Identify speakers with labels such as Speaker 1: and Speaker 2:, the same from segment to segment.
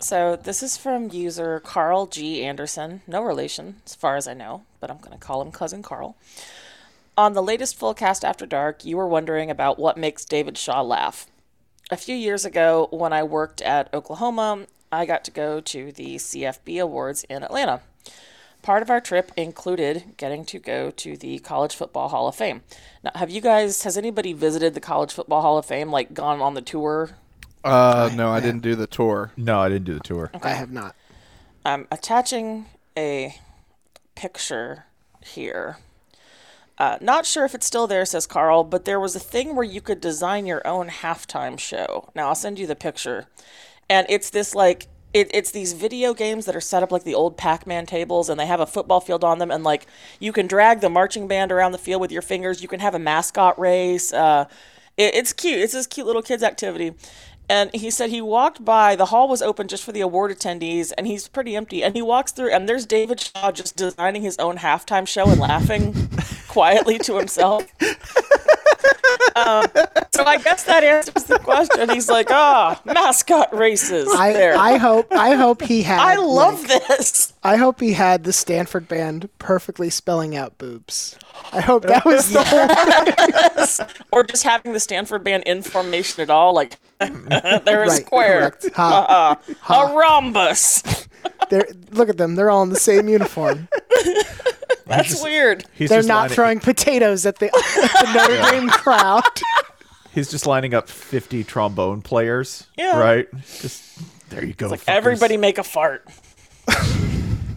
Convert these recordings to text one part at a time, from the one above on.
Speaker 1: So this is from user Carl G. Anderson, no relation as far as I know, but I'm going to call him cousin Carl. On the latest Full Cast After Dark, you were wondering about what makes David Shaw laugh. A few years ago, when I worked at Oklahoma, I got to go to the CFB Awards in Atlanta. Part of our trip included getting to go to the College Football Hall of Fame. Now, have you guys, has anybody visited the College Football Hall of Fame, like gone on the tour
Speaker 2: Uh, no, I didn't do the tour.
Speaker 3: No, I didn't do the tour.
Speaker 4: I have not.
Speaker 1: I'm attaching a picture here. Uh, not sure if it's still there, says Carl, but there was a thing where you could design your own halftime show. Now I'll send you the picture, and it's this like it, it's these video games that are set up like the old Pac-Man tables, and they have a football field on them, and like you can drag the marching band around the field with your fingers. You can have a mascot race. Uh, it, it's cute. It's this cute little kids activity. And he said he walked by, the hall was open just for the award attendees, and he's pretty empty. And he walks through, and there's David Shaw just designing his own halftime show and laughing quietly to himself. um, so I guess that answers the question. He's like, ah, mascot races.
Speaker 4: I,
Speaker 1: there. I,
Speaker 4: I hope I hope he had
Speaker 1: love
Speaker 4: like,
Speaker 1: this.
Speaker 4: I hope he had the Stanford band perfectly spelling out boobs. I hope that was the whole
Speaker 1: Or just having the Stanford band in formation at all. Like, they're a
Speaker 4: Right,
Speaker 1: square,
Speaker 4: correct. Ha,
Speaker 1: a rhombus.
Speaker 4: they're, look at them. They're all in the same uniform.
Speaker 1: That's weird.
Speaker 3: He's
Speaker 4: They're
Speaker 3: just
Speaker 4: not
Speaker 3: lining,
Speaker 4: throwing potatoes at the, at the Notre Dame crowd.
Speaker 3: He's just lining up fifty trombone players.
Speaker 1: Yeah.
Speaker 3: Right. Just there you go.
Speaker 1: It's like
Speaker 3: fuckers.
Speaker 1: everybody make a fart.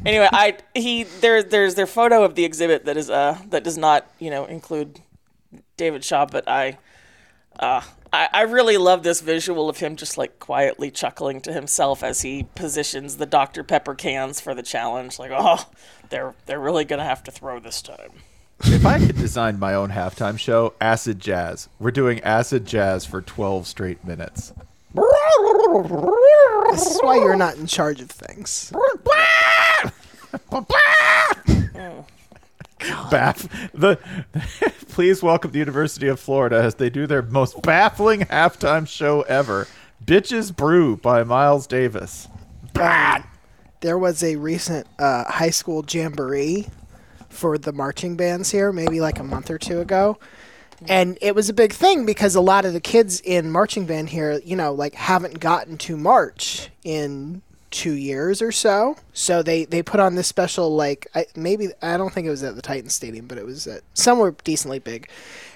Speaker 1: anyway, I he there there's their photo of the exhibit that is uh that does not you know include David Shaw, but I uh I, I really love this visual of him just like quietly chuckling to himself as he positions the Dr Pepper cans for the challenge. Like oh, they're they're really gonna have to throw this time.
Speaker 3: If I could design my own halftime show, acid jazz. We're doing acid jazz for twelve straight minutes.
Speaker 4: This is why you're not in charge of things.
Speaker 3: Baff. The please welcome the University of Florida as they do their most baffling halftime show ever. Bitches Brew by Miles Davis.
Speaker 4: There was a recent uh, high school jamboree for the marching bands here, maybe like a month or two ago. And it was a big thing because a lot of the kids in marching band here, you know, like haven't gotten to march in two years or so. So they, they put on this special, like, I, maybe, I don't think it was at the Titan Stadium, but it was at somewhere decently big.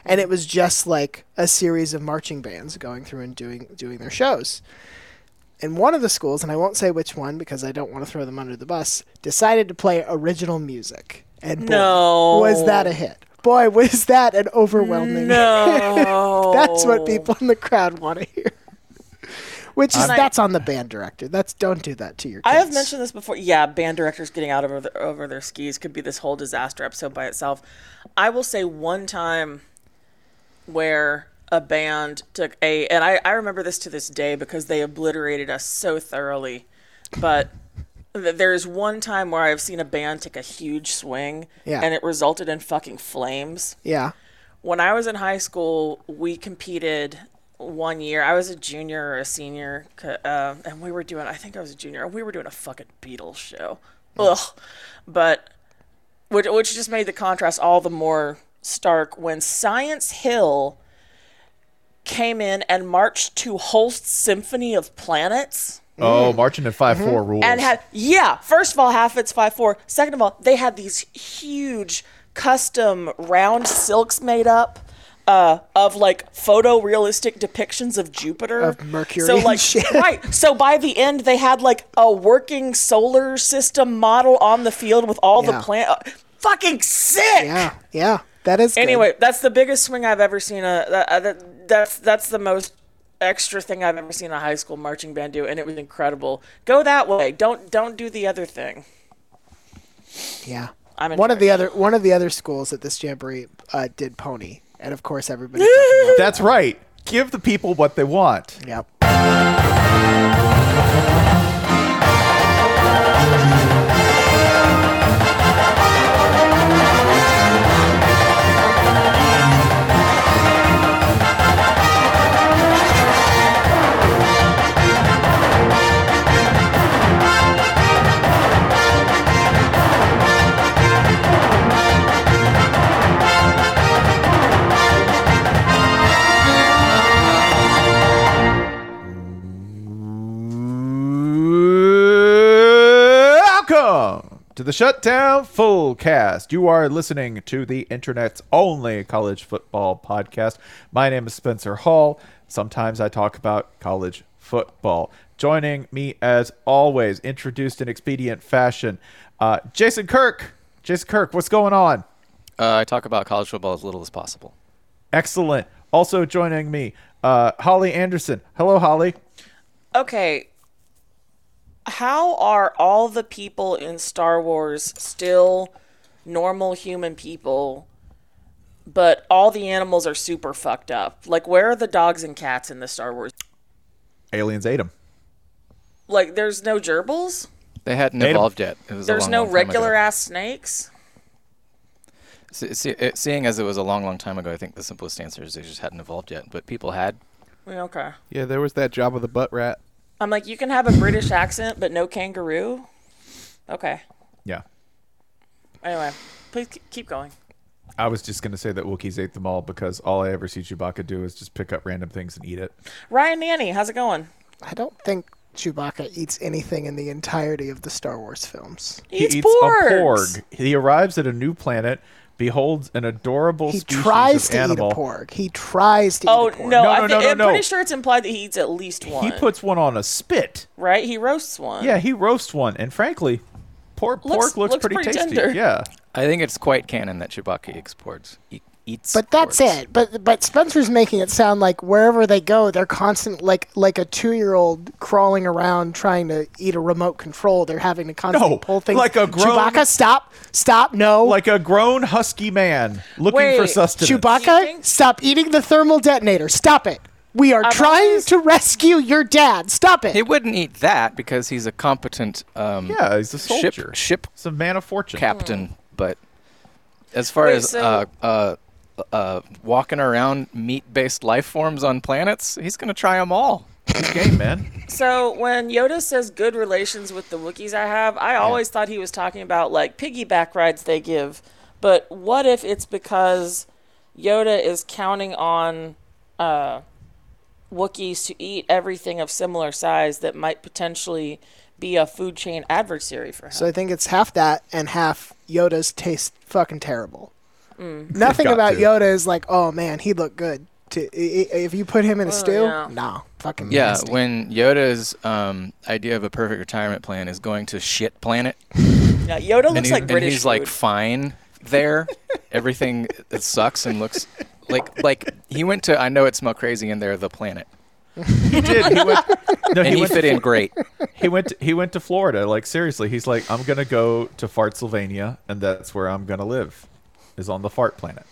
Speaker 4: And it was just like a series of marching bands going through and doing, doing their shows and one of the schools, and I won't say which one because I don't want to throw them under the bus, decided to play original music. And boy,
Speaker 1: No.
Speaker 4: was that a hit. Boy, was that an overwhelming
Speaker 1: No,
Speaker 4: That's what people in the crowd want to hear. Which is,
Speaker 1: And I-
Speaker 4: that's on the band director. That's don't do that to your kids.
Speaker 1: I have mentioned this before. Yeah, band directors getting out over their, over their skis could be this whole disaster episode by itself. I will say one time where a band took a and I, I remember this to this day because they obliterated us so thoroughly but th- there is one time where i've seen a band take a huge swing
Speaker 4: Yeah.
Speaker 1: and it resulted in fucking flames
Speaker 4: Yeah.
Speaker 1: when I was in high school, we competed one year. I was a junior or a senior, c- uh, and we were doing. I think I was a junior. and We were doing a fucking Beatles show. Ugh, but which which just made the contrast all the more stark when Science Hill came in and marched to Holst's Symphony of Planets
Speaker 3: Oh, marching in 5 4 rules.
Speaker 1: Mm. Mm-hmm. and had yeah first of all half it's five four second of all they had these huge custom round silks made up uh, of like photorealistic depictions of Jupiter,
Speaker 4: Of Mercury
Speaker 1: So
Speaker 4: and
Speaker 1: like,
Speaker 4: shit.
Speaker 1: right. So by the end, they had like a working solar system model on the field with all
Speaker 4: Yeah.
Speaker 1: the plant. uh, fucking sick.
Speaker 4: Yeah. Yeah. That is good.
Speaker 1: Anyway, that's the biggest swing I've ever seen. A that, uh, that, that's that's the most extra thing I've ever seen a high school marching band do, and it was incredible. Go that way. Don't don't do the other thing.
Speaker 4: Yeah.
Speaker 1: I'm in
Speaker 4: one of
Speaker 1: charge.
Speaker 4: the other one of the other schools at this jamboree uh, did pony, and of course everybody. fucking loved it.
Speaker 3: That's right. Give the people what they want.
Speaker 4: Yep.
Speaker 3: Welcome to the Shutdown Full Cast. You are listening to the internet's only college football podcast. My name is Spencer Hall. Sometimes I talk about college football. Joining me, as always, introduced in expedient fashion, uh, Jason Kirk. Jason Kirk, what's going on?
Speaker 5: Uh, I talk about college football as little as possible.
Speaker 3: Excellent. Also joining me, uh, Holly Anderson. Hello, Holly.
Speaker 1: Okay. How are all the people in Star Wars still normal human people, but all the animals are super fucked up? Like, where are the dogs and cats in the Star Wars?
Speaker 3: Aliens ate him.
Speaker 1: Like, there's no gerbils.
Speaker 5: They hadn't
Speaker 3: Native-
Speaker 5: evolved yet. It was a
Speaker 1: There's
Speaker 5: long,
Speaker 1: no
Speaker 5: long time ago.
Speaker 1: regular ass snakes.
Speaker 5: See- see- it- seeing as it was a long, long time ago, I think the simplest answer is they just hadn't evolved yet. But people had.
Speaker 1: Yeah, Okay.
Speaker 2: Yeah, there was that job of the butt rat.
Speaker 1: I'm like, you can have a British accent, but no kangaroo. Okay.
Speaker 3: Yeah.
Speaker 1: Anyway, please k- keep going.
Speaker 3: I was just gonna say that Wookiees ate them all because all I ever see Chewbacca do is just pick up random things and eat it.
Speaker 1: Ryan Nanny, how's it going?
Speaker 4: I don't think Chewbacca eats anything in the entirety of the Star Wars films.
Speaker 1: He, eats,
Speaker 3: a
Speaker 1: porgs.
Speaker 3: porg. He arrives at a new planet, beholds an adorable
Speaker 4: He
Speaker 3: species
Speaker 4: tries
Speaker 3: of
Speaker 4: to
Speaker 3: animal.
Speaker 4: eat a porg. He tries to
Speaker 1: Oh
Speaker 4: eat a
Speaker 1: no,
Speaker 4: porg.
Speaker 3: No,
Speaker 1: I thi-
Speaker 3: no, no, no,
Speaker 1: I'm
Speaker 3: no.
Speaker 1: pretty sure it's implied that he eats at least one.
Speaker 3: He puts one on a spit.
Speaker 1: right. He roasts one.
Speaker 3: Yeah, he roasts one, and frankly, pork
Speaker 1: Looks-
Speaker 3: pork looks,
Speaker 1: looks
Speaker 3: pretty,
Speaker 1: pretty
Speaker 3: tasty.
Speaker 1: tender.
Speaker 3: Yeah,
Speaker 5: I think it's quite canon that Chewbacca exports, e- eats.
Speaker 4: But that's
Speaker 5: porgs.
Speaker 4: it. But but Spencer's making it sound like wherever they go, they're constant like like a two year old crawling around trying to eat a remote control. They're having to constantly
Speaker 3: No,
Speaker 4: pull things.
Speaker 3: like a grown-
Speaker 4: Chewbacca, stop, stop, no.
Speaker 3: like a grown husky man looking for
Speaker 1: Wait,
Speaker 3: sustenance.
Speaker 4: Chewbacca,
Speaker 1: You think-
Speaker 4: stop eating the thermal detonator. Stop it. We are trying
Speaker 1: always-
Speaker 4: to rescue your dad. Stop it.
Speaker 5: He wouldn't eat that because he's a competent um,
Speaker 3: Yeah, he's a
Speaker 5: ship
Speaker 3: soldier.
Speaker 5: ship
Speaker 3: He's a man of fortune.
Speaker 5: captain. But as far
Speaker 1: Hmm. Wait,
Speaker 5: as
Speaker 1: so-
Speaker 5: uh, uh, uh, walking around meat-based life forms on planets, he's gonna try them all.
Speaker 3: He's game man.
Speaker 1: So when Yoda says good relations with the Wookiees I have, I always thought he was talking about like piggyback rides they give. But what if it's because Yoda is counting on uh, Wookiees to eat everything of similar size that might potentially be a food chain adversary for him?
Speaker 4: So I think it's half that and half Yoda's taste fucking terrible. Nothing
Speaker 3: got
Speaker 4: about
Speaker 3: to.
Speaker 4: Yoda is like, oh man, he looked good. To, i- i- if you put him in a stew,
Speaker 1: yeah.
Speaker 4: nah, fucking
Speaker 5: Yeah,
Speaker 4: nasty.
Speaker 5: when Yoda's um, idea of a perfect retirement plan is going to shit planet,
Speaker 1: Now, Yoda looks
Speaker 5: and, he-
Speaker 1: like
Speaker 5: and
Speaker 1: British.
Speaker 5: he's like
Speaker 1: food.
Speaker 5: fine there. Everything it sucks and looks like like he went to I know it smell crazy in there the planet
Speaker 3: He did. He went, no,
Speaker 5: and he,
Speaker 3: went
Speaker 5: fit in great.
Speaker 3: he went to, he went to Florida. Like seriously, he's like, I'm gonna go to Fartsylvania, and that's where I'm gonna live, is on the fart planet.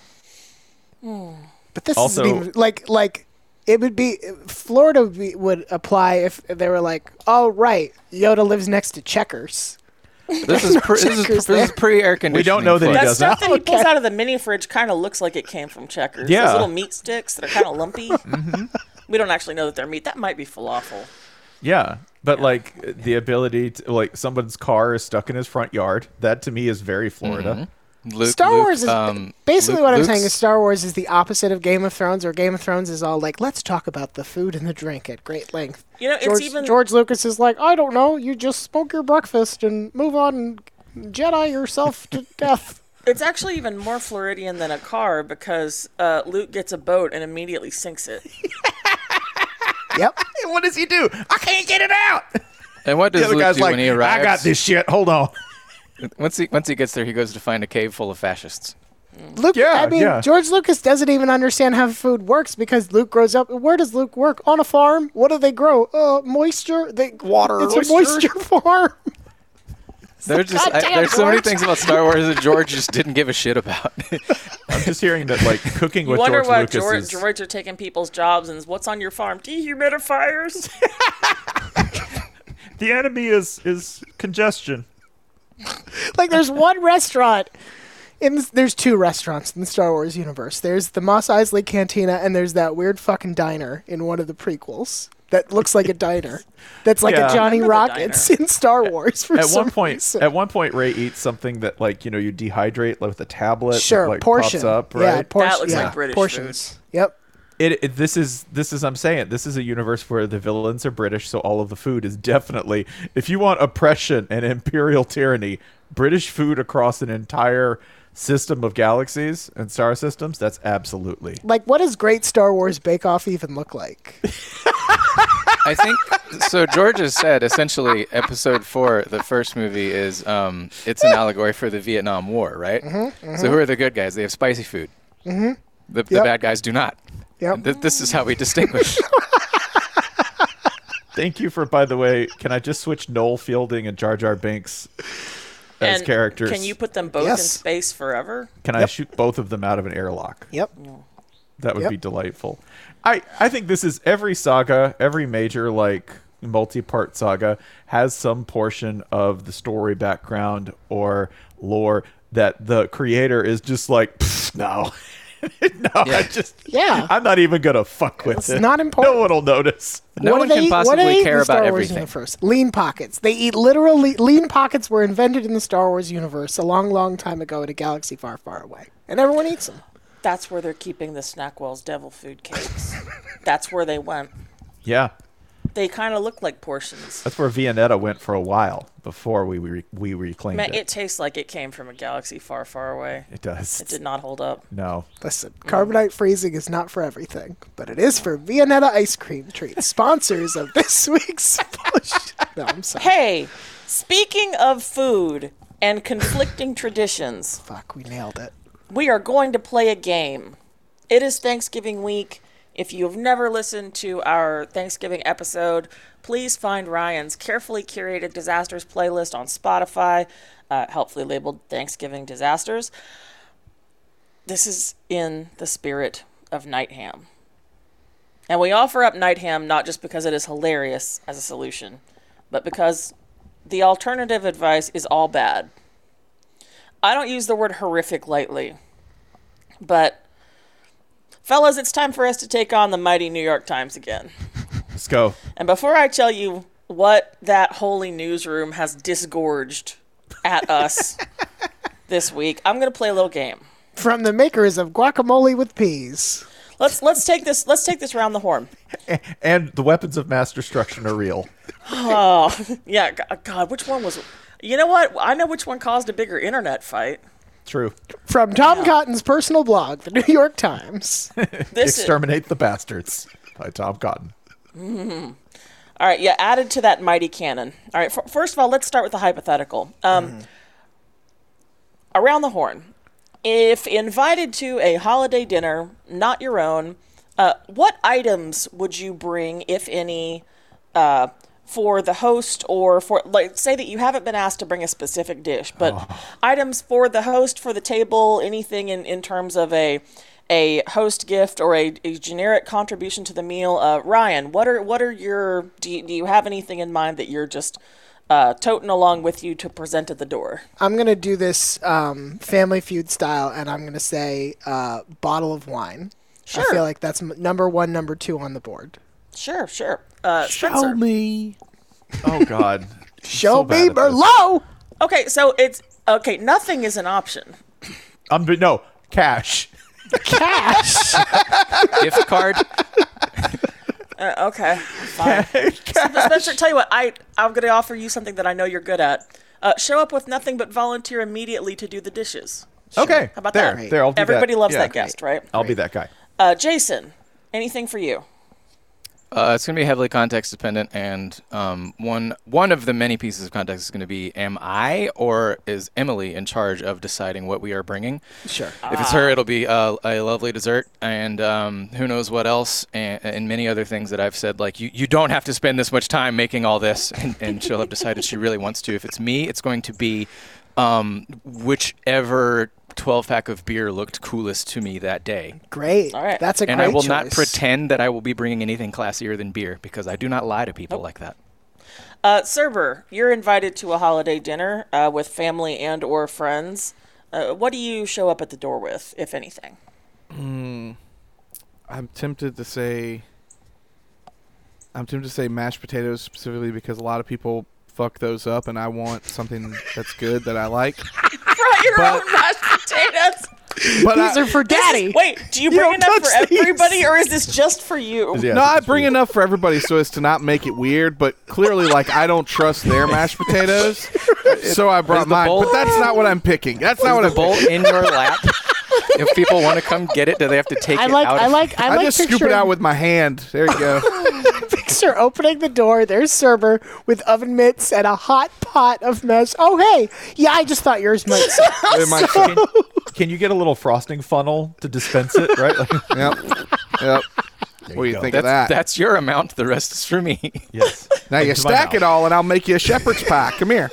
Speaker 4: But this
Speaker 3: Also-
Speaker 4: isn't even like like it would be Florida would, be, would apply if they were like, all right, Yoda lives next to Checkers.
Speaker 5: This is pre- this is
Speaker 4: checkers
Speaker 5: this is
Speaker 4: there.
Speaker 5: pre air conditioning.
Speaker 3: We don't know that he
Speaker 5: Florida.
Speaker 1: That
Speaker 3: doesn't.
Speaker 1: stuff that
Speaker 5: "Oh,
Speaker 1: he pulls
Speaker 4: Okay.
Speaker 1: out of the mini fridge kind of looks like it came from Checkers.
Speaker 3: Yeah.
Speaker 1: Those little meat sticks that are kind of lumpy.
Speaker 5: Mm-hmm.
Speaker 1: We don't actually know that they're meat. That might be falafel.
Speaker 3: Yeah, but like the ability to like someone's car is stuck in his front yard. That to me is very Florida.
Speaker 5: Luke-
Speaker 4: Star
Speaker 5: Luke,
Speaker 4: Wars is
Speaker 5: um,
Speaker 4: basically
Speaker 5: Luke-
Speaker 4: what I'm
Speaker 5: Luke's-
Speaker 4: saying is Star Wars is the opposite of Game of Thrones, or Game of Thrones is all like, let's talk about the food and the drink at great length.
Speaker 1: You know, it's
Speaker 4: George,
Speaker 1: even-
Speaker 4: George Lucas is like, I don't know, you just smoke your breakfast and move on, and Jedi yourself to death.
Speaker 1: It's actually even more Floridian than a car because uh, Luke gets a boat and immediately sinks it.
Speaker 4: Yep.
Speaker 3: What does he do? I can't get it out.
Speaker 5: And what
Speaker 3: The
Speaker 5: does
Speaker 3: other
Speaker 5: Luke
Speaker 3: guy's
Speaker 5: do
Speaker 3: like,
Speaker 5: when he arrives?
Speaker 3: I got this shit. Hold on.
Speaker 5: Once he once he gets there, he goes to find a cave full of fascists.
Speaker 4: Luke,
Speaker 3: Yeah,
Speaker 4: I mean,
Speaker 3: yeah.
Speaker 4: George Lucas doesn't even understand how food works because Luke grows up. Where does Luke work? On a farm. What do they grow? Uh, moisture. They
Speaker 3: Water,
Speaker 4: It's a
Speaker 3: moisture.
Speaker 4: moisture farm.
Speaker 5: There's just I,
Speaker 4: Goddamn,
Speaker 5: there's so many
Speaker 4: George.
Speaker 5: things about Star Wars that George just didn't give a shit about.
Speaker 3: I'm just hearing that like cooking
Speaker 1: You
Speaker 3: with
Speaker 1: wonder
Speaker 3: George
Speaker 1: why
Speaker 3: Lucas
Speaker 1: George,
Speaker 3: is.
Speaker 1: George are taking people's jobs and what's on your farm? Dehumidifiers.
Speaker 3: The enemy is is congestion.
Speaker 4: like there's one restaurant in this, there's two restaurants in the Star Wars universe. There's the Mos Eisley Cantina and there's that weird fucking diner in one of the prequels that looks like a diner. That's like
Speaker 3: Yeah.
Speaker 4: a Johnny
Speaker 1: Remember the
Speaker 4: Rockets
Speaker 1: diner.
Speaker 4: in Star Wars for
Speaker 3: At
Speaker 4: some
Speaker 3: one point,
Speaker 4: reason.
Speaker 3: at one point, Ray eats something that like you know you dehydrate like, with a tablet. that,
Speaker 4: sure,
Speaker 3: like,
Speaker 4: portion.
Speaker 3: pops up. Right?
Speaker 4: Yeah, portion.
Speaker 1: looks
Speaker 4: yeah,
Speaker 1: like British
Speaker 4: portions. Yep.
Speaker 3: it, it this is this is I'm saying this is a universe where the villains are British, so all of the food is definitely if you want oppression and imperial tyranny, British food across an entire system of galaxies and star systems, that's absolutely.
Speaker 4: Like what does great Star Wars Bake Off even look like?
Speaker 5: I think so. George has said essentially, Episode Four, the first movie, is um, it's an allegory for the Vietnam War, right? So who are the good guys? They have spicy food. Mm-hmm. The, the
Speaker 4: Mm-hmm, Yep.
Speaker 5: bad guys do not.
Speaker 4: Yep.
Speaker 5: And th- this is how we distinguish.
Speaker 3: Thank you for by the way, can I just switch Noel Fielding and Jar Jar Binks as
Speaker 1: And
Speaker 3: characters?
Speaker 1: Can you put them both in
Speaker 4: Yes.
Speaker 1: space forever?
Speaker 3: Can I shoot both of them out of an airlock?
Speaker 4: Yep.
Speaker 3: That would
Speaker 4: Yep.
Speaker 3: be delightful. I, I think this is every saga, every major like multi-part saga has some portion of the story background or lore that the creator is just like "Pfft, no. no, I just
Speaker 4: Yeah.
Speaker 3: I'm not even gonna fuck with
Speaker 4: It's
Speaker 3: it.
Speaker 4: not important.
Speaker 3: No one will notice.
Speaker 5: No
Speaker 4: What
Speaker 5: one
Speaker 4: do
Speaker 5: can
Speaker 4: they eat- what do
Speaker 5: possibly
Speaker 4: they eat in
Speaker 5: care
Speaker 4: the
Speaker 5: about
Speaker 4: Star Wars
Speaker 5: everything.
Speaker 4: universe? Lean pockets. They eat literally lean pockets were invented in the Star Wars universe a long, long time ago in a galaxy far, far away, and everyone eats them.
Speaker 1: That's where they're keeping the Snackwell's devil food cakes. That's where they went.
Speaker 3: Yeah,
Speaker 1: They kind of look like portions.
Speaker 3: that's where Vianetta went for a while before we re- we reclaimed
Speaker 1: Man,
Speaker 3: it.
Speaker 1: it tastes like it came from a galaxy far, far away.
Speaker 3: It does.
Speaker 1: It did not hold up.
Speaker 3: No,
Speaker 4: Listen, carbonite freezing is not for everything, but it is for Viennetta ice cream treats. Sponsors of this week's push. No, I'm sorry.
Speaker 1: Hey, speaking of food and conflicting traditions,
Speaker 4: Fuck, we nailed it.
Speaker 1: we are going to play a game. It is Thanksgiving week. If you have never listened to our Thanksgiving episode, please find Ryan's carefully curated disasters playlist on Spotify, uh, helpfully labeled Thanksgiving Disasters. This is in the spirit of night ham. And we offer up night ham not just because it is hilarious as a solution, but because the alternative advice is all bad. I don't use the word horrific lightly, but fellas, it's time for us to take on the mighty New York Times again.
Speaker 3: let's go.
Speaker 1: And before I tell you what that holy newsroom has disgorged at us this week, I'm going to play a little game.
Speaker 4: From the makers of guacamole with peas.
Speaker 1: Let's let's take this let's take this round the horn.
Speaker 3: And the weapons of mass destruction are real.
Speaker 1: Oh, Yeah, g- God, which one was? You know what? I know which one caused a bigger internet fight.
Speaker 3: True.
Speaker 4: From Tom Cotton's personal blog, the New York Times.
Speaker 1: This is-
Speaker 3: Exterminate the Bastards by Tom Cotton.
Speaker 1: All right, yeah, added to that mighty cannon. All right, f- first of all, let's start with the hypothetical. Um, Around the horn, if invited to a holiday dinner, not your own, uh, what items would you bring, if any, uh, for the host or for, like, say that you haven't been asked to bring a specific dish, but items for the host, for the table, anything in, in terms of a, a a host gift or a, a generic contribution to the meal. Uh, Ryan, what are what are your do you, do you have anything in mind that you're just uh, toting along with you to present at the door?
Speaker 4: I'm gonna do this um, Family Feud style, and I'm gonna say uh, bottle of wine. I
Speaker 1: Sure.
Speaker 4: feel like that's m- number one, number two on the board.
Speaker 1: Sure, sure. Uh,
Speaker 2: Show
Speaker 1: Spencer.
Speaker 2: me.
Speaker 3: Oh God. I'm
Speaker 4: Show
Speaker 3: so bad
Speaker 4: me
Speaker 3: at this.
Speaker 4: Merlot.
Speaker 1: Okay, so it's okay. Nothing is an option.
Speaker 3: Um, but no cash.
Speaker 4: Cash.
Speaker 5: Gift card.
Speaker 1: Uh, okay, fine. Spencer, tell you what, I I'm gonna offer you something that I know you're good at. Uh, show up with nothing but volunteer immediately to do the dishes.
Speaker 3: Okay. How
Speaker 1: about
Speaker 3: there,
Speaker 1: that?
Speaker 3: There. I'll do
Speaker 1: Everybody
Speaker 3: that.
Speaker 1: loves
Speaker 3: Yeah.
Speaker 1: that guest, right?
Speaker 3: I'll be that guy.
Speaker 1: Uh, Jason, anything for you?
Speaker 5: Uh, it's going to be heavily context dependent, and um, one one of the many pieces of context is going to be: Am I or is Emily in charge of deciding what we are bringing?
Speaker 4: Sure.
Speaker 5: If it's her, it'll be uh, a lovely dessert, and um, who knows what else, and, and many other things that I've said. Like you, you don't have to spend this much time making all this, and, and she'll have decided she really wants to. If it's me, it's going to be um, whichever. 12 pack of beer looked coolest to me that day.
Speaker 4: Great.
Speaker 1: All right.
Speaker 4: That's a
Speaker 5: And
Speaker 4: great
Speaker 5: I will
Speaker 4: choice.
Speaker 5: not pretend that I will be bringing anything classier than beer because I do not lie to people like that.
Speaker 1: Uh, Cerber, you're invited to a holiday dinner uh, with family and or friends. Uh, what do you show up at the door with, if anything?
Speaker 2: I'm tempted to say. I'm tempted to say mashed potatoes specifically because a lot of people fuck those up, and I want something that's good that I like.
Speaker 1: Brought your
Speaker 2: But-
Speaker 1: own mashed potatoes.
Speaker 2: But
Speaker 4: These
Speaker 2: I,
Speaker 4: are for daddy.
Speaker 1: Wait, do you bring
Speaker 4: don't
Speaker 1: enough for
Speaker 4: touch these.
Speaker 1: everybody, or is this just for you?
Speaker 3: Yeah, so
Speaker 2: no, I
Speaker 3: it's
Speaker 2: bring
Speaker 3: food.
Speaker 2: enough for everybody so as to not make it weird, but clearly, like, I don't trust their mashed potatoes, so I
Speaker 5: Is
Speaker 2: brought
Speaker 5: the
Speaker 2: mine.
Speaker 5: bowl-
Speaker 2: But that's not what I'm picking. That's not what
Speaker 5: Is
Speaker 2: I'm
Speaker 5: the bowl in your lap? If people want to come get it, do they have to take
Speaker 6: I
Speaker 5: it
Speaker 6: like,
Speaker 5: out?
Speaker 6: I
Speaker 5: of-
Speaker 6: like, I
Speaker 2: I,
Speaker 6: like.
Speaker 2: just scoop it
Speaker 6: picturing-
Speaker 2: out with my hand. There you go.
Speaker 4: Picture opening the door. There's Cerber with oven mitts and a hot pot of mess. Oh hey, yeah. I just thought yours might. suck.
Speaker 2: It might-
Speaker 3: Can, can you get a little frosting funnel to dispense it? Right. Like,
Speaker 2: Yep. Yep. What do you think
Speaker 5: that's,
Speaker 2: of that?
Speaker 5: that's your amount. The rest is for me.
Speaker 3: yes.
Speaker 2: now you
Speaker 3: Into my
Speaker 2: stack
Speaker 3: mouth.
Speaker 2: it all, and I'll make you a shepherd's pie. Come here.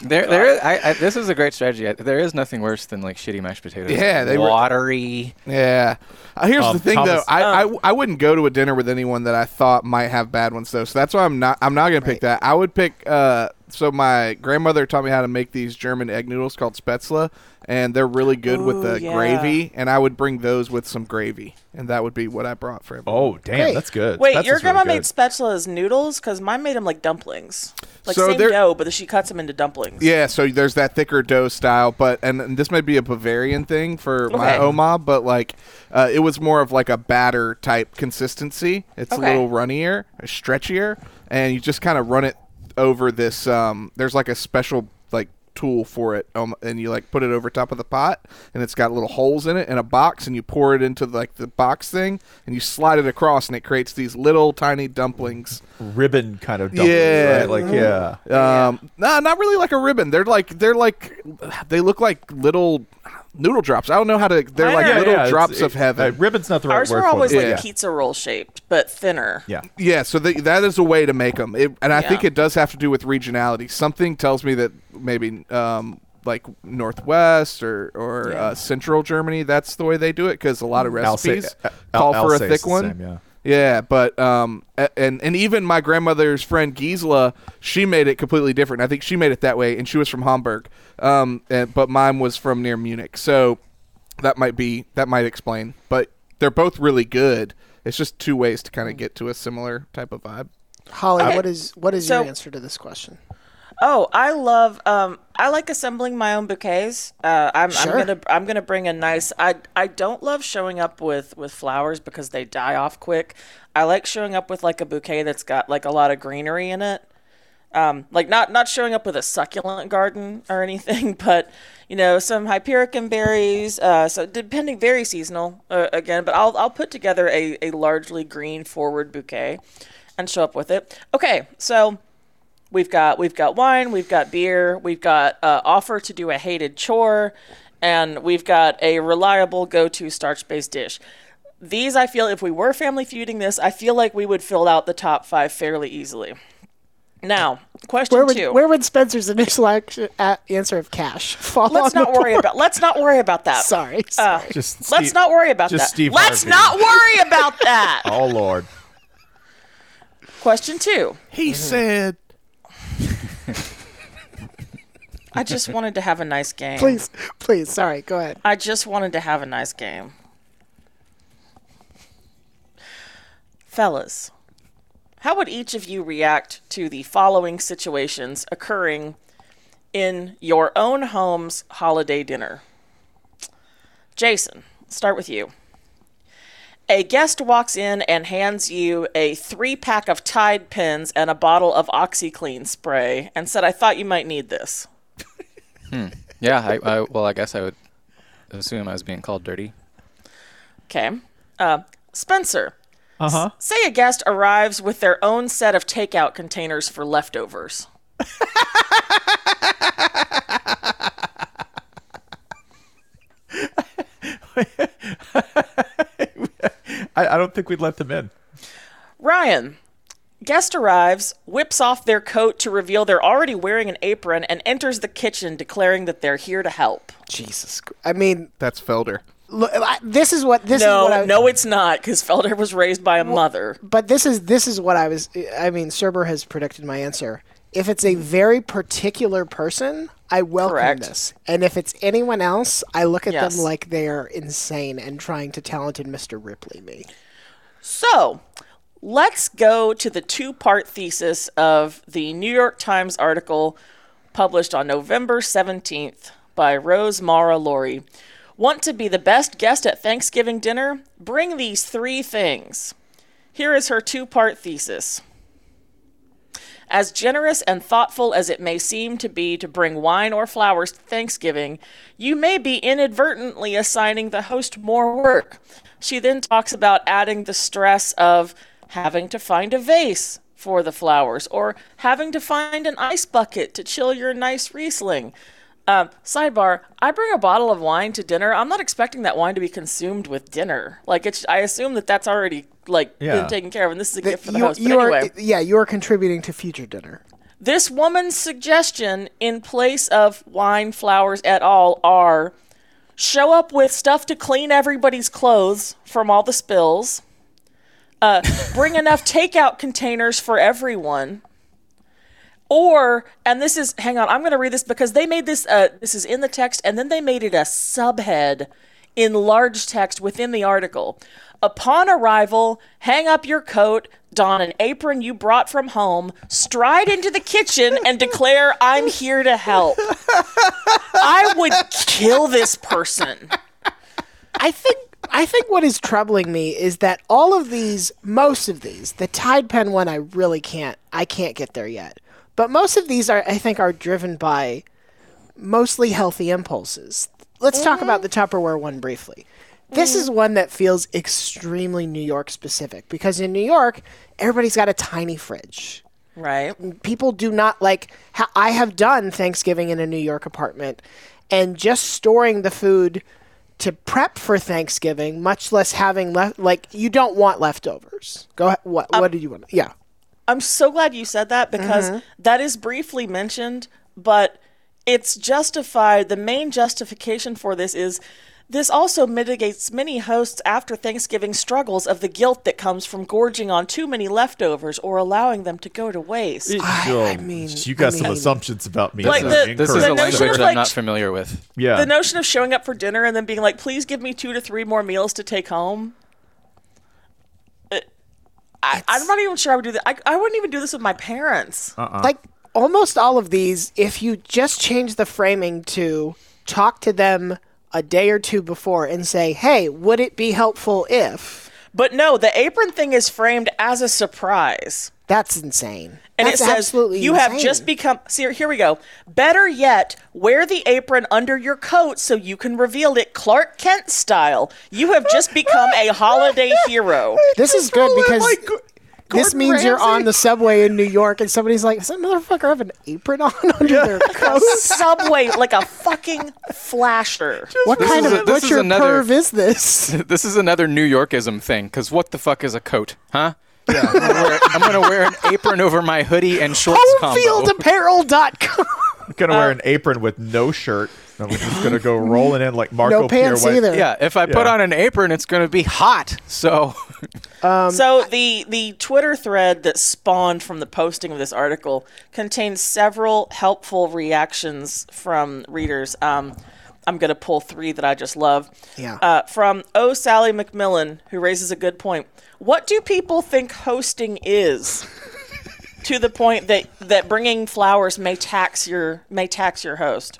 Speaker 5: there, there. Is, I, I, this is a great strategy. I- There is nothing worse than like shitty mashed potatoes.
Speaker 2: Yeah, they were-
Speaker 5: watery.
Speaker 2: Yeah. Uh, here's
Speaker 3: Um,
Speaker 2: the thing,
Speaker 3: Thomas-
Speaker 2: though. I,
Speaker 1: Uh.
Speaker 2: I I wouldn't go to a dinner with anyone that I thought might have bad ones, though. So that's why I'm not I'm not gonna pick that. I would pick. Uh, so my grandmother taught me how to make these German egg noodles called Spätzle, and they're really good with
Speaker 1: Ooh,
Speaker 2: the
Speaker 1: yeah.
Speaker 2: gravy. And I would bring those with some gravy, and that would be what I brought for everyone.
Speaker 3: Oh damn,
Speaker 4: Great.
Speaker 3: that's good.
Speaker 1: Wait,
Speaker 3: That's
Speaker 1: your
Speaker 3: just really
Speaker 1: grandma
Speaker 3: good.
Speaker 1: made spatula as noodles? Because mine made them like dumplings. Like
Speaker 2: So
Speaker 1: same
Speaker 2: they're-
Speaker 1: dough, but she cuts them into dumplings.
Speaker 2: Yeah, so there's that thicker dough style, but and, and this may be a Bavarian thing for my
Speaker 1: Okay.
Speaker 2: oma, but like uh, it was more of like a batter type consistency. It's
Speaker 1: Okay.
Speaker 2: a little runnier, stretchier, and you just kind of run it over this. Um, there's like a special like tool for it, um, and you like put it over top of the pot, and it's got little holes in it and a box, and you pour it into like the box thing, and you slide it across, and it creates these little tiny dumplings.
Speaker 3: ribbon kind of dumplings,
Speaker 2: Yeah.
Speaker 3: right? Like Oh, yeah.
Speaker 2: Um, no, not really like a ribbon. They're like they're like they look like little noodle drops. I don't know how to. They're
Speaker 1: Mine
Speaker 2: like
Speaker 1: are-
Speaker 2: little
Speaker 3: it's-
Speaker 2: drops of
Speaker 3: it-
Speaker 2: heaven.
Speaker 3: uh, ribbon's not the right
Speaker 1: Ours
Speaker 3: word
Speaker 1: were
Speaker 3: for
Speaker 1: always
Speaker 3: it.
Speaker 1: like
Speaker 2: Yeah.
Speaker 1: pizza roll shaped, but thinner.
Speaker 3: yeah. yeah.
Speaker 2: yeah, so th- that is a way to make them, it, and I think
Speaker 1: Yeah.
Speaker 2: it does have to do with regionality. Something tells me that maybe um, like northwest or or uh, central Germany, that's the way they do it because a lot of
Speaker 3: Alsa-
Speaker 2: recipes
Speaker 3: uh,
Speaker 2: call
Speaker 3: Al-
Speaker 2: for a
Speaker 3: Alsace is
Speaker 2: thick
Speaker 3: the
Speaker 2: one.
Speaker 3: same, yeah.
Speaker 2: Yeah, but um, a- and and even my grandmother's friend Gisela, she made it completely different. I think she made it that way, and she was from Hamburg. Um, and, but mine was from near Munich, so that might be that might explain. But they're both really good. It's just two ways to kind of get to a similar type of vibe.
Speaker 4: Holly, what is what is
Speaker 1: So-
Speaker 4: your answer to this question?
Speaker 1: Oh, I love. Um, I like assembling my own bouquets. Uh, I'm,
Speaker 4: Sure.
Speaker 1: I'm gonna. I'm gonna bring a nice. I. I don't love showing up with with flowers because they die off quick. I like showing up with like a bouquet that's got like a lot of greenery in it. Um, like not not showing up with a succulent garden or anything, but you know some Hypericum berries. Uh, so depending, very seasonal uh, again. But I'll I'll put together a a largely green forward bouquet, and show up with it. Okay, so. We've got we've got wine, we've got beer, we've got uh, offer to do a hated chore, and we've got a reliable go-to starch-based dish. These, I feel, if we were family feuding this, I feel like we would fill out the top five fairly easily. Now, question
Speaker 4: Where would
Speaker 1: two.
Speaker 4: where would Spencer's initial action, uh, answer of cash fall?
Speaker 1: let's
Speaker 4: on the
Speaker 1: not worry
Speaker 4: board?
Speaker 1: about. Let's not worry about that.
Speaker 4: Sorry.
Speaker 1: Uh,
Speaker 3: Just
Speaker 1: let's
Speaker 3: Steve-
Speaker 1: not worry about
Speaker 3: just
Speaker 1: that.
Speaker 3: Steve
Speaker 1: let's
Speaker 3: Harvey.
Speaker 1: not worry about that.
Speaker 3: Oh Lord.
Speaker 1: Question two.
Speaker 3: Mm-hmm.
Speaker 2: He said,
Speaker 1: I just wanted to have a nice game.
Speaker 4: please, please. Sorry. Go ahead.
Speaker 1: I just wanted to have a nice game. Fellas, how would each of you react to the following situations occurring in your own home's holiday dinner? Jason, start with you. A guest walks in and hands you a three pack of Tide pins and a bottle of OxyClean spray and said, I thought you might need this.
Speaker 5: Yeah, I, I well, I guess I would assume I was being called dirty.
Speaker 1: Okay. Uh, Spencer. Uh huh. Say a guest arrives with their own set of takeout containers for leftovers.
Speaker 3: I, I don't think we'd let them in.
Speaker 1: Ryan. Guest arrives, whips off their coat to reveal they're already wearing an apron, and enters the kitchen declaring that they're here to help.
Speaker 4: Jesus. Christ. I mean,
Speaker 2: "That's Felder."
Speaker 4: look, I, this is what this is.
Speaker 1: No,
Speaker 4: What I,
Speaker 1: no, it's not, because Felder was raised by a mother.
Speaker 4: But this is this is what I was. I mean, Cerber has predicted my answer. If it's a very particular person, I welcome
Speaker 1: Correct.
Speaker 4: this. And if it's anyone else, I look at
Speaker 1: Yes.
Speaker 4: them like they are insane and trying to talented Mr. Ripley me.
Speaker 1: So let's go to the two part thesis of the New York Times article published on November 17th by Rose Mara Laurie. Want to be the best guest at Thanksgiving dinner? Bring these three things. Here is her two part thesis. As generous and thoughtful as it may seem to be to bring wine or flowers to Thanksgiving, you may be inadvertently assigning the host more work. She then talks about adding the stress of having to find a vase for the flowers or having to find an ice bucket to chill your nice Riesling. Um, sidebar: I bring a bottle of wine to dinner. I'm not expecting that wine to be consumed with dinner. Like it's, I assume that that's already like
Speaker 3: Yeah.
Speaker 1: been taken care of, and this is a gift for the
Speaker 4: you
Speaker 1: host. But
Speaker 4: you
Speaker 1: anyway.
Speaker 4: are yeah, you are contributing to future dinner.
Speaker 1: This woman's suggestion in place of wine, flowers, et al. are show up with stuff to clean everybody's clothes from all the spills, uh, bring enough takeout containers for everyone. Or, and this is, hang on, I'm going to read this because they made this, uh, this is in the text, and then they made it a subhead in large text within the article. Upon arrival, hang up your coat, don an apron you brought from home, stride into the kitchen, and declare, I'm here to help. I would kill this person.
Speaker 4: I think I think what is troubling me is that all of these, most of these, the Tide Pen one, I really can't, I can't get there yet. But most of these are, I think, are driven by mostly healthy impulses. Let's talk about the Tupperware one briefly. This is one that feels extremely New York specific because in New York, everybody's got a tiny fridge
Speaker 1: Right.
Speaker 4: people do not like ha- i have done thanksgiving in a new york apartment and just storing the food to prep for thanksgiving much less having left like you don't want leftovers go ahead what
Speaker 1: Um,
Speaker 4: what do you want yeah
Speaker 1: I'm so glad you said that because that is briefly mentioned, but it's justified. The main justification for this is this also mitigates many hosts after Thanksgiving struggles of the guilt that comes from gorging on too many leftovers or allowing them to go to waste.
Speaker 3: Yo,
Speaker 4: mean-
Speaker 3: you got
Speaker 4: I
Speaker 3: some
Speaker 4: mean-
Speaker 3: assumptions about me.
Speaker 1: Mm, Like
Speaker 3: that are
Speaker 1: the-
Speaker 5: This
Speaker 1: Correct.
Speaker 5: is a
Speaker 1: The notion
Speaker 3: incorrect.
Speaker 5: language
Speaker 1: of, like,
Speaker 5: I'm not
Speaker 1: sh-
Speaker 5: familiar with.
Speaker 3: yeah.
Speaker 1: The notion of showing up for dinner and then being like, please give me two to three more meals to take home. Uh, I, I'm not even sure I would do that. I, I wouldn't even do this with my parents.
Speaker 4: like almost all of these if you just change the framing to talk to them a day or two before and say hey would it be helpful if
Speaker 1: But no, the apron thing is framed as a surprise.
Speaker 4: that's insane
Speaker 1: And
Speaker 4: that's
Speaker 1: it says,
Speaker 4: absolutely
Speaker 1: you have
Speaker 4: insane.
Speaker 1: just become. See, here we go. Better yet, wear the apron under your coat so you can reveal it Clark Kent style. You have just become a holiday hero.
Speaker 4: this is good because this
Speaker 2: Gordon
Speaker 4: means you're
Speaker 2: Ramsay.
Speaker 4: on the subway in New York and somebody's like, does that motherfucker have an apron on under their coat?
Speaker 1: Subway like a fucking flasher.
Speaker 4: What
Speaker 5: This
Speaker 4: kind
Speaker 5: is
Speaker 4: of
Speaker 5: a- this is
Speaker 4: butcher
Speaker 5: another-
Speaker 4: perv is this?
Speaker 5: This is another New Yorkism thing, because what the fuck is a coat, huh? Yeah, I'm gonna wear, I'm gonna wear an apron over my hoodie and shorts combo.
Speaker 4: Homefieldapparel.com.
Speaker 3: I'm gonna
Speaker 1: uh,
Speaker 3: wear an apron with no shirt. I'm just gonna go rolling in like Marco.
Speaker 4: No pants
Speaker 3: Pierre White.
Speaker 4: either.
Speaker 5: Yeah, if I put
Speaker 3: Yeah.
Speaker 5: on an apron, it's gonna be hot. So
Speaker 1: so the the Twitter thread that spawned from the posting of this article contains several helpful reactions from readers. Um, I'm going to pull three that I just love.
Speaker 4: Yeah.
Speaker 1: Uh, from Oh Sally McMillan, who raises a good point. What do people think hosting is? to the point that that bringing flowers may tax your may tax your host.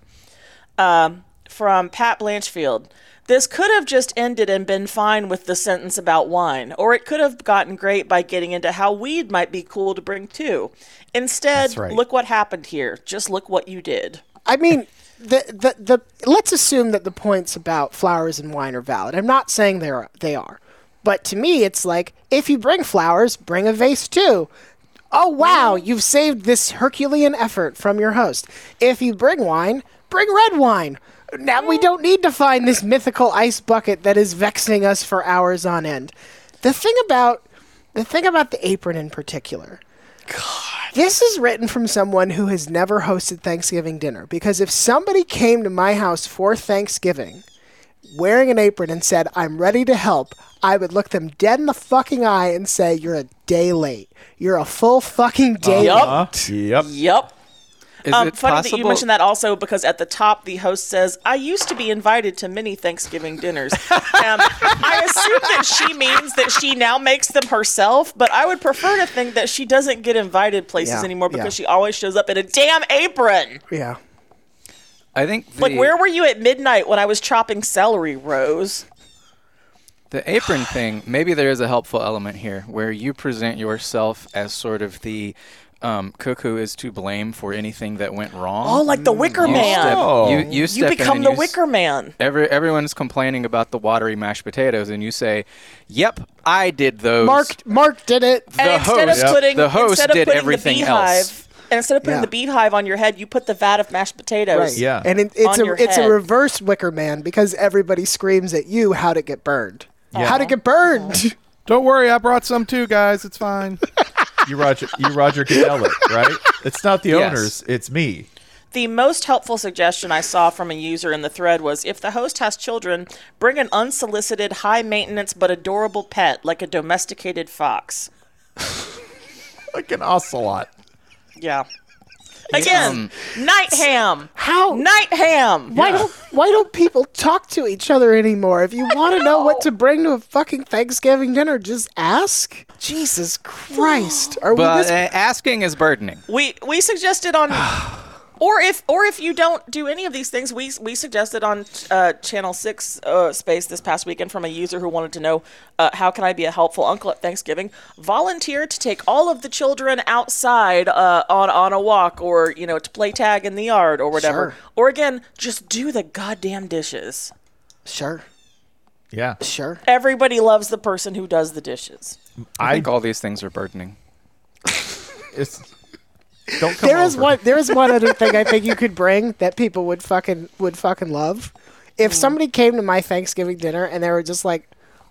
Speaker 1: Um, from Pat Blanchfield. This could have just ended and been fine with the sentence about wine, or it could have gotten great by getting into how weed might be cool to bring too. Instead,
Speaker 3: right.
Speaker 1: look what happened here. Just look what you did.
Speaker 4: I mean, the, the the let's assume that the points about flowers and wine are valid. I'm not saying they are they are, but to me, it's like if you bring flowers, bring a vase too. Oh wow, you've saved this Herculean effort from your host. If you bring wine, bring red wine. Now we don't need to find this mythical ice bucket that is vexing us for hours on end. The thing about the thing about the apron in particular this is written from someone who has never hosted Thanksgiving dinner because if somebody came to my house for Thanksgiving wearing an apron and said, I'm ready to help, I would look them dead in the fucking eye and say, You're a day late. You're a full fucking day late.
Speaker 1: Uh-huh. Yup.
Speaker 3: Yep.
Speaker 1: Yup.
Speaker 5: is
Speaker 1: Um,
Speaker 5: it
Speaker 1: funny
Speaker 5: possible?
Speaker 1: that you mentioned that also because at the top the host says, "I used to be invited to many Thanksgiving dinners." um, I assume that she means that she now makes them herself, but I would prefer to think that she doesn't get invited places
Speaker 4: Yeah,
Speaker 1: anymore because
Speaker 4: yeah.
Speaker 1: she always shows up in a damn apron.
Speaker 4: Yeah.
Speaker 5: I think the,
Speaker 1: Like, where were you at midnight when I was chopping celery, Rose?
Speaker 5: the apron thing. Maybe there is a helpful element here where you present yourself as sort of the um, cook who is to blame for anything that went wrong.
Speaker 1: Oh, like the Wicker
Speaker 5: you step,
Speaker 1: Man.
Speaker 3: Oh.
Speaker 5: you, you step
Speaker 1: You
Speaker 5: in
Speaker 1: become
Speaker 5: and
Speaker 1: the
Speaker 5: you s-
Speaker 1: Wicker Man.
Speaker 5: Every, everyone's complaining about the watery mashed potatoes, and you say, "Yep, I did those."
Speaker 4: Mark Mark did it.
Speaker 5: the
Speaker 1: and instead
Speaker 5: host,
Speaker 1: of putting
Speaker 5: the host
Speaker 1: instead of
Speaker 5: did
Speaker 1: putting
Speaker 5: everything
Speaker 1: the beehive,
Speaker 5: else.
Speaker 1: and instead of putting
Speaker 4: Yeah.
Speaker 1: the beehive on your head, you put the vat of mashed potatoes.
Speaker 3: Yeah.
Speaker 4: And it, it's
Speaker 1: On
Speaker 4: a
Speaker 1: your
Speaker 4: it's a
Speaker 1: head.
Speaker 4: reverse wicker man because everybody screams at you how to get burned. How to get burned.
Speaker 2: Don't worry, I brought some too, guys. It's fine.
Speaker 3: You Roger. You Roger Goodell it, right? It's not the
Speaker 5: Yes.
Speaker 3: owners. It's me.
Speaker 1: The most helpful suggestion I saw from a user in the thread was if the host has children, bring an unsolicited, high maintenance but adorable pet like a domesticated fox.
Speaker 3: Like an ocelot.
Speaker 1: Yeah. Again,
Speaker 5: Um,
Speaker 1: night ham.
Speaker 4: How
Speaker 1: Night ham.
Speaker 4: Why don't Why don't people talk to each other anymore? If you want to know what to bring to a fucking Thanksgiving dinner, just ask. Jesus Christ, are we
Speaker 5: But
Speaker 4: this?
Speaker 5: uh, asking is burdening.
Speaker 1: We we suggested on or if or if you don't do any of these things, we we suggested on uh, Channel Six uh, Space this past weekend from a user who wanted to know uh, how can I be a helpful uncle at Thanksgiving? Volunteer to take all of the children outside uh, on on a walk, or you know, to play tag in the yard or whatever.
Speaker 4: Sure.
Speaker 1: Or again, just do the goddamn dishes.
Speaker 4: Sure,
Speaker 3: Yeah.
Speaker 4: sure.
Speaker 1: Everybody loves the person who does the dishes.
Speaker 5: I,
Speaker 3: I-
Speaker 5: think all these things are burdening.
Speaker 3: It's. Don't come
Speaker 4: There is
Speaker 3: over.
Speaker 4: one. There is one other thing I think you could bring that people would fucking would fucking love. If somebody came to my Thanksgiving dinner and they were just like,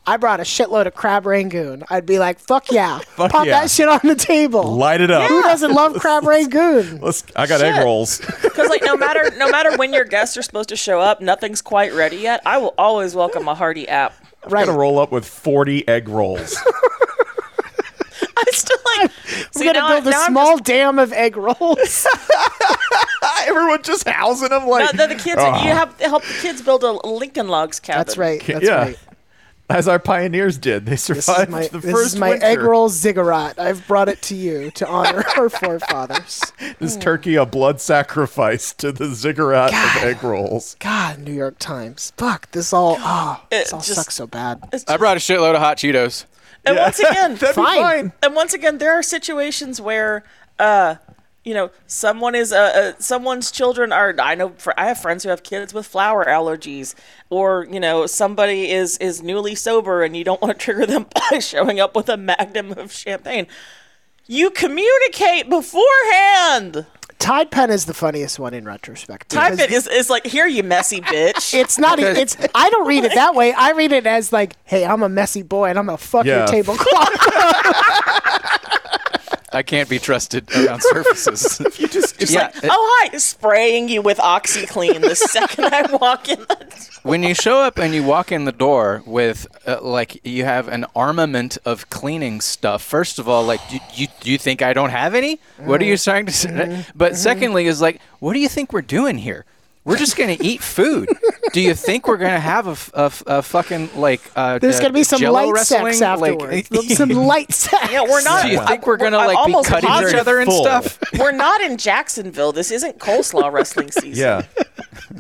Speaker 4: "I brought a shitload of crab rangoon," I'd be like, "Fuck yeah, pop
Speaker 3: yeah.
Speaker 4: that shit on the table."
Speaker 3: Light it up.
Speaker 4: Who doesn't love crab rangoon?
Speaker 3: Let's. I got egg rolls.
Speaker 1: Because like no matter no matter when your guests are supposed to show up, nothing's quite ready yet. I will always welcome a hearty app.
Speaker 3: I
Speaker 4: Right.
Speaker 3: gotta roll up with forty egg rolls.
Speaker 1: I still like.
Speaker 4: We're
Speaker 1: see,
Speaker 4: gonna
Speaker 1: now I-
Speaker 4: build a
Speaker 1: now I'm
Speaker 4: small dam of egg rolls.
Speaker 3: Everyone just housing them like.
Speaker 1: just- no, the, the kids.
Speaker 3: Oh.
Speaker 1: You have to help the kids build a Lincoln Logs cabin.
Speaker 4: That's right. That's
Speaker 3: yeah.
Speaker 4: right.
Speaker 3: As our pioneers did, they
Speaker 4: This is
Speaker 3: survived
Speaker 4: my,
Speaker 3: the
Speaker 4: this
Speaker 3: first
Speaker 4: is my
Speaker 3: winter.
Speaker 4: egg roll ziggurat. I've brought it to you to honor our forefathers.
Speaker 3: Is turkey a blood sacrifice to the ziggurat of egg rolls?
Speaker 4: God, New York Times. Fuck, this all ah, this
Speaker 1: It
Speaker 4: all
Speaker 1: Eh, just-
Speaker 4: sucks so bad.
Speaker 5: I brought a shitload of hot Cheetos.
Speaker 1: And once again,
Speaker 3: That'd
Speaker 4: Fine.
Speaker 3: be fine.
Speaker 1: and once again, there are situations where, uh, you know, someone is uh, uh someone's children are. I know. For, I have friends who have kids with flower allergies, or you know, somebody is is newly sober, and you don't want to trigger them by showing up with a magnum of champagne. You communicate beforehand.
Speaker 4: Tide Pen is the funniest one in retrospect.
Speaker 1: Type
Speaker 4: because
Speaker 1: it is is like here, you messy bitch.
Speaker 4: It's not. e- It's. I don't read it that way. I read it as like, "Hey, I'm a messy boy, and I'm gonna fuck
Speaker 3: Yeah.
Speaker 4: your tablecloth."
Speaker 5: I can't be trusted around surfaces. you just,
Speaker 1: Just like, oh hi, spraying you with OxyClean the second I walk in. The-
Speaker 5: when you show up and you walk in the door with uh, like you have an armament of cleaning stuff first of all like do you, do you think i don't have any what are
Speaker 4: Mm-hmm.
Speaker 5: you trying to say but secondly is like what do you think we're doing here we're just gonna eat food. Do you think we're gonna have a, f- a f- a fucking like? Uh,
Speaker 4: There's
Speaker 5: uh,
Speaker 4: gonna be some
Speaker 5: Jell-O
Speaker 4: light sex
Speaker 5: wrestling? Like,
Speaker 4: afterwards. some light sex.
Speaker 1: yeah, we're not.
Speaker 5: do you
Speaker 1: I-
Speaker 5: think we're gonna
Speaker 1: I'm
Speaker 5: like be
Speaker 1: almost
Speaker 5: cutting each
Speaker 1: positive-
Speaker 5: other and
Speaker 3: full.
Speaker 5: stuff?
Speaker 1: We're not in Jacksonville. This isn't coleslaw wrestling season.
Speaker 3: Yeah.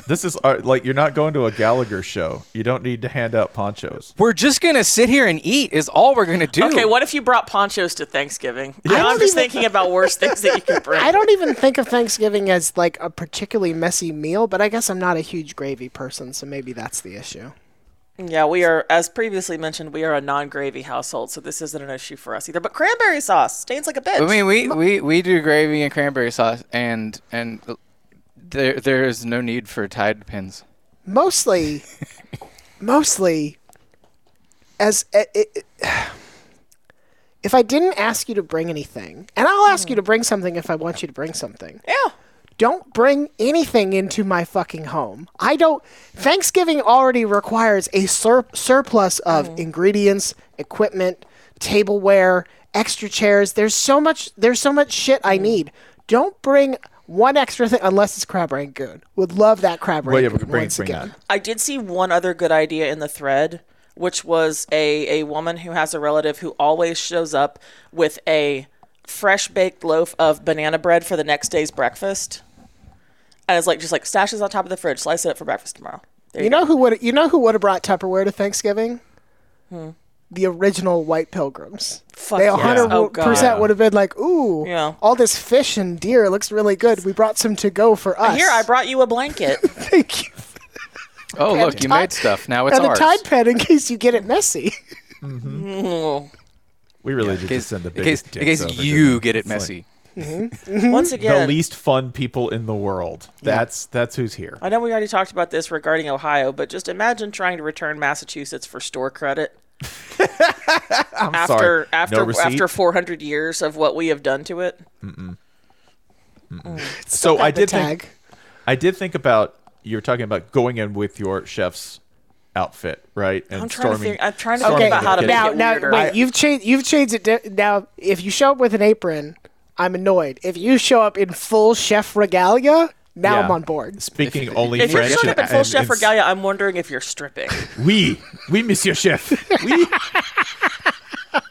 Speaker 3: this is uh, like you're not going to a Gallagher show. You don't need to hand out ponchos.
Speaker 5: We're just gonna sit here and eat. Is all we're gonna do.
Speaker 1: Okay, what if you brought ponchos to Thanksgiving?
Speaker 4: I
Speaker 1: Now I'm
Speaker 4: don't
Speaker 1: just
Speaker 4: even-
Speaker 1: thinking about worse things that you can bring.
Speaker 4: I don't even think of Thanksgiving as like a particularly messy meal, but I guess I'm not a huge gravy person, so maybe that's the issue.
Speaker 1: Yeah, we are, as previously mentioned, we are a non-gravy household, so this isn't an issue for us either. But cranberry sauce stains like a bitch.
Speaker 5: I mean, we, we, we do gravy and cranberry sauce, and and there there is no need for Tide pins.
Speaker 4: Mostly, mostly, as it, it, if I didn't ask you to bring anything, and I'll ask you to bring something if I want you to bring something.
Speaker 1: yeah.
Speaker 4: don't bring anything into my fucking home. I don't. Thanksgiving already requires a sur- surplus of ingredients, equipment, tableware, extra chairs. There's so much. There's so much shit I need. Don't bring one extra thing unless it's crab rangoon. Would love that crab
Speaker 3: Well, yeah,
Speaker 4: rangoon
Speaker 3: but bring-
Speaker 4: once
Speaker 3: bring
Speaker 4: again.
Speaker 1: I did see one other good idea in the thread, which was a, a woman who has a relative who always shows up with a fresh baked loaf of banana bread for the next day's breakfast. And it's like just like stashes on top of the fridge, slice it up for breakfast tomorrow. There
Speaker 4: You know who would? You know who would have brought Tupperware to Thanksgiving? The original White Pilgrims.
Speaker 1: Fuck
Speaker 4: they
Speaker 1: yes.
Speaker 4: 100
Speaker 1: Oh,
Speaker 4: percent
Speaker 1: God.
Speaker 4: would have been like, "Ooh,
Speaker 1: Yeah.
Speaker 4: all this fish and deer looks really good. We brought some to go for us."
Speaker 1: Here, I brought you a blanket.
Speaker 4: Thank you.
Speaker 5: Oh, look, you made stuff. Now it's
Speaker 4: and a
Speaker 5: ours.
Speaker 4: Tide Pad in case you get it messy.
Speaker 3: We really did
Speaker 5: in
Speaker 3: just
Speaker 5: case,
Speaker 3: send the
Speaker 5: in
Speaker 3: biggest
Speaker 5: case, in case
Speaker 3: dicks over,
Speaker 5: you
Speaker 3: didn't we?
Speaker 5: get it
Speaker 3: It's like
Speaker 5: messy.
Speaker 1: Once
Speaker 3: the
Speaker 1: again,
Speaker 3: least fun people in the world. That's that's who's here.
Speaker 1: I know we already talked about this regarding Ohio, but just imagine trying to return Massachusetts for store credit
Speaker 3: I'm
Speaker 1: after
Speaker 3: sorry.
Speaker 1: after
Speaker 3: no receipt?
Speaker 1: after 400 years of what we have done to it.
Speaker 3: so I
Speaker 4: The
Speaker 3: did
Speaker 4: tag.
Speaker 3: think I did think about you were talking about going in with your chef's outfit, right? And
Speaker 1: I'm trying to
Speaker 3: storming-
Speaker 1: think- I'm trying to think
Speaker 3: storming
Speaker 4: okay.
Speaker 1: about
Speaker 3: the
Speaker 1: how to
Speaker 3: kitchen.
Speaker 1: make
Speaker 4: Now,
Speaker 1: it
Speaker 4: now,
Speaker 1: weirder.
Speaker 4: wait. You've changed. You've changed it. di- now, if you show up with an apron, I'm annoyed. If you show up in full chef regalia, now I'm
Speaker 3: Yeah.
Speaker 4: on board.
Speaker 3: Speaking only
Speaker 1: If you're
Speaker 3: French.
Speaker 1: showing up in
Speaker 3: and-
Speaker 1: full
Speaker 3: and
Speaker 1: chef
Speaker 3: it's-
Speaker 1: regalia, I'm wondering if you're stripping.
Speaker 3: Oui, oui, Monsieur Chef. Oui.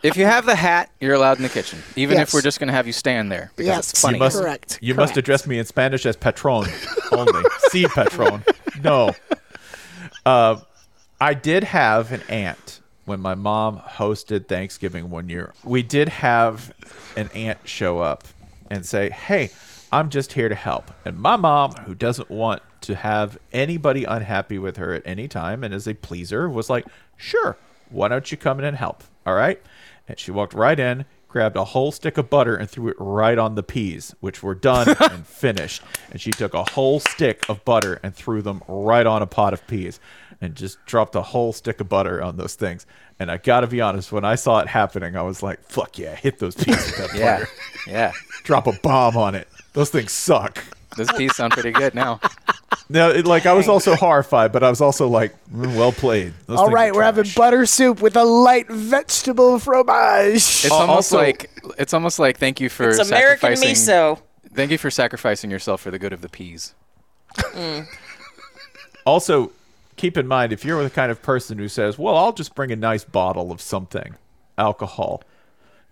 Speaker 5: If you have the hat, you're allowed in the kitchen, even
Speaker 4: Yes.
Speaker 5: if we're just going to have you stand there. because
Speaker 4: Yes,
Speaker 5: it's funny.
Speaker 4: you
Speaker 3: must-
Speaker 4: Correct.
Speaker 3: You
Speaker 4: Correct.
Speaker 3: must address me in Spanish as patron only. si patron. No. Uh, I did have an aunt when my mom hosted Thanksgiving one year. We did have an aunt show up and say, "Hey, I'm just here to help." And my mom, who doesn't want to have anybody unhappy with her at any time and is a pleaser, was like, "Sure, why don't you come in and help?" All right. And she walked right in, grabbed a whole stick of butter, and threw it right on the peas, which were done and finished. And she took a whole stick of butter and threw them right on a pot of peas and just dropped a whole stick of butter on those things. And I got to be honest, when I saw it happening, I was like, fuck yeah, hit those peas with that
Speaker 5: Yeah,
Speaker 3: butter.
Speaker 5: yeah.
Speaker 3: Drop a bomb on it. Those things suck.
Speaker 5: Those peas sound pretty good now.
Speaker 3: No, it, like I was also horrified, but I was also like, mm, well played. Those
Speaker 4: All
Speaker 3: things
Speaker 4: right,
Speaker 3: are
Speaker 4: we're having
Speaker 3: trash.
Speaker 4: butter soup with a light vegetable fromage.
Speaker 5: It's almost
Speaker 3: also-
Speaker 5: like it's almost like thank you for
Speaker 1: It's American
Speaker 5: sacrificing.
Speaker 1: miso.
Speaker 5: Thank you for sacrificing yourself for the good of the peas.
Speaker 3: Also, keep in mind if you're the kind of person who says, "Well, I'll just bring a nice bottle of something, alcohol."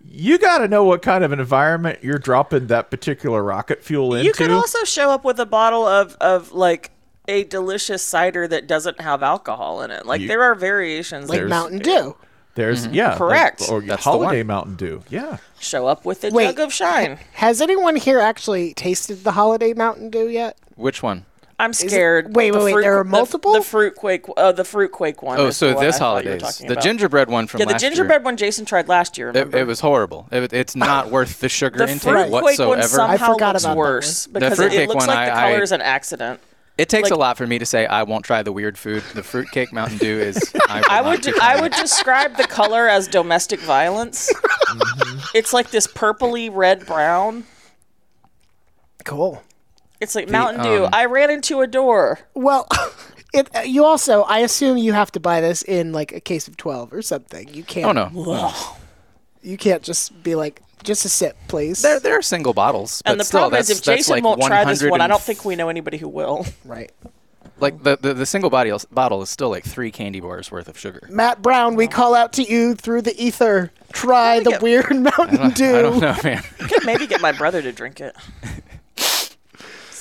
Speaker 3: You got to know what kind of an environment you're dropping that particular rocket fuel into.
Speaker 1: You could also show up with a bottle of, of like a delicious cider that doesn't have alcohol in it. Like
Speaker 3: You-
Speaker 1: there are variations.
Speaker 4: like
Speaker 1: There's-
Speaker 4: Mountain Dew.
Speaker 3: There's yeah, like-
Speaker 1: Correct.
Speaker 3: or
Speaker 5: Mm-hmm. That's the
Speaker 3: holiday
Speaker 5: one.
Speaker 3: Mountain Dew. Yeah.
Speaker 1: show up with a
Speaker 4: Wait.
Speaker 1: jug of shine.
Speaker 4: Has anyone here actually tasted the holiday Mountain Dew yet?
Speaker 5: Which one?
Speaker 1: I'm scared.
Speaker 4: wait,
Speaker 1: The
Speaker 4: wait, wait,
Speaker 1: fruit-
Speaker 4: there are
Speaker 1: the-
Speaker 4: multiple?
Speaker 1: The, fruit quake. Uh, the fruit quake one.
Speaker 5: Oh,
Speaker 1: is
Speaker 5: so
Speaker 1: the one
Speaker 5: this
Speaker 1: I thought you were
Speaker 5: holidays,
Speaker 1: talking
Speaker 5: the
Speaker 1: about.
Speaker 5: gingerbread one from
Speaker 1: Yeah, the
Speaker 5: last year.
Speaker 1: gingerbread one Jason tried last year.
Speaker 5: It,
Speaker 1: Remember?
Speaker 5: it was horrible. It, it's not worth the sugar
Speaker 1: the
Speaker 5: intake
Speaker 1: fruit quake one
Speaker 5: whatsoever.
Speaker 1: somehow
Speaker 4: I forgot
Speaker 1: looks
Speaker 4: about that
Speaker 1: worse
Speaker 5: The
Speaker 1: because
Speaker 5: fruit
Speaker 1: it, it
Speaker 5: cake
Speaker 1: looks
Speaker 5: one,
Speaker 1: like the
Speaker 5: I- I-
Speaker 1: color is an accident.
Speaker 5: It takes
Speaker 1: Like-
Speaker 5: a lot for me to say I won't try the weird food. The fruitcake Mountain Dew is. I, will
Speaker 1: I
Speaker 5: not
Speaker 1: would
Speaker 5: be
Speaker 1: I
Speaker 5: trying
Speaker 1: would
Speaker 5: it. Mm-hmm.
Speaker 1: describe the color as domestic violence. It's like this purpley red brown.
Speaker 4: Cool.
Speaker 1: It's like Mountain
Speaker 5: um,
Speaker 1: Dew. I ran into a door.
Speaker 4: Well, it, uh, you also, I assume you have to buy this in like a case of 12 or something. You can't,
Speaker 5: Oh no,
Speaker 4: you can't just be like, just a sip, please.
Speaker 5: there there are single bottles, but
Speaker 1: and the
Speaker 5: still,
Speaker 1: problem
Speaker 5: that's,
Speaker 1: is, if
Speaker 5: that's
Speaker 1: Jason
Speaker 5: like
Speaker 1: won't try this one, I don't
Speaker 5: 150
Speaker 1: think we know anybody who will.
Speaker 4: right.
Speaker 5: Like the, the, the single bottle bottle is still like three candy bars worth of sugar.
Speaker 4: Matt Brown, we call out to you through the ether. Try the
Speaker 1: get-
Speaker 4: weird Mountain Dew.
Speaker 5: I don't know, man.
Speaker 1: Could maybe get my brother to drink it.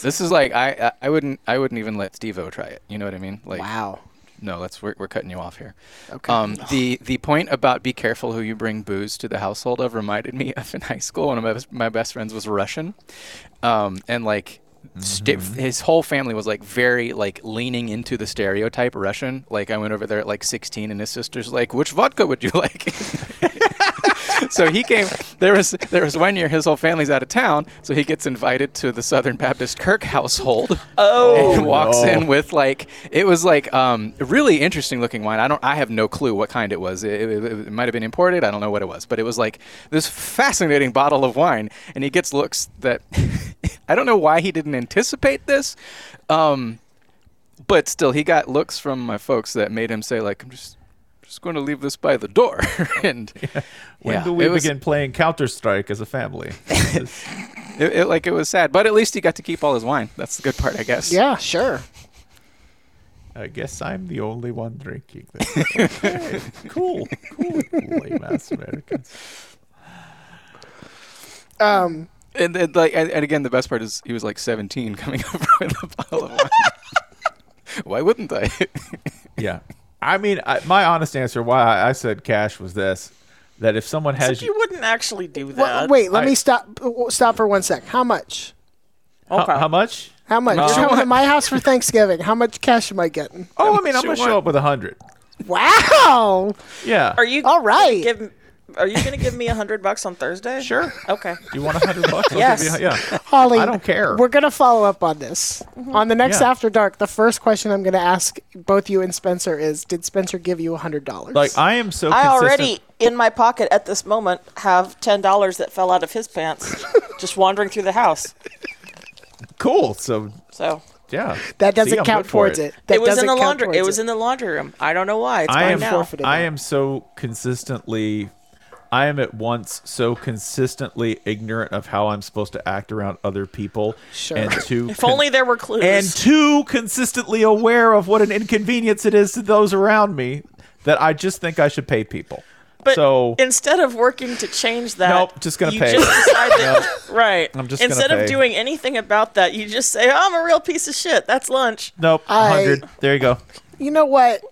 Speaker 5: this is like I, I I wouldn't I wouldn't even let Stevo try it. You know what I mean? Like
Speaker 4: Wow.
Speaker 5: No, that's we're, we're cutting you off here. Okay. Um, the the point about be careful who you bring booze to the household of reminded me of in high school. One of my best, my best friends was Russian, um, and like. st- his whole family was like very like leaning into the stereotype Russian. Like I went over there at like 16, and his sister's like, "Which vodka would you like?" so he came. There was there was one year his whole family's out of town, so he gets invited to the Southern Baptist Kirk household. Oh, and walks in with like it was like um, really interesting looking wine. I don't I have no clue what kind it was. It, it, it might have been imported. I don't know what it was, but it was like this fascinating bottle of wine, and he gets looks that I don't know why he didn't anticipate this. Um, but still, he got looks from my folks that made him say like, "I'm just." Just going to leave this by the door, and
Speaker 3: When
Speaker 5: yeah,
Speaker 3: do we
Speaker 5: it was-
Speaker 3: begin playing Counter Strike as a family?
Speaker 5: It, it, like it was sad, but at least he got to keep all his wine. That's the good part, I guess.
Speaker 4: Yeah, sure.
Speaker 3: I guess I'm the only one drinking this. Okay, cool, cool, lame ass Americans.
Speaker 4: Um,
Speaker 5: And, then like, and, and again, the best part is he was like 17 coming over with a bottle of wine. Why wouldn't I?
Speaker 3: Yeah, I mean, I, my honest answer why I, I said cash was this: that if someone has
Speaker 1: Except you wouldn't actually do that.
Speaker 4: well, wait, let
Speaker 3: I-
Speaker 4: me stop stop for one sec. How much?
Speaker 3: how,
Speaker 1: okay.
Speaker 3: how much?
Speaker 4: How much? You're coming to my house for Thanksgiving. How much cash am I getting?
Speaker 3: Oh, I mean, I'm gonna show up with a hundred.
Speaker 4: Wow.
Speaker 3: Yeah.
Speaker 1: Are you
Speaker 4: All right.
Speaker 1: Give, are you going to give me a hundred bucks on Thursday?
Speaker 3: sure?
Speaker 1: Okay.
Speaker 3: You want a hundred bucks? I'll
Speaker 1: Yes.
Speaker 3: give you a hun- yeah.
Speaker 4: Holly,
Speaker 3: I don't care.
Speaker 4: We're gonna follow up on this
Speaker 1: Mm-hmm.
Speaker 4: on the next
Speaker 3: Yeah.
Speaker 4: After Dark. The first question I'm gonna ask both you and Spencer is: Did Spencer give you hundred dollars?
Speaker 3: Like I am so.
Speaker 1: I
Speaker 3: consistent.
Speaker 1: already in my pocket at this moment have ten dollars that fell out of his pants, just wandering through the house.
Speaker 3: cool. So
Speaker 1: So
Speaker 3: yeah,
Speaker 4: that doesn't
Speaker 3: See, I'm
Speaker 4: count
Speaker 3: good for
Speaker 4: towards it. That
Speaker 1: it was
Speaker 4: doesn't
Speaker 1: in the
Speaker 4: count
Speaker 1: laundry.
Speaker 4: towards
Speaker 1: It was in the laundry room. I don't know why. It's
Speaker 3: I
Speaker 1: mine
Speaker 3: am
Speaker 1: now.
Speaker 4: forfeited
Speaker 3: I
Speaker 4: it.
Speaker 3: am so consistently I am at once so consistently ignorant of how I'm supposed to act around other people.
Speaker 4: Sure.
Speaker 3: And too
Speaker 1: If only there were clues.
Speaker 3: and too consistently aware of what an inconvenience it is to those around me that I just think I should pay people.
Speaker 1: but
Speaker 3: so
Speaker 1: instead of working to change that,
Speaker 3: Nope, just gonna
Speaker 1: you
Speaker 3: pay.
Speaker 1: Just decide that, Right.
Speaker 3: I'm just gonna
Speaker 1: instead
Speaker 3: pay.
Speaker 1: of doing anything about that, you just say, "Oh, "I'm a real piece of shit." That's lunch.
Speaker 3: nope,
Speaker 4: I-
Speaker 3: hundred. There you go.
Speaker 4: You know what?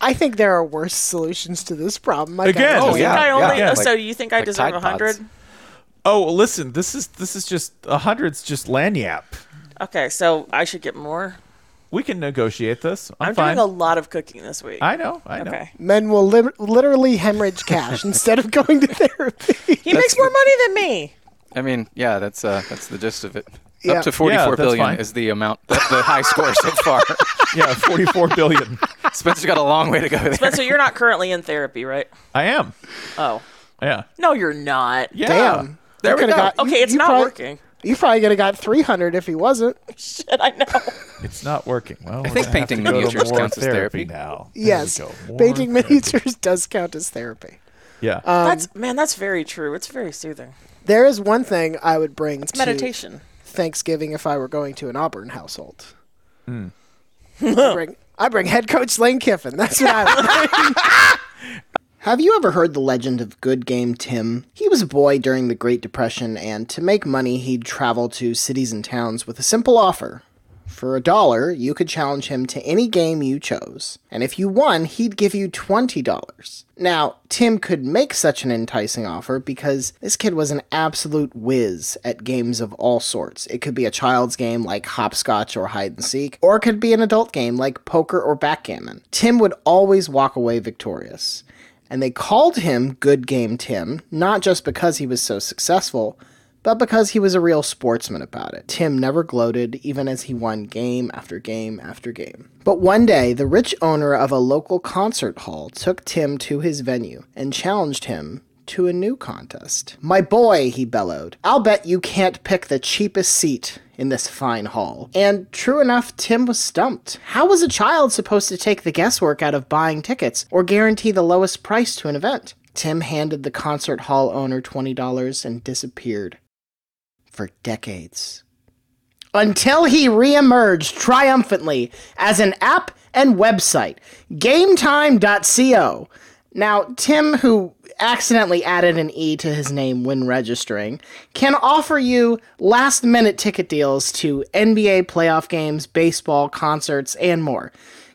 Speaker 4: I think there are worse solutions to this problem. I
Speaker 3: Again.
Speaker 4: gotta
Speaker 3: Oh,
Speaker 4: tell you.
Speaker 5: yeah.
Speaker 1: I only,
Speaker 3: yeah,
Speaker 1: oh,
Speaker 5: like-
Speaker 1: so you think I
Speaker 5: like
Speaker 1: deserve
Speaker 5: Tide
Speaker 1: a hundred?
Speaker 5: Pods.
Speaker 3: Oh, listen, this is this is just a hundred's just lanyap.
Speaker 1: Okay, so I should get more.
Speaker 3: We can negotiate this. I'm,
Speaker 1: I'm
Speaker 3: fine.
Speaker 1: doing a lot of cooking this week.
Speaker 3: I know. I know.
Speaker 1: okay.
Speaker 4: Men will lit- literally hemorrhage cash instead of going to therapy.
Speaker 1: He makes more money than me.
Speaker 5: I mean, yeah, that's uh, that's the gist of it.
Speaker 4: Yeah.
Speaker 5: Up to
Speaker 3: that's
Speaker 5: forty-four billion
Speaker 3: fine.
Speaker 5: is the amount, the, the high score so far.
Speaker 3: Yeah, forty-four billion.
Speaker 5: Spencer's got a long way to go there.
Speaker 1: Spencer, you're not currently in therapy, right?
Speaker 3: I am.
Speaker 1: Oh.
Speaker 3: Yeah.
Speaker 1: No, you're not.
Speaker 3: Yeah.
Speaker 4: Damn.
Speaker 5: There
Speaker 4: You
Speaker 5: we
Speaker 4: coulda
Speaker 5: go.
Speaker 4: you-
Speaker 1: Oh, Okay, it's
Speaker 4: you
Speaker 1: not
Speaker 4: probably-
Speaker 1: working.
Speaker 4: You probably could have got three hundred if he wasn't.
Speaker 1: Shit, I know.
Speaker 3: It's not working. Well, I
Speaker 5: think painting miniatures counts as therapy.
Speaker 3: now. There
Speaker 4: Yes,
Speaker 3: we go. More
Speaker 4: painting
Speaker 3: therapy.
Speaker 4: miniatures does count as therapy.
Speaker 3: Yeah.
Speaker 1: That's man, that's very true. It's very soothing.
Speaker 4: There is one thing I would bring to
Speaker 1: Meditation.
Speaker 4: Thanksgiving if I were going to an Auburn household. I, bring, I bring head coach Lane Kiffin. That's what I would bring.
Speaker 6: Have you ever heard the legend of Good Game Tim? He was a boy during the Great Depression, and to make money, he'd travel to cities and towns with a simple offer. For a dollar, you could challenge him to any game you chose, and if you won, he'd give you $20. Now, Tim could make such an enticing offer because this kid was an absolute whiz at games of all sorts. It could be a child's game like hopscotch or hide and seek, or it could be an adult game like poker or backgammon. Tim would always walk away victorious. And they called him Good Game Tim, not just because he was so successful, but because he was a real sportsman about it. Tim never gloated, even as he won game after game after game. But one day, the rich owner of a local concert hall took Tim to his venue and challenged him to a new contest. My boy, he bellowed, I'll bet you can't pick the cheapest seat in this fine hall. And true enough, Tim was stumped. How was a child supposed to take the guesswork out of buying tickets or guarantee the lowest price to an event? Tim handed the concert hall owner $20 and disappeared for decades. Until he reemerged triumphantly as an app and website, gametime.co. Now, Tim, who accidentally added an E to his name when registering, can offer you last minute ticket deals to NBA playoff games, baseball, concerts, and more.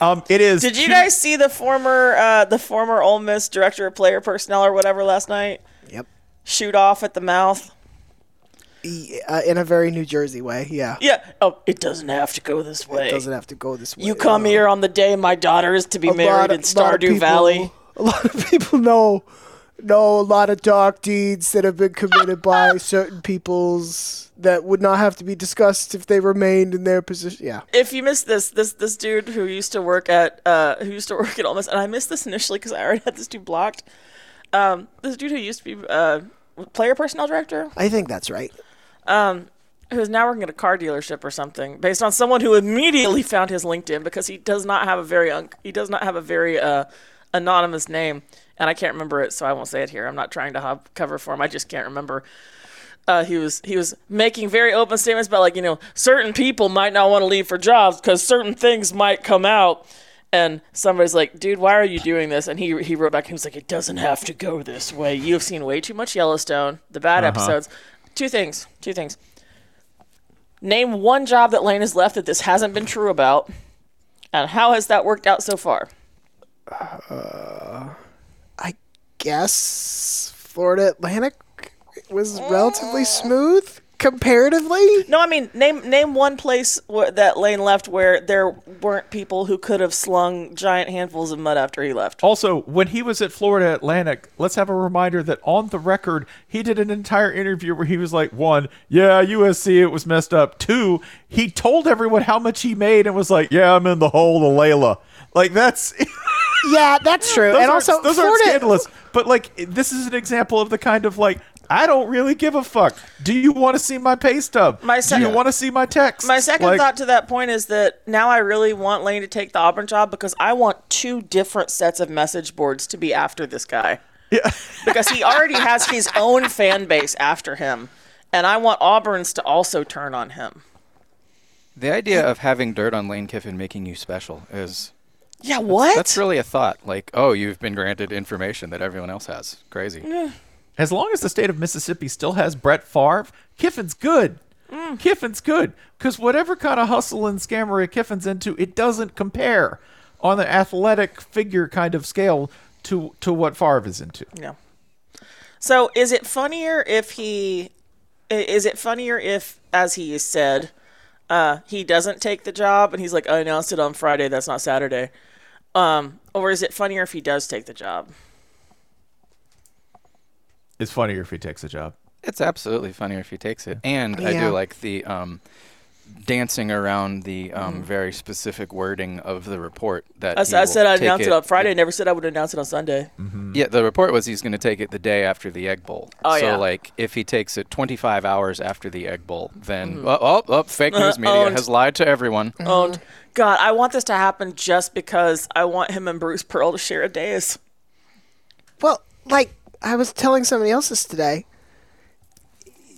Speaker 3: Um, it is.
Speaker 1: Did you
Speaker 3: two-
Speaker 1: guys see the former uh, the former Ole Miss director of player personnel or whatever last night?
Speaker 4: Yep.
Speaker 1: Shoot off at the mouth.
Speaker 4: Uh, in a very New Jersey way, yeah.
Speaker 1: Yeah. Oh, it doesn't have to go this way.
Speaker 4: Doesn't have to go this way.
Speaker 1: you come here on the day my daughter is to be
Speaker 4: A lot
Speaker 1: married
Speaker 4: of-
Speaker 1: in
Speaker 4: lot
Speaker 1: Stardew
Speaker 4: of people-
Speaker 1: Valley.
Speaker 4: A lot of people know know a lot of dark deeds that have been committed by certain peoples that would not have to be discussed if they remained in their position. Yeah.
Speaker 1: If you missed this, this this dude who used to work at uh, who used to work at Ole Miss, and I missed this initially because I already had this dude blocked. Um, this dude who used to be uh, player personnel director.
Speaker 4: I think that's right.
Speaker 1: who's now working at a car dealership or something, based on someone who immediately found his LinkedIn because he does not have a very un- he does not have a very uh, anonymous name, and I can't remember it, so I won't say it here. I'm not trying to hop cover for him. I just can't remember. Uh, he was he was making very open statements about like you know certain people might not want to leave for jobs because certain things might come out. And somebody's like, "Dude, why are you doing this?" And he he wrote back. He was like, "It doesn't have to go this way. You've seen way too much Yellowstone, the bad episodes." Two things. Two things. Name one job that Lane has left that this hasn't been true about, and how has that worked out so far?
Speaker 4: Uh, I guess Florida Atlantic was relatively smooth comparatively.
Speaker 1: No, I mean name name one place wh- that Lane left where there weren't people who could have slung giant handfuls of mud after he left.
Speaker 3: Also, when he was at Florida Atlantic, let's have a reminder that on the record, he did an entire interview where he was like, one, yeah, USC, it was messed up. Two, he told everyone how much he made and was like, yeah, I'm in the hole of Layla. Like, that's.
Speaker 4: Yeah, that's true.
Speaker 3: those
Speaker 4: and
Speaker 3: aren't-
Speaker 4: also
Speaker 3: those aren't
Speaker 4: Florida
Speaker 3: scandalous. But, like, this is an example of the kind of, like, I don't really give a fuck. Do you want to see my pay stub?
Speaker 1: My
Speaker 3: Do
Speaker 1: second-
Speaker 3: you want to see my text?
Speaker 1: My second thought to that point is that now I really want Lane to take the Auburn job because I want two different sets of message boards to be after this guy.
Speaker 3: Yeah.
Speaker 1: because he already has his own fan base after him, and I want Auburn's to also turn on him.
Speaker 5: The idea of having dirt on Lane Kiffin making you special is
Speaker 1: Yeah, what?
Speaker 5: that's really a thought. Like, oh, you've been granted information that everyone else has. Crazy.
Speaker 3: As long as the state of Mississippi still has Brett Favre, Kiffin's good. Kiffin's good because whatever kind of hustle and scammery Kiffin's into, it doesn't compare on the athletic figure kind of scale to to what Favre is into.
Speaker 1: No. So is it funnier if he i- is it funnier if as he said uh he doesn't take the job and he's like I announced it on Friday that's not Saturday. Um or is it funnier if he does take the job?
Speaker 3: It's funnier if he takes a job.
Speaker 5: It's absolutely funnier if he takes it. And I
Speaker 4: Yeah.
Speaker 5: do like the um, dancing around the
Speaker 4: Mm-hmm.
Speaker 5: um, very specific wording of the report that
Speaker 1: I,
Speaker 5: he
Speaker 1: s- I
Speaker 5: will
Speaker 1: said I
Speaker 5: take
Speaker 1: announced it,
Speaker 5: it
Speaker 1: on Friday, I never said I would announce it on Sunday.
Speaker 5: Yeah, the report was he's going to take it the day after the Egg Bowl.
Speaker 1: Oh,
Speaker 5: so,
Speaker 1: yeah.
Speaker 5: like, if he takes it 25 hours after the Egg Bowl, then
Speaker 1: Mm-hmm.
Speaker 5: oh, oh, oh, fake news media
Speaker 1: owned.
Speaker 5: has lied to everyone.
Speaker 1: Owned. God, I want this to happen just because I want him and Bruce Pearl to share a dais.
Speaker 4: Well, like I was telling somebody else this today,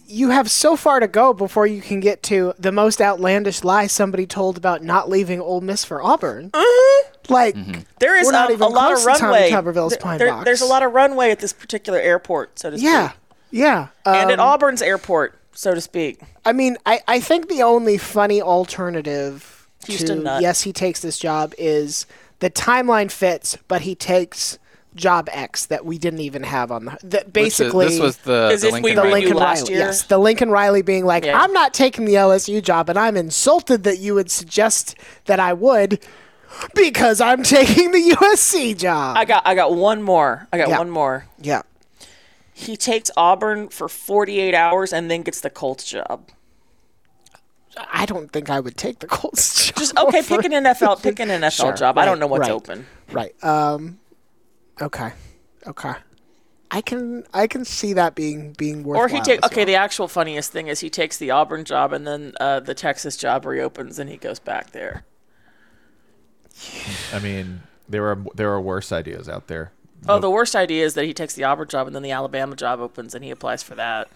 Speaker 4: you have so far to go before you can get to the most outlandish lie somebody told about not leaving Ole Miss for Auburn.
Speaker 1: Uh-huh.
Speaker 4: Like
Speaker 5: Mm-hmm.
Speaker 1: There is
Speaker 4: We're not
Speaker 1: um,
Speaker 4: even
Speaker 1: a lot
Speaker 4: close
Speaker 1: of
Speaker 4: to Tommy
Speaker 1: runway.
Speaker 4: Tuberville's
Speaker 1: There-
Speaker 4: Pine
Speaker 1: there-
Speaker 4: Box.
Speaker 1: There's a lot of runway at this particular airport, so to speak.
Speaker 4: yeah, yeah.
Speaker 1: and at
Speaker 4: um,
Speaker 1: Auburn's airport, so to speak.
Speaker 4: I mean, I, I think the only funny alternative
Speaker 1: Houston
Speaker 4: to
Speaker 1: Nutt.
Speaker 4: yes, he takes this job is the timeline fits, but he takes job X that we didn't even have on the that
Speaker 5: Which is-
Speaker 4: basically
Speaker 5: this was the,
Speaker 1: Is
Speaker 5: the
Speaker 1: if we
Speaker 5: Lincoln
Speaker 1: were
Speaker 4: the
Speaker 1: Riley
Speaker 5: Riley.
Speaker 4: Lincoln
Speaker 1: last
Speaker 4: Riley.
Speaker 1: year?
Speaker 4: Yes, the Lincoln Riley being like,
Speaker 1: Yeah.
Speaker 4: "I'm not taking the LSU job, and I'm insulted that you would suggest that I would, because I'm taking the USC job."
Speaker 1: I got I got one more. I got
Speaker 4: Yeah.
Speaker 1: one more.
Speaker 4: yeah,
Speaker 1: He takes Auburn for 48 hours and then gets the Colts job.
Speaker 4: I don't think I would take the Colts job.
Speaker 1: Just okay,
Speaker 4: over-
Speaker 1: pick an NFL, pick an NFL
Speaker 4: Sure,
Speaker 1: job. I
Speaker 4: right,
Speaker 1: don't know what's
Speaker 4: right.
Speaker 1: open.
Speaker 4: Right. Um. Okay. Okay. I can I can see that being being worthwhile.
Speaker 1: Or he take
Speaker 4: as
Speaker 1: okay. The actual funniest thing is he takes the Auburn job and then uh, the Texas job reopens and he goes back there.
Speaker 3: I mean, there are there are worse ideas out there.
Speaker 1: Oh, the worst idea is that he takes the Auburn job and then the Alabama job opens and he applies for that.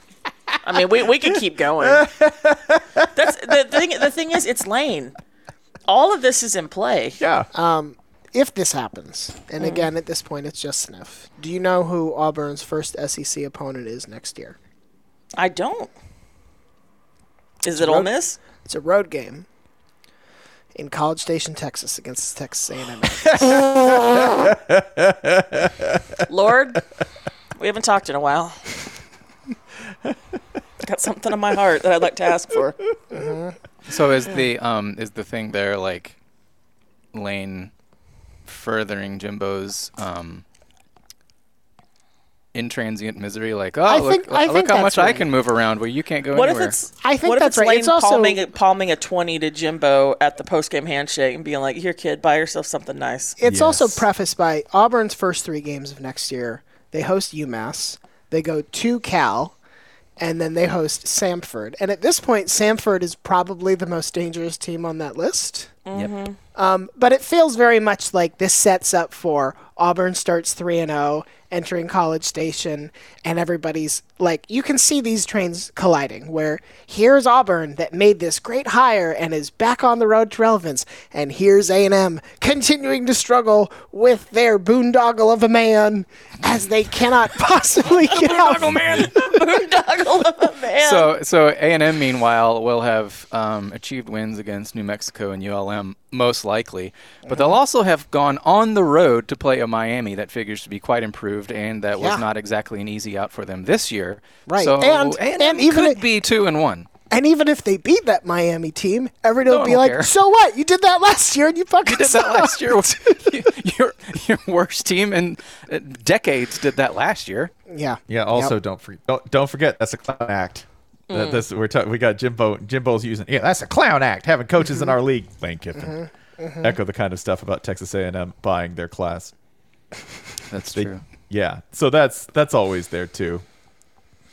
Speaker 1: I mean, we, we could keep going. That's the thing. The thing is, it's Lane. All of this is in play.
Speaker 3: Yeah.
Speaker 4: Uh, Um, if this happens,
Speaker 1: Mm-hmm.
Speaker 4: and again at this point it's just sniff. Do you know who Auburn's first SEC opponent is next year?
Speaker 1: I don't. Is it Ole Miss?
Speaker 4: It's a road game in College Station, Texas, against Texas A&M.
Speaker 1: Lord, we haven't talked in a while. Got something on my heart that I'd like to ask for.
Speaker 5: So is the um is the thing there like Lane furthering Jimbo's um intransient misery like oh
Speaker 4: I
Speaker 5: look,
Speaker 4: think- I
Speaker 5: look
Speaker 4: think
Speaker 5: how
Speaker 4: that's
Speaker 5: much I
Speaker 4: right.
Speaker 5: can move around where you can't go
Speaker 1: What if
Speaker 5: anywhere.
Speaker 1: it's?
Speaker 4: I think
Speaker 1: what if
Speaker 4: that's
Speaker 1: it's
Speaker 4: right.
Speaker 1: Lane
Speaker 4: It's also-
Speaker 1: palming palming a twenty to Jimbo at the post game handshake and being like, "Here, kid, buy yourself something nice."
Speaker 4: It's also
Speaker 3: Yes.
Speaker 4: prefaced by Auburn's first three games of next year. They host UMass, they go to Cal, and then they host Samford. And at this point, Samford is probably the most dangerous team on that list.
Speaker 3: Yep.
Speaker 4: Um, but it feels very much like this sets up for Auburn starts 3 and 0, entering College Station, and everybody's like, you can see these trains colliding. Where here's Auburn that made this great hire and is back on the road to relevance, and here's A&M continuing to struggle with their boondoggle of a man as they cannot possibly get out.
Speaker 1: Boondoggle, man.
Speaker 5: so so A&M meanwhile will have um, achieved wins against New Mexico and ULM most likely, but
Speaker 4: Mm-hmm.
Speaker 5: they'll also have gone on the road to play a Miami that figures to be quite improved and that
Speaker 4: Yeah.
Speaker 5: was not exactly an easy out for them this year.
Speaker 4: Right.
Speaker 5: So
Speaker 4: And-
Speaker 5: A&M
Speaker 4: and even
Speaker 5: could
Speaker 4: it-
Speaker 5: be 2 and 1.
Speaker 4: And even if they beat that Miami team, everybody
Speaker 5: No
Speaker 4: will
Speaker 5: one
Speaker 4: be
Speaker 5: will
Speaker 4: like,
Speaker 5: care.
Speaker 4: so what? You did that last year and you fucking
Speaker 5: did that
Speaker 4: suck."
Speaker 5: last year. your your worst team in uh, decades did that last year.
Speaker 4: Yeah.
Speaker 3: Yeah. Also, don't forget. Don't, don't forget. That's a clown act. That, this we're talking. We got Jimbo. Jimbo's using. Yeah, that's a clown act. Having coaches in our league. Lane Kiffin. Echo the kind of stuff about Texas A&M buying their class.
Speaker 5: That's
Speaker 3: They- Yeah. So that's that's always there too.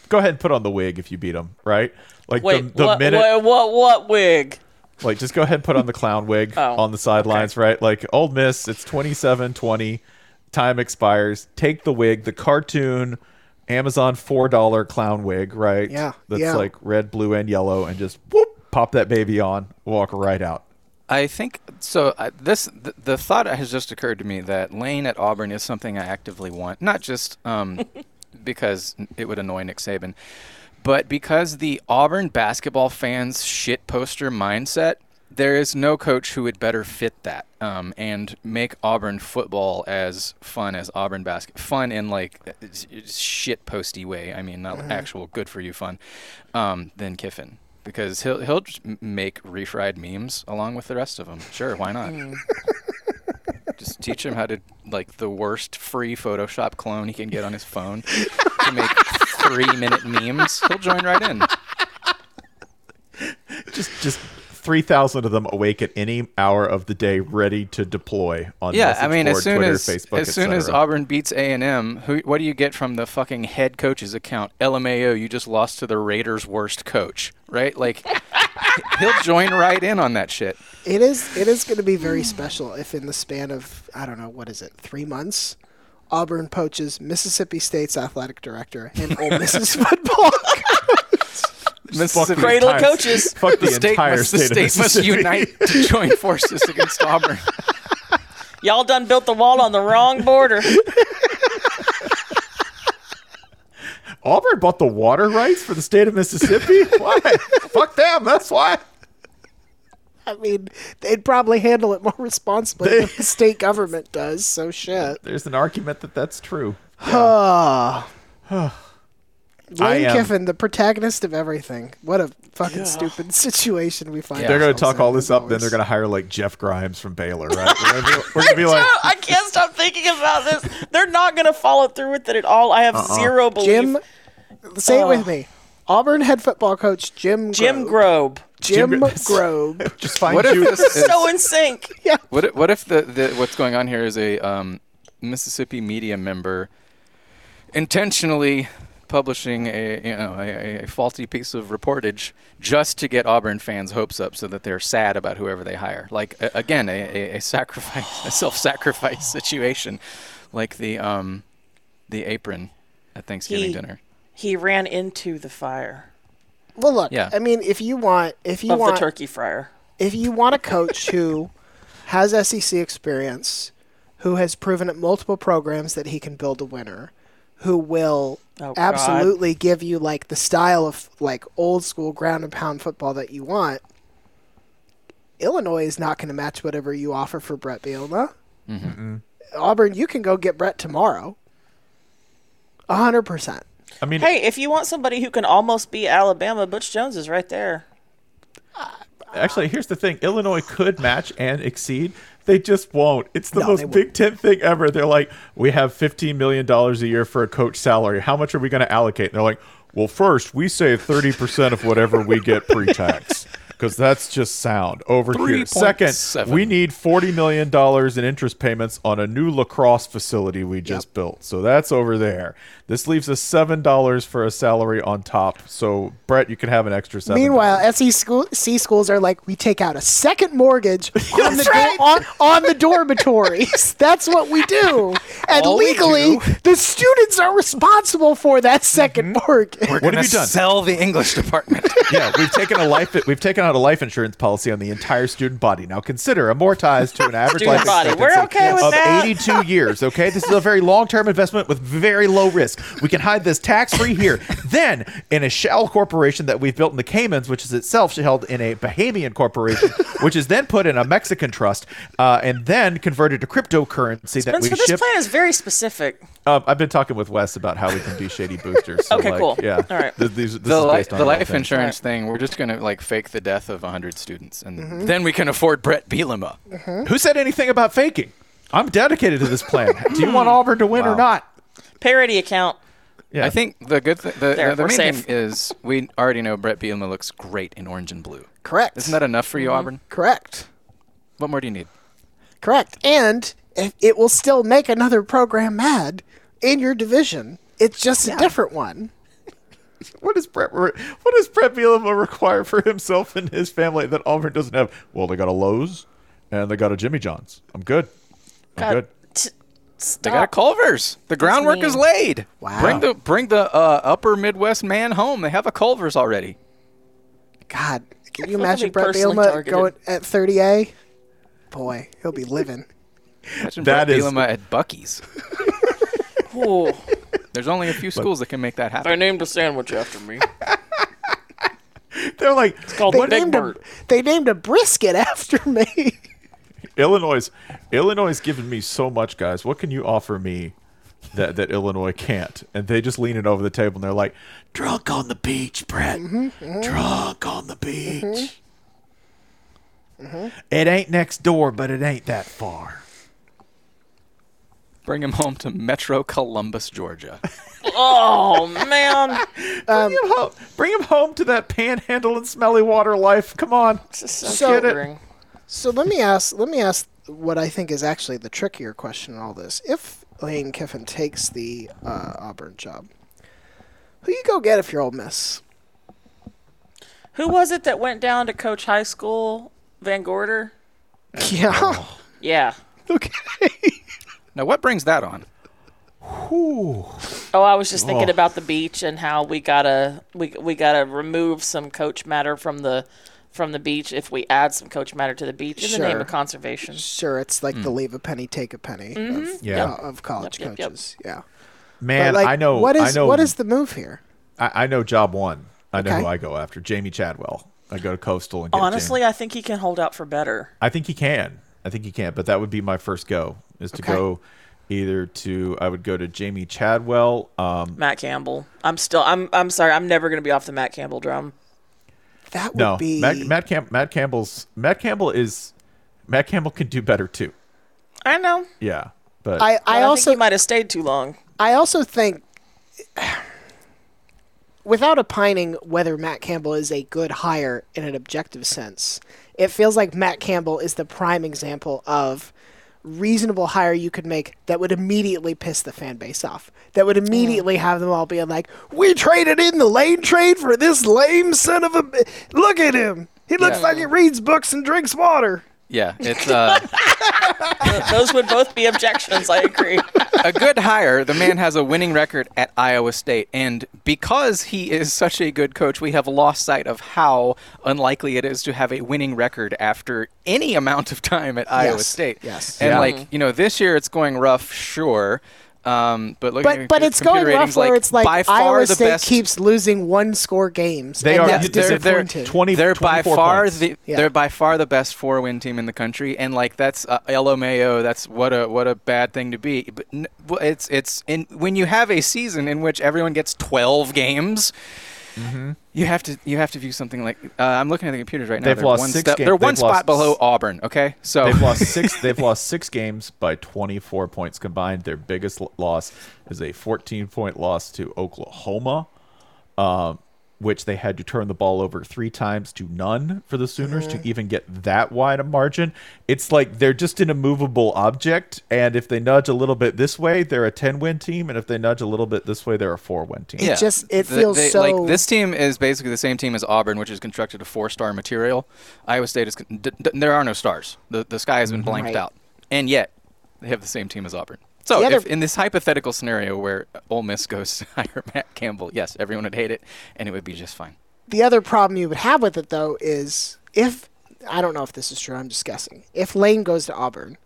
Speaker 3: Go ahead and put on the wig if you beat them, right? Like the-
Speaker 1: Wait,
Speaker 3: the,
Speaker 1: what,
Speaker 3: minute,
Speaker 1: what, what, what wig?
Speaker 3: like just go ahead and put on the clown wig
Speaker 1: Oh,
Speaker 3: on the sidelines, right? Like Old Miss, it's 27-20, time expires. Take the wig, the cartoon Amazon four dollar clown wig, right?
Speaker 4: Yeah,
Speaker 3: that's
Speaker 4: yeah.
Speaker 3: like red, blue, and yellow, and just whoop, pop that baby on, walk right out.
Speaker 5: I think so. I, this th- the thought has just occurred to me that Lane at Auburn is something I actively want, not just um, because it would annoy Nick Saban, but because the Auburn basketball fans' shit poster mindset. There is no coach who would better fit that um, and make Auburn football as fun as Auburn basket fun in like uh, s- s- shit posty way. I mean, not actual good for you fun um, than Kiffin because he'll he'll just m- make refried memes along with the rest of them. Sure, why not? just teach him how to like the worst free Photoshop clone he can get on his phone to make three minute memes. He'll join right in.
Speaker 3: Just just three thousand of them awake at any hour of the day, ready to deploy on.
Speaker 5: Yeah, I
Speaker 3: message
Speaker 5: mean, as
Speaker 3: board,
Speaker 5: soon
Speaker 3: Twitter,
Speaker 5: as
Speaker 3: Facebook,
Speaker 5: as soon as
Speaker 3: etc..
Speaker 5: Auburn beats A and M, who what do you get from the fucking head coach's account? LMAO, you just lost to the Raiders' worst coach, right? Like he'll join right in on that shit.
Speaker 4: It is it is going to be very
Speaker 1: Hmm.
Speaker 4: special if in the span of I don't know what is it three months, Auburn poaches Mississippi State's athletic director and Ole Miss's football.
Speaker 5: Mississippi
Speaker 1: Cradle
Speaker 3: Entire-
Speaker 1: coaches.
Speaker 3: Fuck the,
Speaker 5: the state,
Speaker 3: entire
Speaker 5: must, the
Speaker 3: state, of
Speaker 5: state must
Speaker 3: Mississippi.
Speaker 5: unite to join forces against Auburn.
Speaker 1: Y'all done built the wall on the wrong border.
Speaker 3: Auburn bought the water rights for the state of Mississippi. why? Fuck them. That's why.
Speaker 4: I I mean, they'd probably handle it more responsibly than the state government does. So shit.
Speaker 3: There's an argument that that's true.
Speaker 4: Ah. Lane
Speaker 3: am-
Speaker 4: Kiffin, the protagonist of everything. What a fucking stupid situation we find.
Speaker 3: They're going to
Speaker 4: ourselves
Speaker 3: talk
Speaker 4: in,
Speaker 3: all this
Speaker 4: as
Speaker 3: up, then they're
Speaker 4: always.
Speaker 3: going to hire like Jeff Grimes from Baylor, right? We're going to be, we're gonna be like,
Speaker 1: No, I can't stop thinking about this. They're not going to follow through with it at all. I have
Speaker 3: Uh-uh.
Speaker 1: zero belief.
Speaker 4: Jim, say it with me. Auburn head football coach Jim
Speaker 1: Jim
Speaker 4: Grobe.
Speaker 1: Grobe.
Speaker 4: Jim
Speaker 3: Jim Gro-
Speaker 4: Grobe.
Speaker 3: just find
Speaker 5: What if
Speaker 3: you.
Speaker 5: this is,
Speaker 1: So in sync.
Speaker 5: what if, what if the, the what's going on here is a um, Mississippi media member intentionally publishing a you know a, a faulty piece of reportage just to get Auburn fans' hopes up so that they're sad about whoever they hire. Like a, again, a, a, a sacrifice, a self-sacrifice situation, like the um, the apron at Thanksgiving
Speaker 1: He-
Speaker 5: dinner.
Speaker 1: He ran into the fire
Speaker 4: Well, look.
Speaker 5: Yeah.
Speaker 4: I mean, if you want, if you
Speaker 1: of the
Speaker 4: want,
Speaker 1: turkey fryer.
Speaker 4: if you want a coach who has SEC experience, who has proven at multiple programs that he can build a winner, who will
Speaker 1: Oh, God.
Speaker 4: absolutely give you like the style of like old school ground and pound football that you want, Illinois is not going to match whatever you offer for Brett Bielma. Auburn, you can go get Brett tomorrow. A hundred percent.
Speaker 3: I mean,
Speaker 1: Hey, if you want somebody who can almost be Alabama, Butch Jones is right there.
Speaker 3: actually, here's the thing: Illinois could match and exceed. They just won't. It's the
Speaker 4: No, they
Speaker 3: most
Speaker 4: won't.
Speaker 3: Big Ten thing ever. They're like, we have fifteen million dollars a year for a coach salary. How much are we going to allocate? And they're like, well, first we save thirty percent of whatever we get pre-tax. Because that's just sound over here. Second,
Speaker 5: 3.7.
Speaker 3: we need forty million dollars in interest payments on a new lacrosse facility we just built. So that's over there. This leaves us seven dollars for a salary on top. So Brett, you can have an extra seven.
Speaker 4: Meanwhile, SEC school, C schools are like, we take out a second mortgage on the on, on the dormitories. That's what we do, and
Speaker 5: All we
Speaker 4: legally, the students are responsible for that 2nd
Speaker 5: Mm-hmm.
Speaker 4: mortgage.
Speaker 3: What have you done?
Speaker 5: Sell the English department.
Speaker 3: yeah, we've taken a life. We've taken out a life insurance policy on the entire student body. Now consider amortized to an average
Speaker 1: Student
Speaker 3: life
Speaker 1: body. We're
Speaker 3: expectancy
Speaker 1: okay with
Speaker 3: of
Speaker 1: that.
Speaker 3: 82 years. Okay, this is a very long-term investment with very low risk. We can hide this tax-free here. then, in a shell corporation that we've built in the Caymans, which is itself held in a Bahamian corporation, which is then put in a Mexican trust, uh, and then converted to cryptocurrency that
Speaker 1: Spencer,
Speaker 3: we
Speaker 1: this
Speaker 3: ship.
Speaker 1: plan is very specific.
Speaker 3: Um, I've been talking with Wes about how we can be shady boosters. So
Speaker 1: Okay,
Speaker 3: like,
Speaker 1: cool.
Speaker 3: Yeah,
Speaker 1: All right.
Speaker 3: Th- these- this
Speaker 5: the,
Speaker 3: is
Speaker 5: li-
Speaker 3: based on
Speaker 5: the
Speaker 3: real
Speaker 5: life
Speaker 3: things.
Speaker 5: insurance thing, we're just going to like fake the death of 100 students, and
Speaker 1: Mm-hmm.
Speaker 5: then we can afford Brett Bielema.
Speaker 3: Who said anything about faking? I'm dedicated to this plan. Do you want Auburn to win or not?
Speaker 1: Parody account.
Speaker 3: Yeah.
Speaker 5: I think the good thi- the,
Speaker 1: There,
Speaker 5: the, the
Speaker 1: we're
Speaker 5: main
Speaker 1: safe.
Speaker 5: thing is we already know Brett Bielema looks great in orange and blue.
Speaker 4: Correct.
Speaker 5: Isn't that enough for you,
Speaker 1: Mm-hmm.
Speaker 5: Auburn?
Speaker 4: correct?
Speaker 5: What more do you need?
Speaker 4: Correct. And if it will still make another program mad in your division. It's just a different one.
Speaker 3: What does Brett re- What does Brett Bielema require for himself and his family that Auburn doesn't have? Well, they got a Lowe's and they got a Jimmy John's. I'm good.
Speaker 1: God,
Speaker 3: I'm good.
Speaker 1: t-
Speaker 5: They got
Speaker 1: stop.
Speaker 5: a Culver's. The groundwork is
Speaker 1: mean.
Speaker 5: laid.
Speaker 4: Wow.
Speaker 5: Bring the bring the uh, upper Midwest man home. They have a Culver's already.
Speaker 4: God, can you
Speaker 1: feel like I'm
Speaker 4: imagine
Speaker 1: being
Speaker 4: Brett
Speaker 1: personally
Speaker 4: Bielma
Speaker 1: targeted.
Speaker 4: going at 30A? Boy, he'll be living.
Speaker 5: Imagine
Speaker 3: That
Speaker 5: Brett
Speaker 3: is-
Speaker 5: Bielema at Bucky's.
Speaker 1: Ooh.
Speaker 5: There's only a few schools that can make that happen.
Speaker 1: named a sandwich after me.
Speaker 3: They're like
Speaker 1: called
Speaker 4: They
Speaker 3: what,
Speaker 1: Big
Speaker 4: named, a,
Speaker 1: Bird.
Speaker 4: they named a brisket after me.
Speaker 3: Illinois. Illinois has given me so much, guys. What can you offer me that that Illinois can't? And they just lean it over the table and they're like, "Drunk on the beach, Brett.
Speaker 4: Mm-hmm,
Speaker 3: Drunk on the beach.
Speaker 4: mm-hmm.
Speaker 3: It ain't next door, but it ain't that far."
Speaker 5: Bring him home to Metro Columbus, Georgia.
Speaker 1: oh man.
Speaker 4: Um,
Speaker 3: bring him home. Bring him home to that panhandle and smelly water life. Come on.
Speaker 1: So
Speaker 3: Get it.
Speaker 1: triggering.
Speaker 4: So let me ask. Let me ask what I think is actually the trickier question in all this. If Lane Kiffin takes the uh, Auburn job, who you go get if you're Ole Miss?
Speaker 1: Who was it that went down to coach high school? Van Gorder?
Speaker 3: Oh.
Speaker 4: Yeah.
Speaker 1: Yeah.
Speaker 4: Okay.
Speaker 5: Now, what brings that on?
Speaker 1: Oh, I was just thinking about the beach and how we gotta we we gotta remove some coach matter from the from the beach if we add some coach matter to the beach in the name
Speaker 4: Sure.
Speaker 1: of conservation.
Speaker 4: Sure, it's like the leave a penny, take a penny of,
Speaker 3: Mm. Yeah.
Speaker 4: uh, of college
Speaker 1: Mm-hmm. Yep, yep, yep.
Speaker 4: coaches. Yeah. But,
Speaker 3: Man,
Speaker 4: like,
Speaker 3: I know.
Speaker 4: What is
Speaker 3: I know,
Speaker 4: what is the move here?
Speaker 3: I, I know. Job one. I know
Speaker 4: Okay.
Speaker 3: who I go after. Jamie Chadwell. I go to Coastal and get Jim.
Speaker 1: Honestly, I think he can hold out for better.
Speaker 3: I think he can. I think he can. But that would be my first go is to go either to I would go to Jamie Chadwell. Um,
Speaker 1: Matt Campbell. I'm still. I'm. I'm sorry. I'm never going to be off the Matt Campbell drum.
Speaker 4: That would
Speaker 3: no,
Speaker 4: be
Speaker 3: Matt, Matt Camp. Matt Campbell's Matt Campbell is Matt Campbell can do better too.
Speaker 1: I know.
Speaker 3: Yeah, but
Speaker 1: I,
Speaker 4: I, I
Speaker 1: also
Speaker 4: also
Speaker 1: think he might have stayed too long.
Speaker 4: I also think, without opining whether Matt Campbell is a good hire in an objective sense, it feels like Matt Campbell is the prime example of reasonable hire you could make that would immediately piss the fan base off. That would immediately have them all being like, "We traded in the lane trade for this lame son of a b- look at him. He looks
Speaker 5: Yeah.
Speaker 4: like he reads books and drinks water."
Speaker 5: Yeah, it's uh,
Speaker 1: Those would both be objections. I agree.
Speaker 5: a good hire. The man has a winning record at Iowa State, and because he is such a good coach, we have lost sight of how unlikely it is to have a winning record after any amount of time at Iowa
Speaker 4: Yes,
Speaker 5: State.
Speaker 4: yes.
Speaker 5: and
Speaker 2: Yeah.
Speaker 5: like you know, this year it's going rough, sure. Um, but look, at your
Speaker 4: But but
Speaker 5: com-
Speaker 4: it's
Speaker 5: computer
Speaker 4: going rough
Speaker 5: ratings,
Speaker 4: where it's like
Speaker 5: by far
Speaker 4: Iowa
Speaker 5: the
Speaker 4: State
Speaker 5: best
Speaker 4: keeps losing one score games.
Speaker 3: they
Speaker 4: and
Speaker 3: are
Speaker 4: that's
Speaker 5: they're- they're
Speaker 4: disappointing.
Speaker 3: 20,
Speaker 5: they're by
Speaker 3: 24
Speaker 5: far
Speaker 3: points.
Speaker 5: the
Speaker 4: Yeah.
Speaker 5: they're by far the best four win team in the country, and like that's uh, LMAO. That's what a what a bad thing to be. But n- well, it's it's in when you have a season in which everyone gets twelve games.
Speaker 3: Mm-hmm.
Speaker 5: You have to you have to view something like uh, I'm looking at the computers right now.
Speaker 3: They've
Speaker 5: they're
Speaker 3: lost
Speaker 5: one
Speaker 3: six
Speaker 5: step-
Speaker 3: ga-
Speaker 5: They're
Speaker 3: they've
Speaker 5: one
Speaker 3: lost
Speaker 5: spot below
Speaker 3: s-
Speaker 5: Auburn. Okay,
Speaker 1: Oh.
Speaker 5: so
Speaker 3: They've lost six. They've lost six games by 24 points combined. Their biggest l- loss is a 14-point loss to Oklahoma, um, which they had to turn the ball over three times to none for the Sooners
Speaker 1: Mm.
Speaker 3: to even get that wide a margin. It's like they're just an immovable object, and if they nudge a little bit this way, they're a 10-win team, and if they nudge a little bit this way, they're a four-win team.
Speaker 5: Yeah.
Speaker 4: just- it
Speaker 5: The-
Speaker 4: feels
Speaker 5: they-
Speaker 4: so-
Speaker 5: like this team is basically the same team as Auburn, which is constructed of four star material. Iowa State is con- d- d- there are no stars. The the sky has been blanked
Speaker 4: Mm-hmm. Right.
Speaker 5: out, and yet they have the same team as Auburn. So
Speaker 4: The other-
Speaker 5: if, in this hypothetical scenario where Ole Miss goes to hire Matt Campbell, yes, everyone would hate it, and it would be just fine.
Speaker 4: the other problem you would have with it though is if I don't know if this is true. I'm just guessing. If Lane goes to Auburn,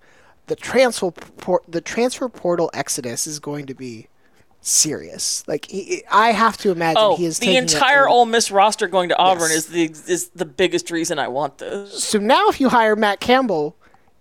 Speaker 4: the transfer por- the transfer portal exodus is going to be serious. Like he, I have to imagine
Speaker 1: Oh,
Speaker 4: he is
Speaker 1: the
Speaker 4: taking up
Speaker 1: entire
Speaker 4: a-
Speaker 1: Ole Miss roster going to Auburn is
Speaker 4: Yes.
Speaker 1: the is the biggest reason I want this.
Speaker 4: So now, if you hire Matt Campbell,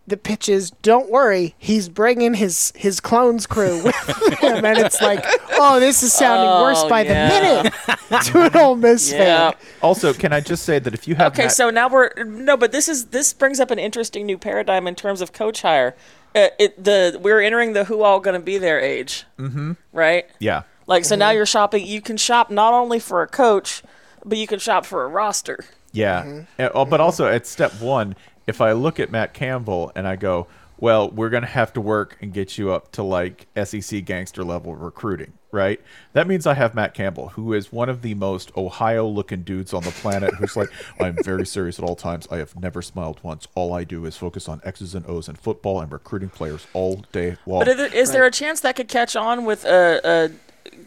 Speaker 4: the pitch is don't worry, he's bringing his his clones crew with him, and it's like, oh, this is sounding worse
Speaker 1: Oh,
Speaker 4: by
Speaker 1: yeah.
Speaker 4: the minute to an Ole Miss
Speaker 1: Yeah.
Speaker 4: fan.
Speaker 3: Also, can I just say that if you have
Speaker 1: Okay,
Speaker 3: Matt-
Speaker 1: so now we're no, but this is this brings up an interesting new paradigm in terms of coach hire. Uh, it the we're entering the who all going to be there age, mm-hmm. right?
Speaker 3: yeah.
Speaker 1: Like
Speaker 4: Mm-hmm.
Speaker 1: so now you're shopping. You can shop not only for a coach, but you can shop for a roster.
Speaker 3: Yeah. And- oh, but also at step one, if I look at Matt Campbell and I go, well, we're going to have to work and get you up to like SEC gangster level recruiting, right? That means I have Matt Campbell, who is one of the most Ohio looking dudes on the planet, who's like, I'm very serious at all times. I have never smiled once. All I do is focus on X's and O's and football and recruiting players all day long.
Speaker 1: But is there, is there a chance that could catch on with a, a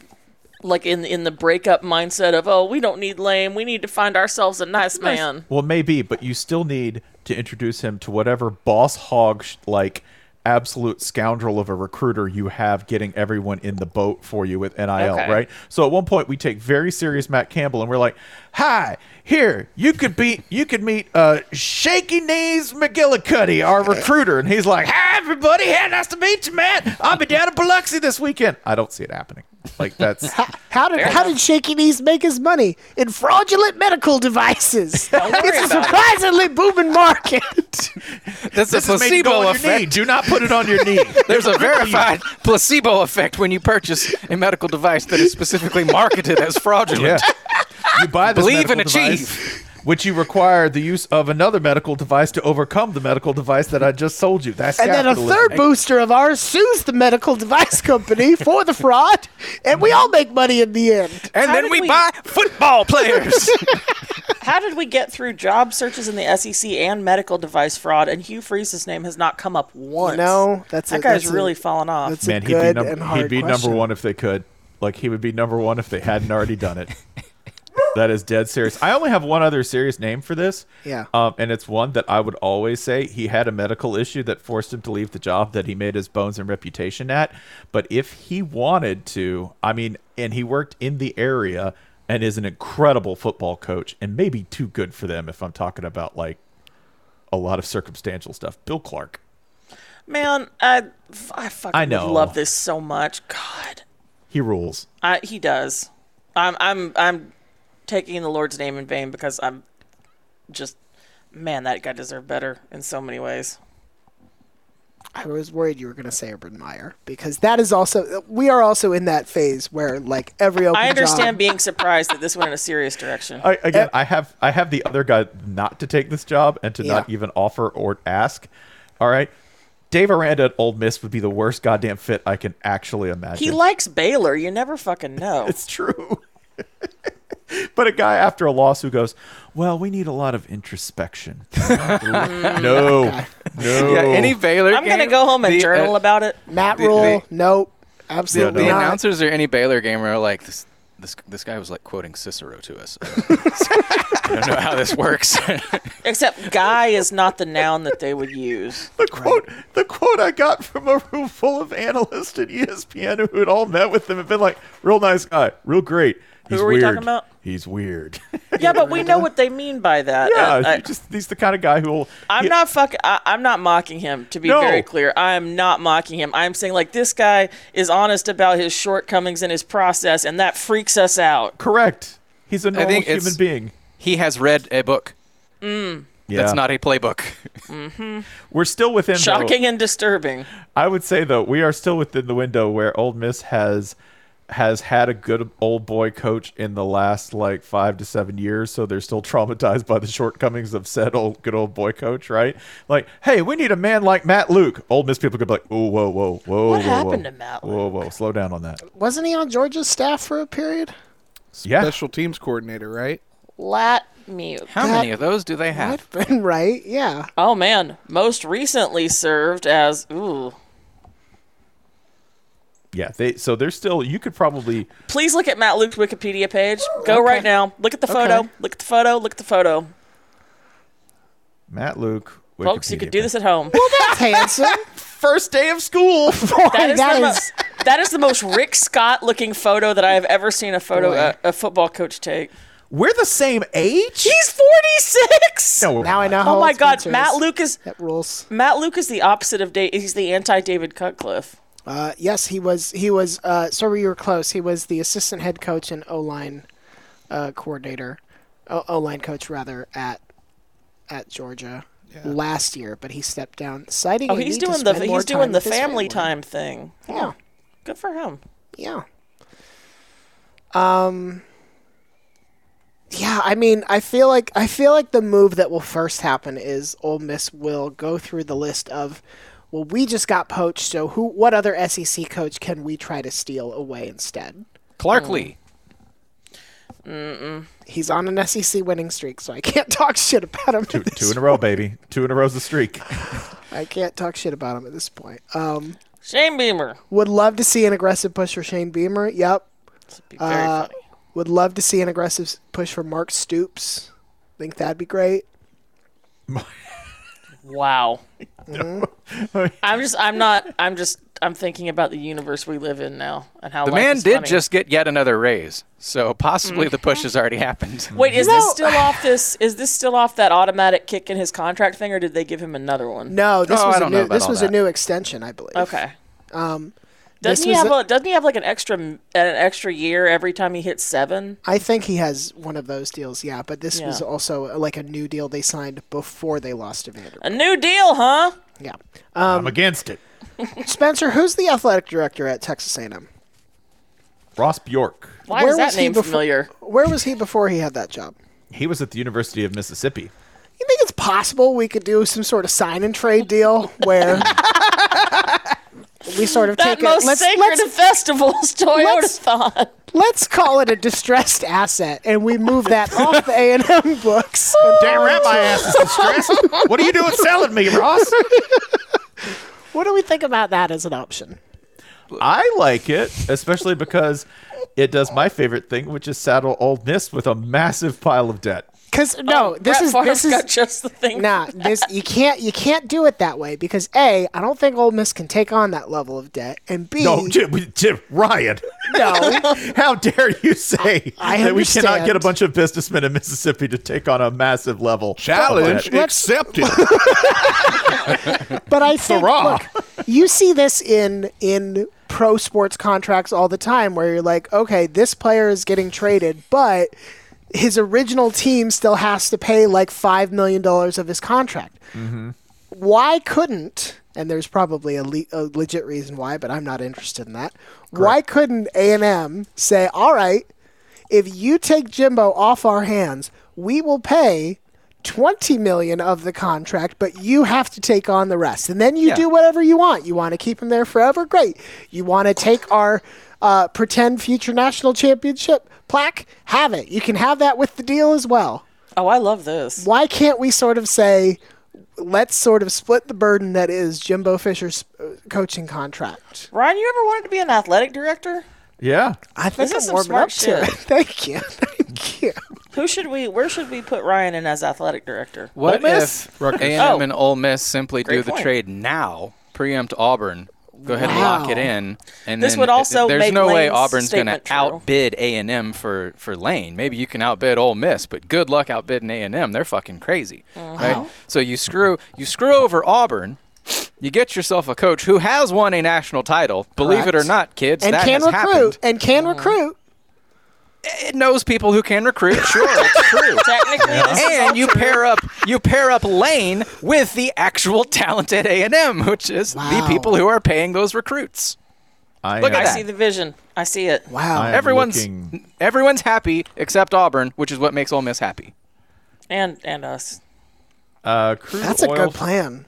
Speaker 1: like in in the breakup mindset of oh we don't need lame we need to find ourselves a nice man.
Speaker 3: Well, maybe, but you still need to introduce him to whatever boss hog sh- like absolute scoundrel of a recruiter you have getting everyone in the boat for you with NIL,
Speaker 1: Okay.
Speaker 3: right? So at one point we take very serious Matt Campbell and we're like, "Hi, here you could be you could meet uh Shaky Knees McGillicuddy, our recruiter." And he's like, "Hi everybody, hey, nice to meet you, Matt. I'll be down in Biloxi this weekend." I don't see it happening. Like that's
Speaker 4: How did how did Shaky Knees make his money in fraudulent medical devices? it's a surprisingly booming market.
Speaker 5: That's a
Speaker 3: This is made to go
Speaker 5: placebo
Speaker 3: on your knee.
Speaker 5: effect.
Speaker 3: Do not put it on your knee.
Speaker 5: There's a verified placebo effect when you purchase a medical device that is specifically marketed as fraudulent.
Speaker 3: Yeah. You buy this
Speaker 5: Believe and
Speaker 3: medical
Speaker 5: achieve.
Speaker 3: device, which you require the use of another medical device to overcome the medical device that I just sold you. That's
Speaker 4: And then a
Speaker 3: capitalism.
Speaker 4: third booster of ours sues the medical device company for the fraud, and we all make money in the end.
Speaker 5: And
Speaker 1: How
Speaker 5: then
Speaker 1: did
Speaker 5: we,
Speaker 1: we-
Speaker 5: buy football players.
Speaker 1: How did we get through job searches in the SEC and medical device fraud and Hugh Freeze's name has not come up once?
Speaker 4: No, that's
Speaker 1: that
Speaker 4: a-
Speaker 1: guy's
Speaker 4: that's a-
Speaker 1: really fallen off.
Speaker 4: That's
Speaker 3: Man,
Speaker 4: a
Speaker 3: he'd
Speaker 4: good
Speaker 3: be,
Speaker 4: and
Speaker 3: number,
Speaker 4: hard
Speaker 3: he'd be
Speaker 4: question.
Speaker 3: number one if they could. Like he would be number one if they hadn't already done it. that is dead serious. I only have one other serious name for this.
Speaker 4: Yeah.
Speaker 3: Um, and it's one that I would always say he had a medical issue that forced him to leave the job that he made his bones and reputation at. But if he wanted to, I mean, and he worked in the area, and is an incredible football coach and maybe too good for them if I'm talking about like a lot of circumstantial stuff. Bill Clark.
Speaker 1: Man, I, I fucking
Speaker 3: I
Speaker 1: would
Speaker 3: know.
Speaker 1: love this so much. God,
Speaker 3: He rules.
Speaker 1: I, he does. I'm I'm I'm taking the Lord's name in vain because I'm just man that guy deserved better in so many ways.
Speaker 4: I was worried you were going to say Urban Meyer because that is also we are also in that phase where like every open
Speaker 1: I understand
Speaker 4: job,
Speaker 1: being surprised that this went in a serious direction.
Speaker 3: I, again, I have I have the other guy not to take this job and to not
Speaker 4: Yeah.
Speaker 3: even offer or ask. All right, Dave Aranda at Old Miss would be the worst goddamn fit I can actually imagine.
Speaker 1: He likes Baylor. You never fucking know.
Speaker 3: It's true. but a guy after a loss who goes, "Well, we need a lot of introspection."
Speaker 1: Hmm.
Speaker 3: no, no.
Speaker 5: Yeah, Uh, any Baylor
Speaker 1: I'm gonna
Speaker 5: game,
Speaker 1: go home and
Speaker 5: the, uh,
Speaker 1: journal about it.
Speaker 4: Matt
Speaker 5: the-
Speaker 4: Rule,
Speaker 5: the-
Speaker 4: nope,
Speaker 5: The,
Speaker 4: absolutely
Speaker 5: the
Speaker 4: not.
Speaker 5: announcers or any Baylor game are like this. This, this guy was like quoting Cicero to us. I don't know how this works.
Speaker 1: Except guy is not the noun that they would use.
Speaker 3: the quote the quote I got from a room full of analysts at E ESPN who had all met with them and been like, real nice guy, real great. He's
Speaker 1: were we
Speaker 3: weird.
Speaker 1: talking about?
Speaker 3: He's weird.
Speaker 1: Yeah, but we know what they mean by that.
Speaker 3: yeah,
Speaker 1: And I,
Speaker 3: he just he's the kind of guy who will
Speaker 1: I'm
Speaker 3: he-
Speaker 1: not fucking. I'm not mocking him. To be
Speaker 3: No.
Speaker 1: very clear, I am not mocking him. I'm saying like this guy is honest about his shortcomings and his process, and that freaks us out.
Speaker 3: correct. He's a normal
Speaker 5: think it's-
Speaker 3: human being.
Speaker 5: he has read a book.
Speaker 3: Yeah.
Speaker 5: That's not a playbook.
Speaker 3: We're still within though-
Speaker 1: Shocking and disturbing.
Speaker 3: I would say though we are still within the window where Old Miss has has had a good old boy coach in the last like five to seven years, so they're still traumatized by the shortcomings of said old good old boy coach, right? Like, hey, we need a man like Matt Luke. Old Miss people could be like, oh, whoa, whoa, whoa,
Speaker 1: What
Speaker 3: whoa,
Speaker 1: happened
Speaker 3: whoa.
Speaker 1: to Matt
Speaker 3: Whoa, whoa, slow down on that.
Speaker 4: Wasn't he on Georgia's staff for a period?
Speaker 3: Yeah.
Speaker 2: Special teams coordinator, right?
Speaker 1: Lat mute.
Speaker 5: How many of those do they have?
Speaker 4: I've been right, yeah.
Speaker 1: Oh man, most recently served as ooh.
Speaker 3: Yeah, they so they're still. You could probably
Speaker 1: Please look at Matt Luke's Wikipedia page. Go right now. Look at the photo.
Speaker 3: Okay.
Speaker 1: Look at the photo. Look at the photo.
Speaker 3: Matt Luke.
Speaker 1: Folks, you
Speaker 3: Wikipedia
Speaker 1: could do this
Speaker 3: page.
Speaker 1: at home.
Speaker 4: That's handsome.
Speaker 3: first day of school.
Speaker 1: That is,
Speaker 4: That
Speaker 1: the mo-
Speaker 4: is-
Speaker 1: that is the most Rick Scott looking photo that I have ever seen a photo a, a football coach take.
Speaker 3: We're the same age.
Speaker 1: He's 46.
Speaker 3: No, we're
Speaker 4: Now I know how
Speaker 1: oh my
Speaker 4: old
Speaker 1: god,
Speaker 4: Spencer
Speaker 1: Matt
Speaker 4: is.
Speaker 1: Luke is
Speaker 4: That rules.
Speaker 1: Matt Luke is the opposite of Dave. He's the anti David Cutcliffe.
Speaker 4: Uh, yes, he was. He was. Uh, sorry, you were close. He was the assistant head coach and O line uh, coordinator, O line coach rather at at Georgia last year, but he stepped down, citing.
Speaker 1: Oh,
Speaker 4: a
Speaker 1: he's
Speaker 4: need to
Speaker 1: doing the
Speaker 4: spend more
Speaker 1: he's
Speaker 4: time
Speaker 1: doing the
Speaker 4: with his
Speaker 1: family time thing.
Speaker 4: Yeah,
Speaker 1: Good for him.
Speaker 4: yeah. Um. Yeah, I mean, I feel like I feel like the move that will first happen is Ole Miss will go through the list of, well, we just got poached, so who? What other SEC coach can we try to steal away instead?
Speaker 5: Clark
Speaker 1: Hmm.
Speaker 5: Lee.
Speaker 4: he's on an SEC winning streak, so I can't talk shit about him.
Speaker 3: two, two in a row, baby. Two in a row's the streak.
Speaker 4: I can't talk shit about him at this point. Um,
Speaker 1: Shane Beamer.
Speaker 4: would love to see an aggressive push for Shane Beamer. Yep.
Speaker 1: This would be very
Speaker 4: Uh,
Speaker 1: funny.
Speaker 4: Would love to see an aggressive s- push for Mark Stoops. Think that'd be great.
Speaker 1: Wow.
Speaker 5: Mm-hmm.
Speaker 1: I'm just I'm not I'm just I'm thinking about the universe we live in now and how
Speaker 5: The
Speaker 1: life
Speaker 5: man
Speaker 1: is
Speaker 5: did
Speaker 1: funny. Hmm.
Speaker 5: just get yet another raise, so possibly the push has already happened.
Speaker 1: Wait, is this still off this is this still off that automatic kick in his contract thing or did they give him another one?
Speaker 4: No, this
Speaker 5: Oh, I
Speaker 4: was a
Speaker 5: don't know
Speaker 4: new
Speaker 5: about
Speaker 4: this
Speaker 5: all
Speaker 4: was a
Speaker 5: that.
Speaker 4: new extension, I believe.
Speaker 1: Okay.
Speaker 4: Um, this
Speaker 1: Doesn't he
Speaker 4: was
Speaker 1: have
Speaker 4: a-
Speaker 1: a, doesn't he have like an extra an extra year every time he hits 7?
Speaker 4: I think he has one of those deals, yeah. But this was
Speaker 1: Yeah.
Speaker 4: also uh, like a new deal they signed before they lost to Vanderbilt.
Speaker 1: A new deal, huh?
Speaker 4: Yeah, Uh,
Speaker 3: I'm against it.
Speaker 4: Spencer, who's the athletic director at Texas A&M?
Speaker 3: Ross Bjork.
Speaker 1: Why
Speaker 4: Where
Speaker 1: is that
Speaker 4: was he
Speaker 1: name
Speaker 4: befo-
Speaker 1: familiar?
Speaker 4: Where was he before he had that job?
Speaker 3: He was at the University of Mississippi.
Speaker 4: You think it's possible we could do some sort of sign and trade deal where we sort of
Speaker 1: That
Speaker 4: take
Speaker 1: most
Speaker 4: it? Let's,
Speaker 1: sacred of
Speaker 4: let's,
Speaker 1: festivals, Toyota-thon.
Speaker 4: let's call it a distressed asset, and we move that off the A and M books.
Speaker 3: Damn right, my ass is distressed. what are you doing selling me, Ross?
Speaker 4: What do we think about that as an option?
Speaker 3: I like it, especially because it does my favorite thing, which is saddle Old Miss with a massive pile of debt.
Speaker 4: Because no, this
Speaker 1: Oh, Brett
Speaker 4: is
Speaker 1: Favre's
Speaker 4: this is
Speaker 1: got just the thing.
Speaker 4: nah. This you can't you can't do it that way because a I don't think Ole Miss can take on that level of debt, and b
Speaker 3: No, Jim, Jim Ryan.
Speaker 4: no,
Speaker 3: How dare you say
Speaker 4: I
Speaker 3: that we cannot get a
Speaker 4: understand.
Speaker 3: bunch of businessmen in Mississippi to take on a massive level?
Speaker 2: Challenge
Speaker 3: of debt?
Speaker 2: accepted.
Speaker 4: But I think
Speaker 3: raw.
Speaker 4: look, you see this in in pro sports contracts all the time where you're like, okay, this player is getting traded, but his original team still has to pay like five million dollars of his contract. Why couldn't? And there's probably a, le- a legit reason why, but I'm not interested in that. Why couldn't A and M say, all right, if you take Jimbo off our hands, we will pay 20 million of the contract, but you have to take on the rest. And then you do whatever you want. You want to keep him there forever? Great. You want to take our uh, pretend future national championship plaque? Have it. You can have that with the deal as well.
Speaker 1: Oh, I love this.
Speaker 4: Why can't we sort of say, let's sort of split the burden that is Jimbo Fisher's uh, coaching contract?
Speaker 1: Ryan, you ever wanted to be an athletic director?
Speaker 3: Yeah.
Speaker 4: I think
Speaker 1: This is
Speaker 4: I'm
Speaker 1: some
Speaker 4: warming
Speaker 1: smart
Speaker 4: up to it.
Speaker 1: shit.
Speaker 4: Thank you. Thank you.
Speaker 1: Who should we? Where should we put Ryan in as athletic director?
Speaker 5: What
Speaker 3: Miss?
Speaker 5: if A and M
Speaker 1: Oh.
Speaker 5: and Ole Miss simply do
Speaker 1: Great
Speaker 5: the
Speaker 1: point.
Speaker 5: trade now, preempt Auburn, go ahead and lock it in, and
Speaker 1: This
Speaker 5: then
Speaker 1: would
Speaker 5: th-
Speaker 1: also
Speaker 5: there's
Speaker 1: make
Speaker 5: no way
Speaker 1: Lane's
Speaker 5: Auburn's going to
Speaker 1: statement true.
Speaker 5: outbid A and M for for Lane. Maybe you can outbid Ole Miss, but good luck outbidding A and M. They're fucking crazy,
Speaker 1: Mm-hmm.
Speaker 5: right? So you screw you screw over Auburn. You get yourself a coach who has won a national title. Believe it or
Speaker 4: Correct.
Speaker 5: not, kids,
Speaker 4: and
Speaker 5: that
Speaker 4: can
Speaker 5: has
Speaker 4: recruit.
Speaker 5: happened.
Speaker 4: And can
Speaker 1: Oh.
Speaker 4: recruit.
Speaker 5: It knows people who can recruit. Sure, it's true.
Speaker 1: Technically, this is all
Speaker 5: and you
Speaker 1: true.
Speaker 5: pair up you pair up Lane with the actual talented A and M, which is the
Speaker 4: Wow.
Speaker 5: people who are paying those recruits.
Speaker 3: I
Speaker 5: Look
Speaker 3: am,
Speaker 5: at
Speaker 1: I
Speaker 5: that.
Speaker 1: see the vision. I see it.
Speaker 4: Wow.
Speaker 3: I am
Speaker 5: everyone's
Speaker 3: looking-
Speaker 5: everyone's happy except Auburn, which is what makes Ole Miss happy.
Speaker 1: And and us.
Speaker 3: uh, crude
Speaker 4: That's a
Speaker 3: oil-
Speaker 4: good plan.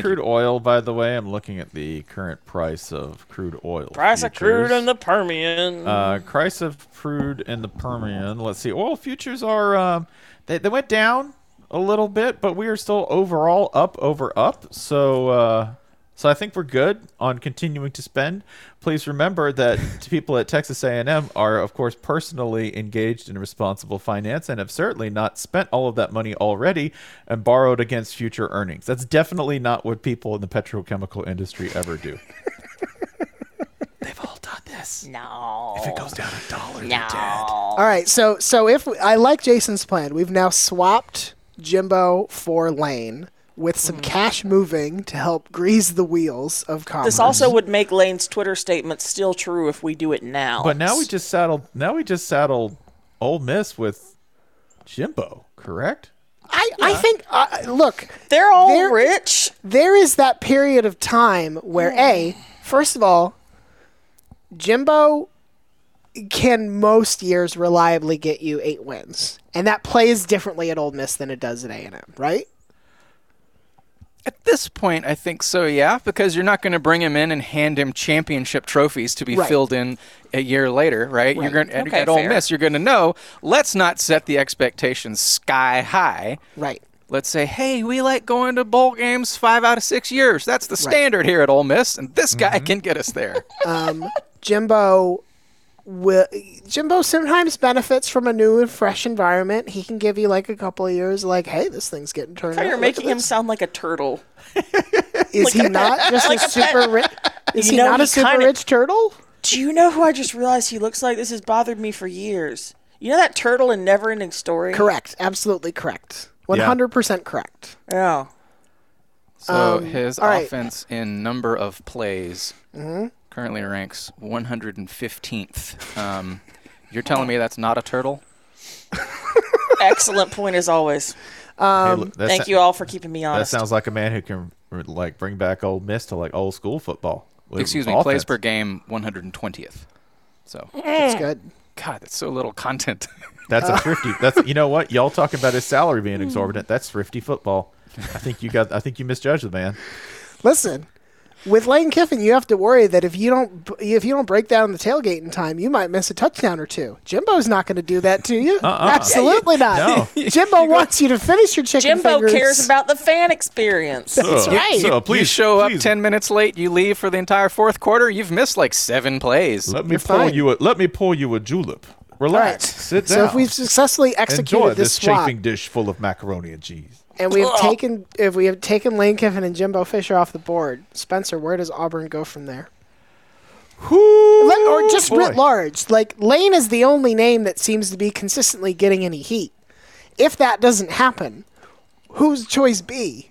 Speaker 3: Crude oil, by the way, I'm looking at the current price of crude oil.
Speaker 1: Price of crude
Speaker 3: futures.
Speaker 1: in the Permian.
Speaker 3: Uh, price of crude in the Permian. Let's see. Oil futures are um, they, they went down a little bit, but we are still overall up over up. So uh, so I think we're good on continuing to spend. Please remember that t- people at Texas A&M are of course personally engaged in responsible finance and have certainly not spent all of that money already and borrowed against future earnings. That's definitely not what people in the petrochemical industry ever do. They've all done this.
Speaker 1: no.
Speaker 3: It goes down a dollar.
Speaker 1: no.
Speaker 4: All right, so so if we, I like Jason's plan, we've now swapped Jimbo for Lane with some cash moving to help grease the wheels of commerce.
Speaker 1: Mm-hmm. This also would make Lane's Twitter statement still true if we do it now.
Speaker 3: But now we just saddled. Now we just saddled Ole Miss with Jimbo, correct?
Speaker 4: I I think uh, look,
Speaker 1: they're all
Speaker 4: They're-
Speaker 1: rich.
Speaker 4: there is that period of time where
Speaker 1: Hmm.
Speaker 4: a first of all, Jimbo can most years reliably get you eight wins, and that plays differently at Ole Miss than it does at A and M, right?
Speaker 5: At this point, I think so, yeah, because you're not going to bring him in and hand him championship trophies to be
Speaker 4: Right.
Speaker 5: filled in a year later, right? You're going to
Speaker 1: Okay,
Speaker 5: at Ole
Speaker 1: fair.
Speaker 5: Miss, you're going to know. Let's not set the expectations sky high.
Speaker 4: Right.
Speaker 5: Let's say, hey, we like going to bowl games five out of six years. That's the standard here at Ole Miss, and this guy can get us there.
Speaker 4: Um, Jimbo will Jimbo sometimes benefits from a new and fresh environment. He can give you like a couple of years, like, hey, this thing's getting turned.
Speaker 1: Now
Speaker 4: out.
Speaker 1: You're
Speaker 4: Look
Speaker 1: making
Speaker 4: at
Speaker 1: him
Speaker 4: this."
Speaker 1: sound like a turtle.
Speaker 4: Is he not just a super rich? Is
Speaker 1: You
Speaker 4: he
Speaker 1: know,
Speaker 4: not a
Speaker 1: he
Speaker 4: super
Speaker 1: kinda-
Speaker 4: rich turtle?
Speaker 1: Do you know who I just realized he looks like? This has bothered me for years. You know that turtle in Never Ending Story?
Speaker 4: Correct. Absolutely correct. One hundred percent correct.
Speaker 1: Yeah.
Speaker 5: So his
Speaker 4: all right.
Speaker 5: offense in number of plays currently ranks 115th. Um, you're telling me that's not a turtle?
Speaker 1: Excellent point as always.
Speaker 4: Um,
Speaker 3: Hey, look, that
Speaker 1: Thank
Speaker 3: sou-
Speaker 1: you all for keeping me
Speaker 3: That
Speaker 1: honest.
Speaker 3: sounds like a man who can like bring back Ole Miss to like old school football. with
Speaker 5: Excuse me,
Speaker 3: offense.
Speaker 5: plays per game 120th. So,
Speaker 1: Eh.
Speaker 4: That's good.
Speaker 5: God, that's so little content.
Speaker 3: That's a thrifty. That's you know what y'all talking about his salary being exorbitant. That's thrifty football. I think you got. I think you misjudged the man.
Speaker 4: Listen, with Lane Kiffin, you have to worry that if you don't if you don't break down the tailgate in time, you might miss a touchdown or two. Jimbo's not going to do that to you.
Speaker 3: Uh-uh.
Speaker 4: Absolutely not. Jimbo wants you to finish your chicken
Speaker 1: Jimbo
Speaker 4: fingers.
Speaker 1: cares about the fan experience.
Speaker 4: That's
Speaker 3: so,
Speaker 4: right.
Speaker 3: So please
Speaker 5: you show
Speaker 3: please
Speaker 5: up 10 minutes late, you leave for the entire fourth quarter, you've missed like seven plays.
Speaker 3: Let me
Speaker 4: You're
Speaker 3: pull
Speaker 4: fine.
Speaker 3: you. A, let me pull you a julep. Relax.
Speaker 4: Right.
Speaker 3: Sit down.
Speaker 4: So if we've successfully executed
Speaker 3: Enjoy this,
Speaker 4: swap,
Speaker 3: chafing dish full of macaroni and cheese.
Speaker 4: and we have taken if we have taken Lane Kiffin and Jimbo Fisher off the board, Spencer, where does Auburn go from there?
Speaker 3: Who?
Speaker 4: Let- or just
Speaker 3: boy.
Speaker 4: writ large. Like Lane is the only name that seems to be consistently getting any heat. If that doesn't happen, whose choice be?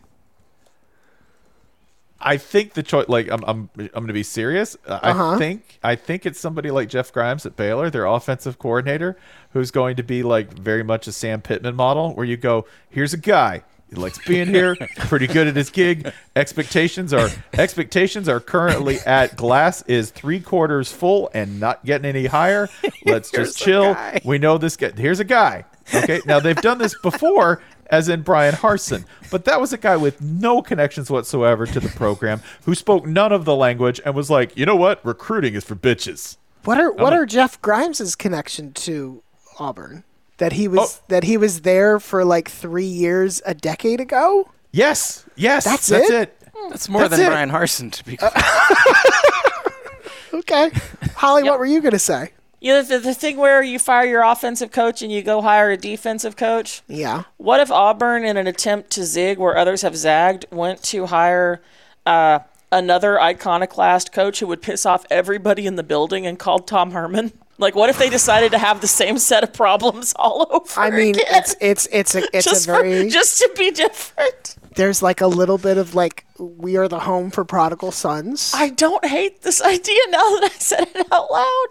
Speaker 3: I think the choice. Like, I'm, I'm, I'm going to be serious. Uh, I think, I think it's somebody like Jeff Grimes at Baylor, their offensive coordinator, who's going to be like very much a Sam Pittman model, where you go, here's a guy. He likes being here. Pretty good at his gig. Expectations are expectations are currently at glass is three quarters full and not getting any higher. Let's just chill. We know this guy. Here's a guy. Okay. Now they've done this before, as in Brian Harson, but that was a guy with no connections whatsoever to the program who spoke none of the language and was like, you know what? Recruiting is for bitches.
Speaker 4: What are
Speaker 3: Um,
Speaker 4: what are Jeff Grimes's connection to Auburn? That he was
Speaker 3: Oh.
Speaker 4: that he was there for like three years a decade ago?
Speaker 3: Yes. Yes.
Speaker 4: That's
Speaker 3: it.
Speaker 4: it?
Speaker 5: That's more
Speaker 3: That's
Speaker 5: than
Speaker 3: it.
Speaker 5: Brian Harson, to be clear.
Speaker 4: Okay. Holly, what were you gonna say?
Speaker 1: You know, the, the thing where you fire your offensive coach and you go hire a defensive coach.
Speaker 4: Yeah.
Speaker 1: What if Auburn, in an attempt to zig where others have zagged, went to hire uh, another iconoclast coach who would piss off everybody in the building and called Tom Herman? Like, what if they decided to have the same set of problems all over?
Speaker 4: I mean,
Speaker 1: again?
Speaker 4: it's it's it's a it's
Speaker 1: just
Speaker 4: a very
Speaker 1: for, just to be different.
Speaker 4: there's like a little bit of like we are the home for prodigal sons.
Speaker 1: I don't hate this idea now that I said it out loud.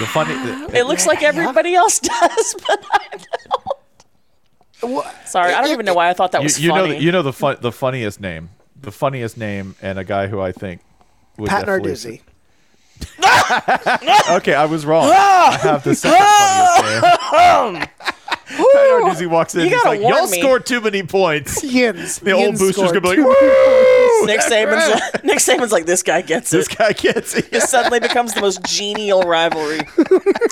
Speaker 3: The funny. the-
Speaker 1: It looks like everybody else does, but I don't. Sorry, I don't even know why I thought that
Speaker 3: you,
Speaker 1: was
Speaker 3: you know
Speaker 1: funny.
Speaker 3: the, you know the fun, the funniest name the funniest name and a guy who I think would
Speaker 4: Pat
Speaker 3: definitely-
Speaker 4: Narduzzi.
Speaker 3: Okay, I was wrong.
Speaker 4: Ah!
Speaker 3: I have the second funniest name. Pat Narduzzi walks in.
Speaker 1: You
Speaker 3: he's
Speaker 1: gotta
Speaker 3: like,
Speaker 1: warn
Speaker 3: "Y'all
Speaker 1: me."
Speaker 3: scored too many points."
Speaker 4: Yins.
Speaker 3: The old
Speaker 4: Yins
Speaker 3: booster's gonna
Speaker 4: scored
Speaker 3: be like,
Speaker 4: two.
Speaker 3: "Woo!"
Speaker 1: Nick Saban's Nick Saban's like this guy gets
Speaker 3: This
Speaker 1: it.
Speaker 3: guy gets it.
Speaker 1: It suddenly becomes the most genial rivalry.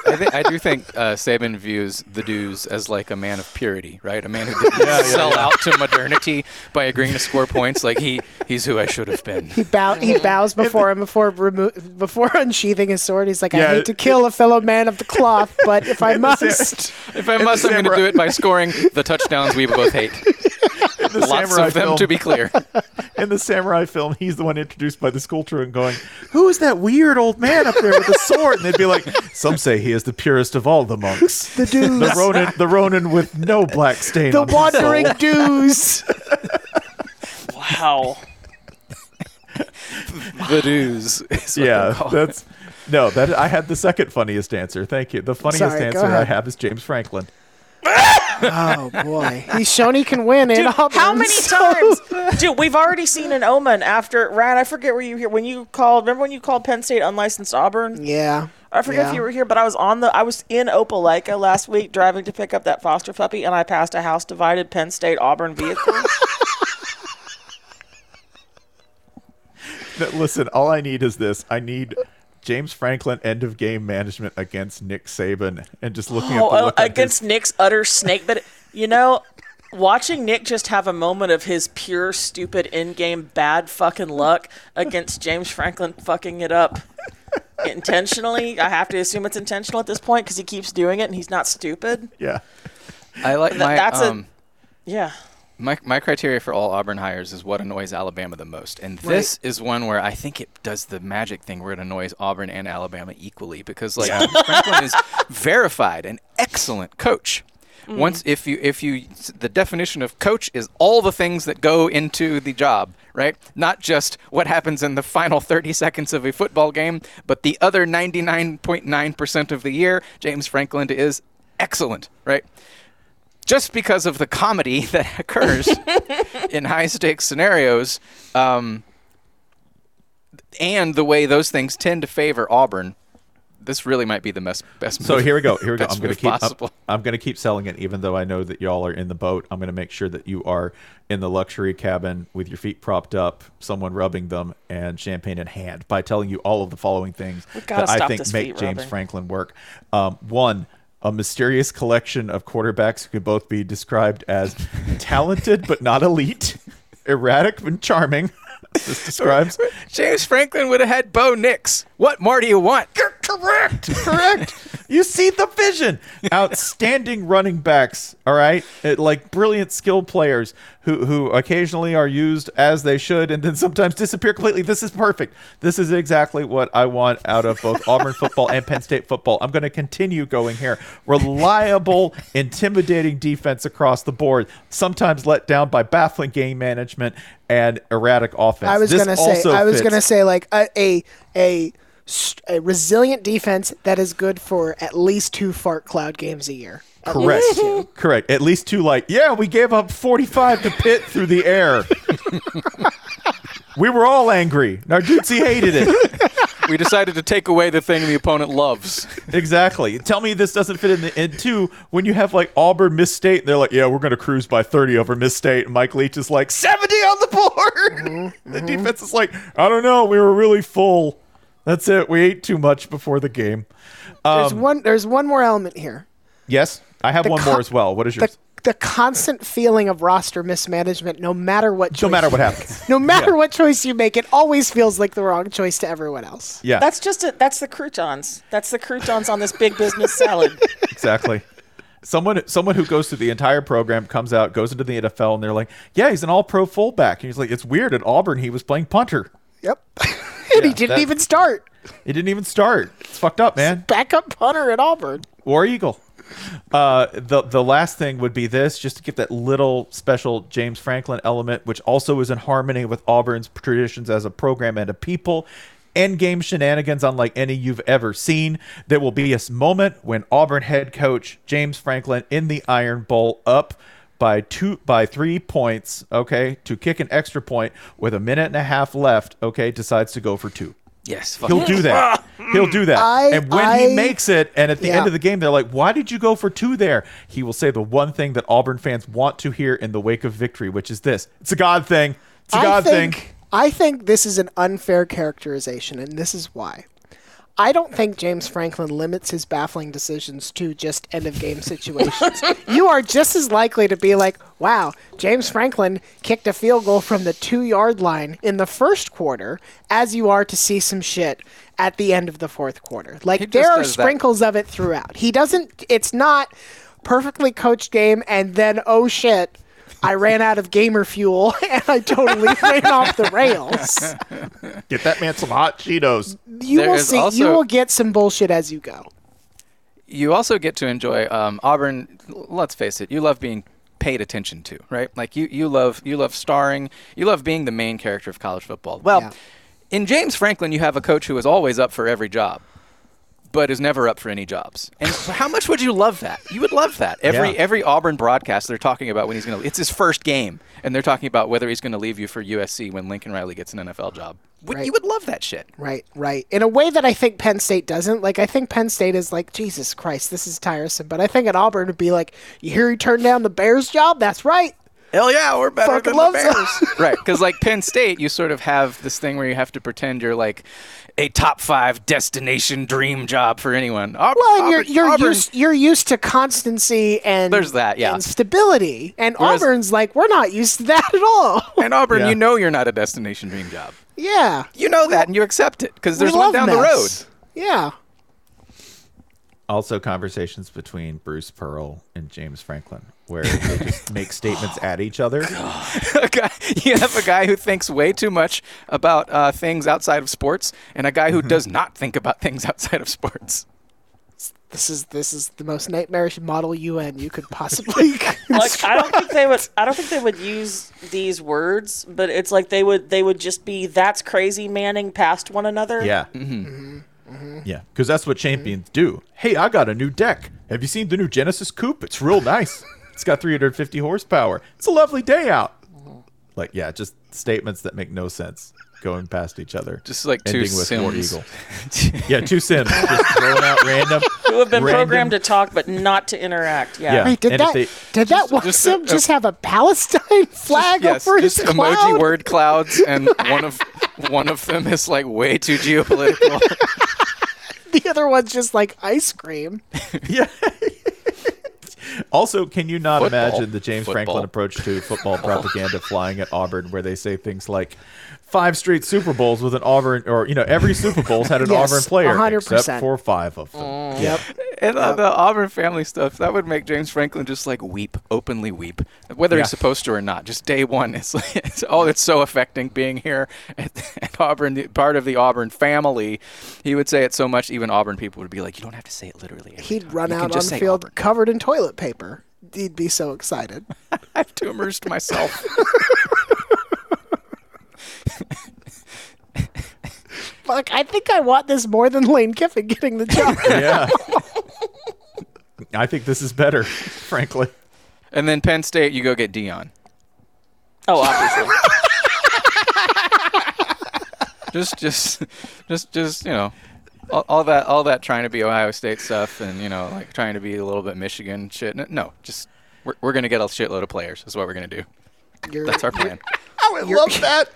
Speaker 5: I, thi- I do think uh, Saban views the Dews as like a man of purity, right? A man who didn't sell out to modernity by agreeing to score points. Like he, he's who I should have been.
Speaker 4: He, bow, he bows before him before remo- before unsheathing his sword. He's like,
Speaker 3: Yeah,
Speaker 4: I hate to
Speaker 3: it-
Speaker 4: kill a fellow man of the cloth, but if I must,
Speaker 5: If I must, I'm going to do it by scoring the touchdowns we both hate. Lots
Speaker 3: samurai
Speaker 5: of them,
Speaker 3: film.
Speaker 5: to be clear.
Speaker 3: In the samurai film, he's the one introduced by the sculptor and going, "Who is that weird old man up there with the sword?" And they'd be like, "Some say he is the purest of all the monks,
Speaker 4: the dudes,
Speaker 3: the
Speaker 4: the,
Speaker 3: Ronin, the Ronin with no black stain on his
Speaker 4: wandering
Speaker 3: soul."
Speaker 4: dudes.
Speaker 1: Wow.
Speaker 5: The Dews. is what they're
Speaker 3: yeah,
Speaker 5: called.
Speaker 3: that's no. That I had the second funniest answer. Thank you. The funniest
Speaker 4: Sorry, go
Speaker 3: answer I
Speaker 4: ahead.
Speaker 3: have is James Franklin.
Speaker 4: Oh boy, he's shown he can win in
Speaker 1: Dude,
Speaker 4: Auburn.
Speaker 1: how many
Speaker 4: so-
Speaker 1: times? Dude, we've already seen an omen after Ryan. I forget where you here when you called. Remember when you called Penn State unlicensed Auburn?
Speaker 4: Yeah,
Speaker 1: I forget
Speaker 4: Yeah.
Speaker 1: if you were here, but I was on the I was in Opelika last week driving to pick up that foster puppy, and I passed a house divided Penn State Auburn vehicle.
Speaker 3: Th- Listen, all I need is this. I need James Franklin end of game management against Nick Saban, and just looking at the
Speaker 1: Oh,
Speaker 5: uh,
Speaker 3: look on his-
Speaker 1: against Nick's utter snake. But you know, watching Nick just have a moment of his pure, stupid in-game bad fucking luck against James Franklin fucking it up intentionally. I have to assume it's intentional at this point because he keeps doing it and he's not stupid.
Speaker 3: yeah.
Speaker 5: I like my.
Speaker 1: that's a-
Speaker 5: um,
Speaker 1: Yeah.
Speaker 5: My, my criteria for all Auburn hires is what annoys Alabama the most. And this is one where I think it does the magic thing where it annoys Auburn and Alabama equally because like Franklin is verified an excellent coach. Once if you if you the definition of coach is all the things that go into the job, right? Not just what happens in the final 30 seconds of a football game, but the other 99.9% of the year, James Franklin is excellent, right? just because of the comedy that occurs in high stakes scenarios, um, and the way those things tend to favor Auburn, this really might be the best best.
Speaker 3: So
Speaker 5: move-
Speaker 3: here we go. Here we go.
Speaker 5: best
Speaker 3: I'm going to keep.
Speaker 5: move
Speaker 3: I'm,
Speaker 5: possible.
Speaker 3: I'm going to keep selling it, even though I know that y'all are in the boat. I'm going to make sure that you are in the luxury cabin with your feet propped up, someone rubbing them, and champagne in hand by telling you all of the following things
Speaker 1: gotta
Speaker 3: that I
Speaker 1: stop
Speaker 3: think
Speaker 1: this
Speaker 3: make
Speaker 1: feet
Speaker 3: James
Speaker 1: rubbing.
Speaker 3: Franklin work. Um, one. A mysterious collection of quarterbacks who could both be described as talented but not elite, erratic and charming, This describes.
Speaker 5: James Franklin would have had Bo Nix. What more do you want?
Speaker 3: correct. Correct. you see the vision. Outstanding running backs. All right, It- like brilliant skill players who who occasionally are used as they should, and then sometimes disappear completely. This is perfect. This is exactly what I want out of both Auburn football and Penn State football. I'm going to continue going here. Reliable, intimidating defense across the board. Sometimes let down by baffling game management and erratic offense.
Speaker 4: I was
Speaker 3: This
Speaker 4: gonna say.
Speaker 3: also
Speaker 4: I was
Speaker 3: fits.
Speaker 4: gonna say like a a a, st- a resilient defense that is good for at least two fart cloud games a year. At least
Speaker 3: Correct.
Speaker 4: two.
Speaker 3: Correct. At least two, like, yeah, we gave up 45 to Pitt through the air. we were all angry. Narduzzi hated it.
Speaker 5: We decided to take away the thing the opponent loves.
Speaker 3: Exactly. Tell me this doesn't fit in the end, two When you have like Auburn Miss State, and they're like, yeah, we're going to cruise by 30 over Miss State. And Mike Leach is like, 70 on the board.
Speaker 4: Mm-hmm.
Speaker 3: the defense is like, I don't know. We were really full. That's it. We ate too much before the game.
Speaker 4: There's
Speaker 3: Um,
Speaker 4: one. There's one more element here.
Speaker 3: Yes. I have one
Speaker 4: co-
Speaker 3: more as well. What is
Speaker 4: The
Speaker 3: yours?
Speaker 4: the constant feeling of roster mismanagement, no matter what. Choice
Speaker 3: no matter what
Speaker 4: you
Speaker 3: happens.
Speaker 4: make. No matter what choice you make, it always feels like the wrong choice to everyone else.
Speaker 3: Yeah.
Speaker 1: That's just it. That's the croutons. That's the croutons on this big business salad.
Speaker 3: exactly. Someone, someone who goes through the entire program comes out, goes into the NFL, and they're like, "Yeah, he's an All-Pro fullback." And he's like, "It's weird. At Auburn, he was playing punter.
Speaker 4: Yep. and he didn't
Speaker 3: that-
Speaker 4: even start
Speaker 3: He didn't even start. It's fucked up, man.
Speaker 4: backup punter at Auburn.
Speaker 3: War Eagle." Uh, the the last thing would be this, just to give that little special James Franklin element, which also is in harmony with Auburn's traditions as a program and a people. End game shenanigans unlike any you've ever seen. There will be a s- moment when Auburn head coach James Franklin in the Iron Bowl up by two by three points, okay, to kick an extra point with a minute and a half left, okay, decides to go for two.
Speaker 5: Yes.
Speaker 3: He'll do that. He'll do that.
Speaker 4: I-
Speaker 3: and when
Speaker 4: I-
Speaker 3: he makes it, and at the
Speaker 4: Yeah.
Speaker 3: end of the game, they're like, "Why did you go for two there?" He will say the one thing that Auburn fans want to hear in the wake of victory, which is this: "It's a God thing. It's a God
Speaker 4: think,
Speaker 3: thing."
Speaker 4: I think this is an unfair characterization, and this is why. I don't think James Franklin limits his baffling decisions to just end of game situations. you are just as likely to be like, wow, James Franklin kicked a field goal from the two yard line in the first quarter as you are to see some shit at the end of the fourth quarter. Like,
Speaker 7: just
Speaker 4: there are
Speaker 7: does that.
Speaker 4: sprinkles of it throughout. He doesn't, it's not perfectly coached game and then, oh shit, I ran out of gamer fuel and I totally ran off the rails.
Speaker 3: Get that man some hot Cheetos.
Speaker 4: You
Speaker 5: There
Speaker 4: will
Speaker 5: is
Speaker 4: see. you
Speaker 5: also-
Speaker 4: will get some bullshit as you go.
Speaker 5: you also get to enjoy um, Auburn. l- Let's face it, you love being paid attention to, right? Like you, you love you love starring, you love being the main character of college football. Well,
Speaker 4: Yeah.
Speaker 5: in James Franklin, you have a coach who is always up for every job, but is never up for any jobs. And how much would you love that? You would love that. Every
Speaker 3: Yeah.
Speaker 5: every Auburn broadcast, they're talking about when he's going to. It's his first game, and they're talking about whether he's going to leave you for USC when Lincoln Riley gets an NFL job. Would-
Speaker 4: Right.
Speaker 5: You would love that shit.
Speaker 4: Right, right. In a way that I think Penn State doesn't. Like I think Penn State is like, Jesus Christ, this is tiresome. But I think at Auburn would be like, you hear he turned down the Bears job? That's right.
Speaker 5: Hell yeah, we're better
Speaker 4: Fucking
Speaker 5: than the
Speaker 4: loves
Speaker 5: Bears. right, because like Penn State, you sort of have this thing where you have to pretend you're like a top five destination dream job for anyone. Aub-
Speaker 4: Well, and you're
Speaker 5: Auburn-
Speaker 4: you're
Speaker 5: Auburn-
Speaker 4: used you're used to constancy and
Speaker 5: There's that, yeah.
Speaker 4: and stability. And
Speaker 5: Whereas-
Speaker 4: Auburn's like, we're not used to that at all.
Speaker 5: and Auburn,
Speaker 3: Yeah.
Speaker 5: you know you're not a destination dream job.
Speaker 4: yeah,
Speaker 5: You know that, and you accept it because there's
Speaker 4: We
Speaker 5: one
Speaker 4: love
Speaker 5: down
Speaker 4: mess.
Speaker 5: the road.
Speaker 4: Yeah,
Speaker 3: Also, conversations between Bruce Pearl and James Franklin, where they just make statements at each other.
Speaker 5: A guy, you have a guy who thinks way too much about uh, things outside of sports, and a guy who
Speaker 4: Mm-hmm.
Speaker 5: does not think about things outside of sports.
Speaker 4: this is this is the most nightmarish model UN you could possibly.
Speaker 1: Like I don't think they would. I don't think they would use these words, but it's like they would. They would just be that's crazy Manning past one another.
Speaker 3: Yeah.
Speaker 5: Mm-hmm.
Speaker 3: Yeah, because that's what champions do. Hey, I got a new deck. Have you seen the new Genesis Coupe? It's real nice. it's got 350 horsepower. It's a lovely day out. Like, yeah, just statements that make no sense going past each other.
Speaker 5: Just like two
Speaker 3: ending with War
Speaker 5: Sims.
Speaker 3: Eagle. Yeah, two Sims just throwing out random.
Speaker 1: Who have been
Speaker 3: random-
Speaker 1: programmed to talk but not to interact. Yeah.
Speaker 3: Yeah.
Speaker 4: Wait, did
Speaker 3: and if
Speaker 4: that
Speaker 3: they-
Speaker 4: did that one
Speaker 5: just
Speaker 4: sim
Speaker 5: a-
Speaker 4: just have a Palestine flag
Speaker 5: yes,
Speaker 4: over
Speaker 5: just
Speaker 4: his
Speaker 5: emoji
Speaker 4: cloud?
Speaker 5: word clouds, and one of one of them is like way too geopolitical.
Speaker 4: The other one's just like ice cream.
Speaker 3: Yeah. also, can you not
Speaker 5: Football.
Speaker 3: imagine the James
Speaker 5: Football.
Speaker 3: Franklin approach to football propaganda flying at Auburn, where they say things like five straight Super Bowls with an Auburn, or you know, every Super Bowl's had an
Speaker 4: Yes,
Speaker 3: Auburn player,
Speaker 4: 100%.
Speaker 3: except for five of them.
Speaker 4: Yep.
Speaker 5: And uh, the Auburn family stuff, that would make James Franklin just like weep, openly weep, whether
Speaker 3: Yeah.
Speaker 5: he's supposed to or not. Just day one, it's like, it's, oh, it's so affecting being here at, at Auburn, the, part of the Auburn family. He would say it so much, even Auburn people would be like, you don't have to say it literally. every
Speaker 4: He'd
Speaker 5: time.
Speaker 4: run
Speaker 5: You can
Speaker 4: out on
Speaker 5: just
Speaker 4: the
Speaker 5: say
Speaker 4: field
Speaker 5: Auburn."
Speaker 4: covered in toilet paper. He'd be so excited.
Speaker 5: I've too immersed myself.
Speaker 4: Fuck, I think I want this more than Lane Kiffin getting the job.
Speaker 3: Yeah. I think this is better, frankly.
Speaker 5: and then Penn State, you go get Dion.
Speaker 1: Oh, obviously.
Speaker 5: Just, just, just, just, you know. All, all that, all that trying to be Ohio State stuff, and you know, like trying to be a little bit Michigan shit. N- No, just we're, we're gonna get a shitload of players. Is what we're gonna do.
Speaker 4: You're-
Speaker 5: That's our plan.
Speaker 3: I would love that.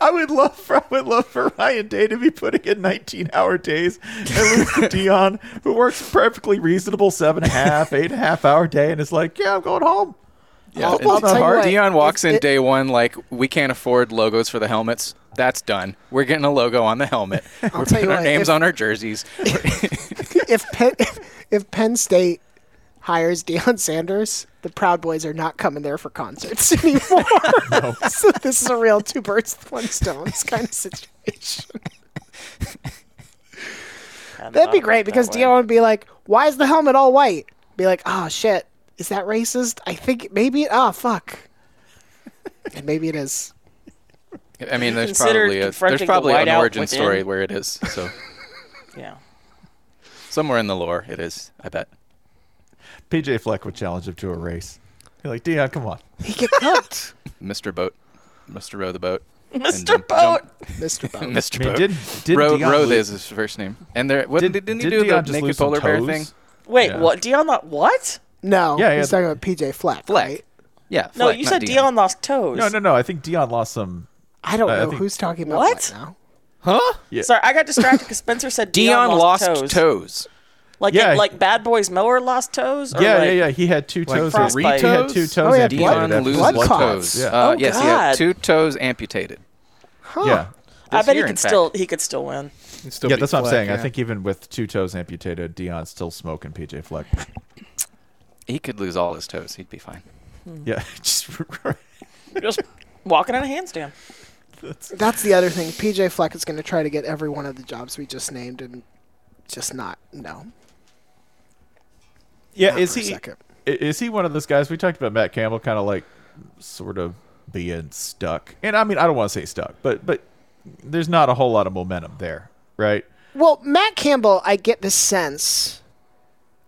Speaker 3: I would love for I would love for Ryan Day to be putting in 19 hour days and lose to Dion, who works a perfectly reasonable seven and a half, eight and a half hour day, and is like, yeah, I'm going home.
Speaker 5: Yeah,
Speaker 3: Football's
Speaker 5: it's-
Speaker 3: not
Speaker 5: it's-
Speaker 3: hard.
Speaker 5: Dion walks
Speaker 4: If
Speaker 5: in
Speaker 4: it-
Speaker 5: day one like we can't afford logos for the helmets. That's done. We're getting a logo on the helmet. We're
Speaker 4: tell you
Speaker 5: putting our
Speaker 4: what,
Speaker 5: names
Speaker 4: if-
Speaker 5: on our jerseys.
Speaker 4: if Penn if Penn State hires Deion Sanders, the Proud Boys are not coming there for concerts anymore. so this is a real two birds with one stone kind of situation. That'd be great because Deion would be like, "Why is the helmet all white?" Be like, "Oh shit, is that racist?" I think maybe. Oh fuck, and maybe it is.
Speaker 5: I mean, there's
Speaker 1: Consider
Speaker 5: probably a,
Speaker 1: confronting
Speaker 5: there's
Speaker 1: the
Speaker 5: probably an
Speaker 1: whiteout
Speaker 5: origin
Speaker 1: within.
Speaker 5: story where it is. So
Speaker 1: Yeah.
Speaker 5: somewhere in the lore, it is. I bet.
Speaker 3: PJ Fleck would challenge him to a race. You're like, Dion, come on.
Speaker 4: He get cooked,
Speaker 5: Mr. Boat, Mr. Row the boat, And
Speaker 1: Mr.
Speaker 5: jump-
Speaker 1: Boat.
Speaker 5: jump-
Speaker 4: Mister Boat.
Speaker 5: Mr.
Speaker 3: I mean,
Speaker 5: Boat.
Speaker 3: did did
Speaker 5: Row,
Speaker 3: Dion
Speaker 5: Row
Speaker 3: lose-
Speaker 5: is his first name. And there, what, did, not he
Speaker 3: did
Speaker 5: do
Speaker 3: Dion
Speaker 5: the
Speaker 3: just
Speaker 5: naked
Speaker 3: lose some
Speaker 5: polar bear
Speaker 3: toes?
Speaker 5: thing?
Speaker 1: Wait,
Speaker 3: Yeah.
Speaker 1: what? Dion not what?
Speaker 4: No,
Speaker 3: Yeah, yeah.
Speaker 4: he's talking about PJ Fleck.
Speaker 5: Fleck.
Speaker 4: right?
Speaker 5: Yeah.
Speaker 1: No,
Speaker 5: Fleck,
Speaker 1: you
Speaker 5: not
Speaker 1: said Dion lost toes.
Speaker 3: No, no, no. I think Dion lost some.
Speaker 4: I don't
Speaker 3: Uh, I
Speaker 4: know
Speaker 3: think-
Speaker 4: who's talking about
Speaker 1: What?
Speaker 4: what now.
Speaker 1: Sorry, I got distracted because Spencer said Dion,
Speaker 5: Dion lost toes.
Speaker 1: Like,
Speaker 3: Yeah.
Speaker 1: it- like Bad Boys Mower lost toes? Or
Speaker 3: Yeah,
Speaker 1: like,
Speaker 3: yeah, yeah. He had two toes.
Speaker 5: for
Speaker 3: he had
Speaker 5: frostbite?
Speaker 3: two toes.
Speaker 4: Oh, yeah,
Speaker 3: amputated
Speaker 4: blood-
Speaker 5: Dion
Speaker 3: after
Speaker 5: loses
Speaker 4: blood
Speaker 3: blood
Speaker 4: clots.
Speaker 5: toes.
Speaker 3: Yeah.
Speaker 5: Uh,
Speaker 1: Oh,
Speaker 5: yes, he had
Speaker 1: God.
Speaker 5: two toes amputated.
Speaker 3: yeah.
Speaker 1: I bet
Speaker 5: This year,
Speaker 1: he
Speaker 5: in
Speaker 1: could
Speaker 5: fact.
Speaker 1: still he could still win.
Speaker 3: yeah, that's what I'm saying. I think even with two toes amputated, Dion's still smoking PJ Fleck.
Speaker 5: He could lose all his toes. He'd be fine.
Speaker 3: yeah, just
Speaker 1: Just walking on a handstand.
Speaker 4: That's the other thing. PJ Fleck is going to try to get every one of the jobs we just named and just not no.
Speaker 3: yeah.
Speaker 4: Not
Speaker 3: Is
Speaker 4: for a
Speaker 3: he
Speaker 4: second.
Speaker 3: i- is he one of those guys we talked about? Matt Campbell, kind of like sort of being stuck. And I mean, I don't want to say stuck, but but there's not a whole lot of momentum there, right?
Speaker 4: Well, Matt Campbell, I get the sense,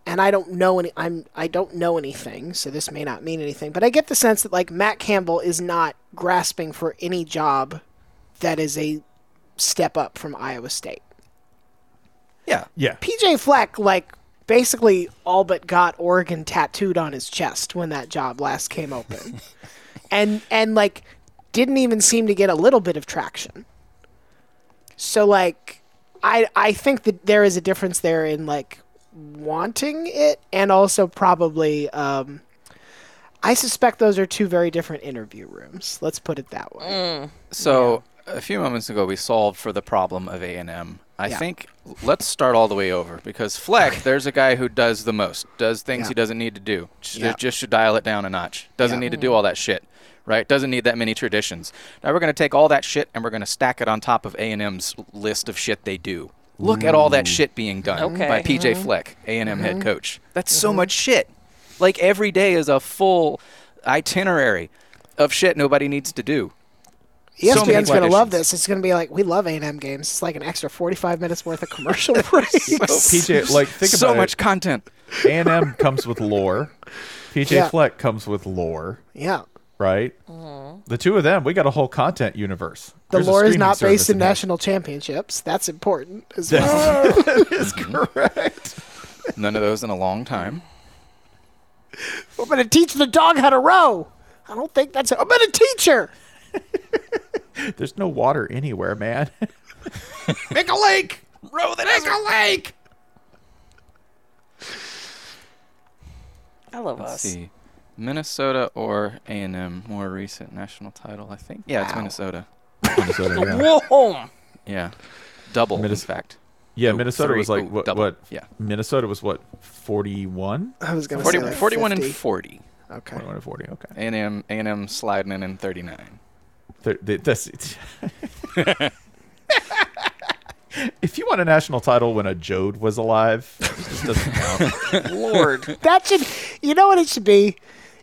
Speaker 4: and I don't know any. I'm I don't know anything, so this may not mean anything. But I get the sense that like Matt Campbell is not grasping for any job that is a step up from Iowa State.
Speaker 5: Yeah.
Speaker 3: Yeah,
Speaker 4: PJ Fleck, like, basically all but got Oregon tattooed on his chest when that job last came open. and and like didn't even seem to get a little bit of traction. So like I I think that there is a difference there in like wanting it and also probably um I suspect those are two very different interview rooms. Let's put it that way.
Speaker 5: So a few moments ago, we solved for the problem of A and M. I
Speaker 4: Yeah.
Speaker 5: think let's start all the way over because Fleck, there's a guy who does the most, does things
Speaker 4: Yeah.
Speaker 5: he doesn't need to do. Just,
Speaker 4: Yeah.
Speaker 5: just should dial it down a notch. Doesn't
Speaker 4: Yeah.
Speaker 5: need to do all that shit, right? Doesn't need that many traditions. Now we're gonna take all that shit and we're gonna stack it on top of A and M's list of shit they do. Look at all
Speaker 4: Mm.
Speaker 5: that shit being done by
Speaker 1: Okay.
Speaker 5: PJ
Speaker 4: Mm-hmm.
Speaker 5: Fleck, A and M head coach. That's so much shit. Like every day is a full itinerary of shit nobody needs to do. So many
Speaker 4: ESPN's going to love
Speaker 5: questions.
Speaker 4: this. It's going to be like we love A&M games. It's like an extra 45 minutes worth of commercial breaks.
Speaker 3: PJ like think
Speaker 5: so
Speaker 3: about
Speaker 5: much
Speaker 3: it.
Speaker 5: content.
Speaker 3: A and M comes with lore. PJ
Speaker 4: Yeah.
Speaker 3: Fleck comes with lore,
Speaker 4: yeah.
Speaker 3: right? The two of them, we got a whole content universe.
Speaker 4: The
Speaker 3: There's a
Speaker 4: lore is
Speaker 3: streaming
Speaker 4: not
Speaker 3: service
Speaker 4: based in
Speaker 3: here.
Speaker 4: national championships. That's important as well.
Speaker 5: None of those in a long time.
Speaker 4: I'm going to teach the dog how to row. I don't think that's. i I'm going to teach her.
Speaker 3: There's no water anywhere, man.
Speaker 5: Make a lake! Row the Make a lake!
Speaker 1: I love
Speaker 5: Let's
Speaker 1: us.
Speaker 5: see. Minnesota or A&M, more recent national title, I think. Yeah, it's Minnesota.
Speaker 3: Minnesota. Yeah,
Speaker 1: Whoa.
Speaker 5: Yeah, double
Speaker 3: Minnes-
Speaker 5: in fact.
Speaker 3: yeah Minnesota
Speaker 5: Three-
Speaker 3: was like
Speaker 5: ooh,
Speaker 3: what?
Speaker 5: double.
Speaker 3: What?
Speaker 5: Yeah.
Speaker 3: Minnesota was what? Forty-one.
Speaker 4: I was going to
Speaker 5: 40,
Speaker 4: say like
Speaker 5: 41 and
Speaker 4: 50.
Speaker 5: 40.
Speaker 4: Okay.
Speaker 3: Forty-one to forty. Okay.
Speaker 5: A&M, A&M sliding in in 39.
Speaker 3: They're- they- that's it. if you want a national title when a Jode was alive, it just doesn't count.
Speaker 1: Lord.
Speaker 4: That should, you know what it should be?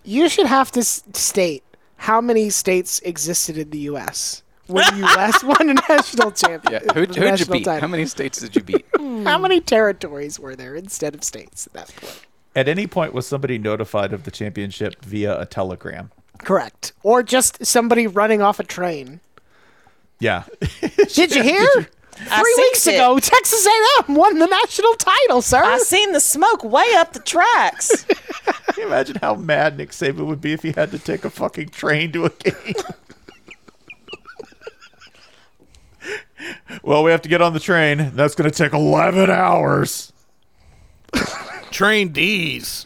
Speaker 4: You should have to s- state how many states existed in the U.S. when you last won a national
Speaker 5: Yeah,
Speaker 4: champion. the
Speaker 5: who, who'd you
Speaker 4: national
Speaker 5: beat?
Speaker 4: title.
Speaker 5: How many states did you beat?
Speaker 4: How many territories were there instead of states at that point?
Speaker 3: At any point, was somebody notified of the championship via a telegram?
Speaker 4: Correct. Or just somebody running off a train.
Speaker 3: Yeah.
Speaker 4: Did you hear? Three
Speaker 1: seen
Speaker 4: weeks
Speaker 1: it.
Speaker 4: ago, Texas A&M won the national title, sir.
Speaker 1: I seen the smoke way up the tracks.
Speaker 3: Can you imagine how mad Nick Saban would be if he had to take a fucking train to a game? well, we have to get on the train. That's going to take 11 hours.
Speaker 2: Train D's.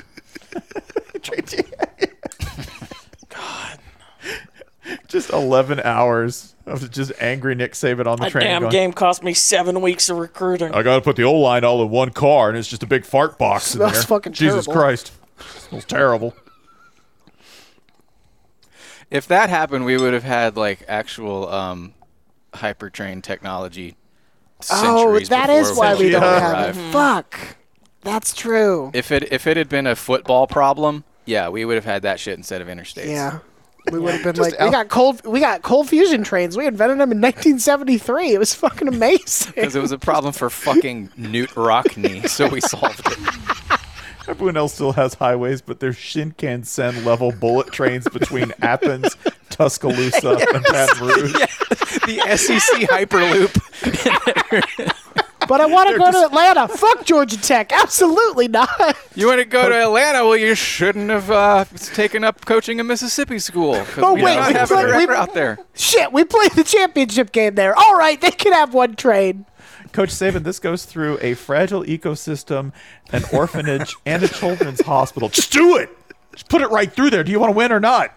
Speaker 3: Just 11 hours of just angry Nick Saban on the
Speaker 1: That
Speaker 3: train.
Speaker 1: damn
Speaker 3: going,
Speaker 1: game cost me seven weeks of recruiting.
Speaker 3: I got to put the O line all in one car, and it's just a big fart box in
Speaker 4: Smells
Speaker 3: there.
Speaker 4: fucking
Speaker 3: Jesus
Speaker 4: terrible.
Speaker 3: Christ. Smells terrible.
Speaker 5: if that happened, we would have had like actual um, hypertrain technology.
Speaker 4: oh,
Speaker 5: centuries
Speaker 4: that is
Speaker 5: before
Speaker 4: why we
Speaker 5: it
Speaker 4: don't have
Speaker 5: arrived.
Speaker 4: it.
Speaker 1: Mm-hmm.
Speaker 4: Fuck. That's true.
Speaker 5: If it if it had been a football problem, yeah, we would have had that shit instead of interstates.
Speaker 4: Yeah. We would have been like, we got cold, we got cold fusion trains. We invented them in 1973. It was fucking amazing.
Speaker 5: Because it was a problem for fucking Newt Rockney, so we solved it.
Speaker 3: Everyone else still has highways, but there's Shinkansen level bullet trains between Athens, Tuscaloosa, and Baton Rouge.
Speaker 5: The
Speaker 4: E
Speaker 5: SEC Hyperloop.
Speaker 4: But I want to go to Atlanta. Fuck Georgia Tech. Absolutely not.
Speaker 5: You want to go to Atlanta? Well, you shouldn't have uh, taken up coaching a Mississippi school. 'cause
Speaker 4: Oh,
Speaker 5: we
Speaker 4: wait,
Speaker 5: do not
Speaker 4: we
Speaker 5: have a
Speaker 4: played- we-
Speaker 5: director out there.
Speaker 4: Shit, we played the championship game there. All right, they can have one train.
Speaker 3: Coach Saban, this goes through a fragile ecosystem, an orphanage, and a children's hospital. Just do it. Just put it right through there. Do you want to win or not?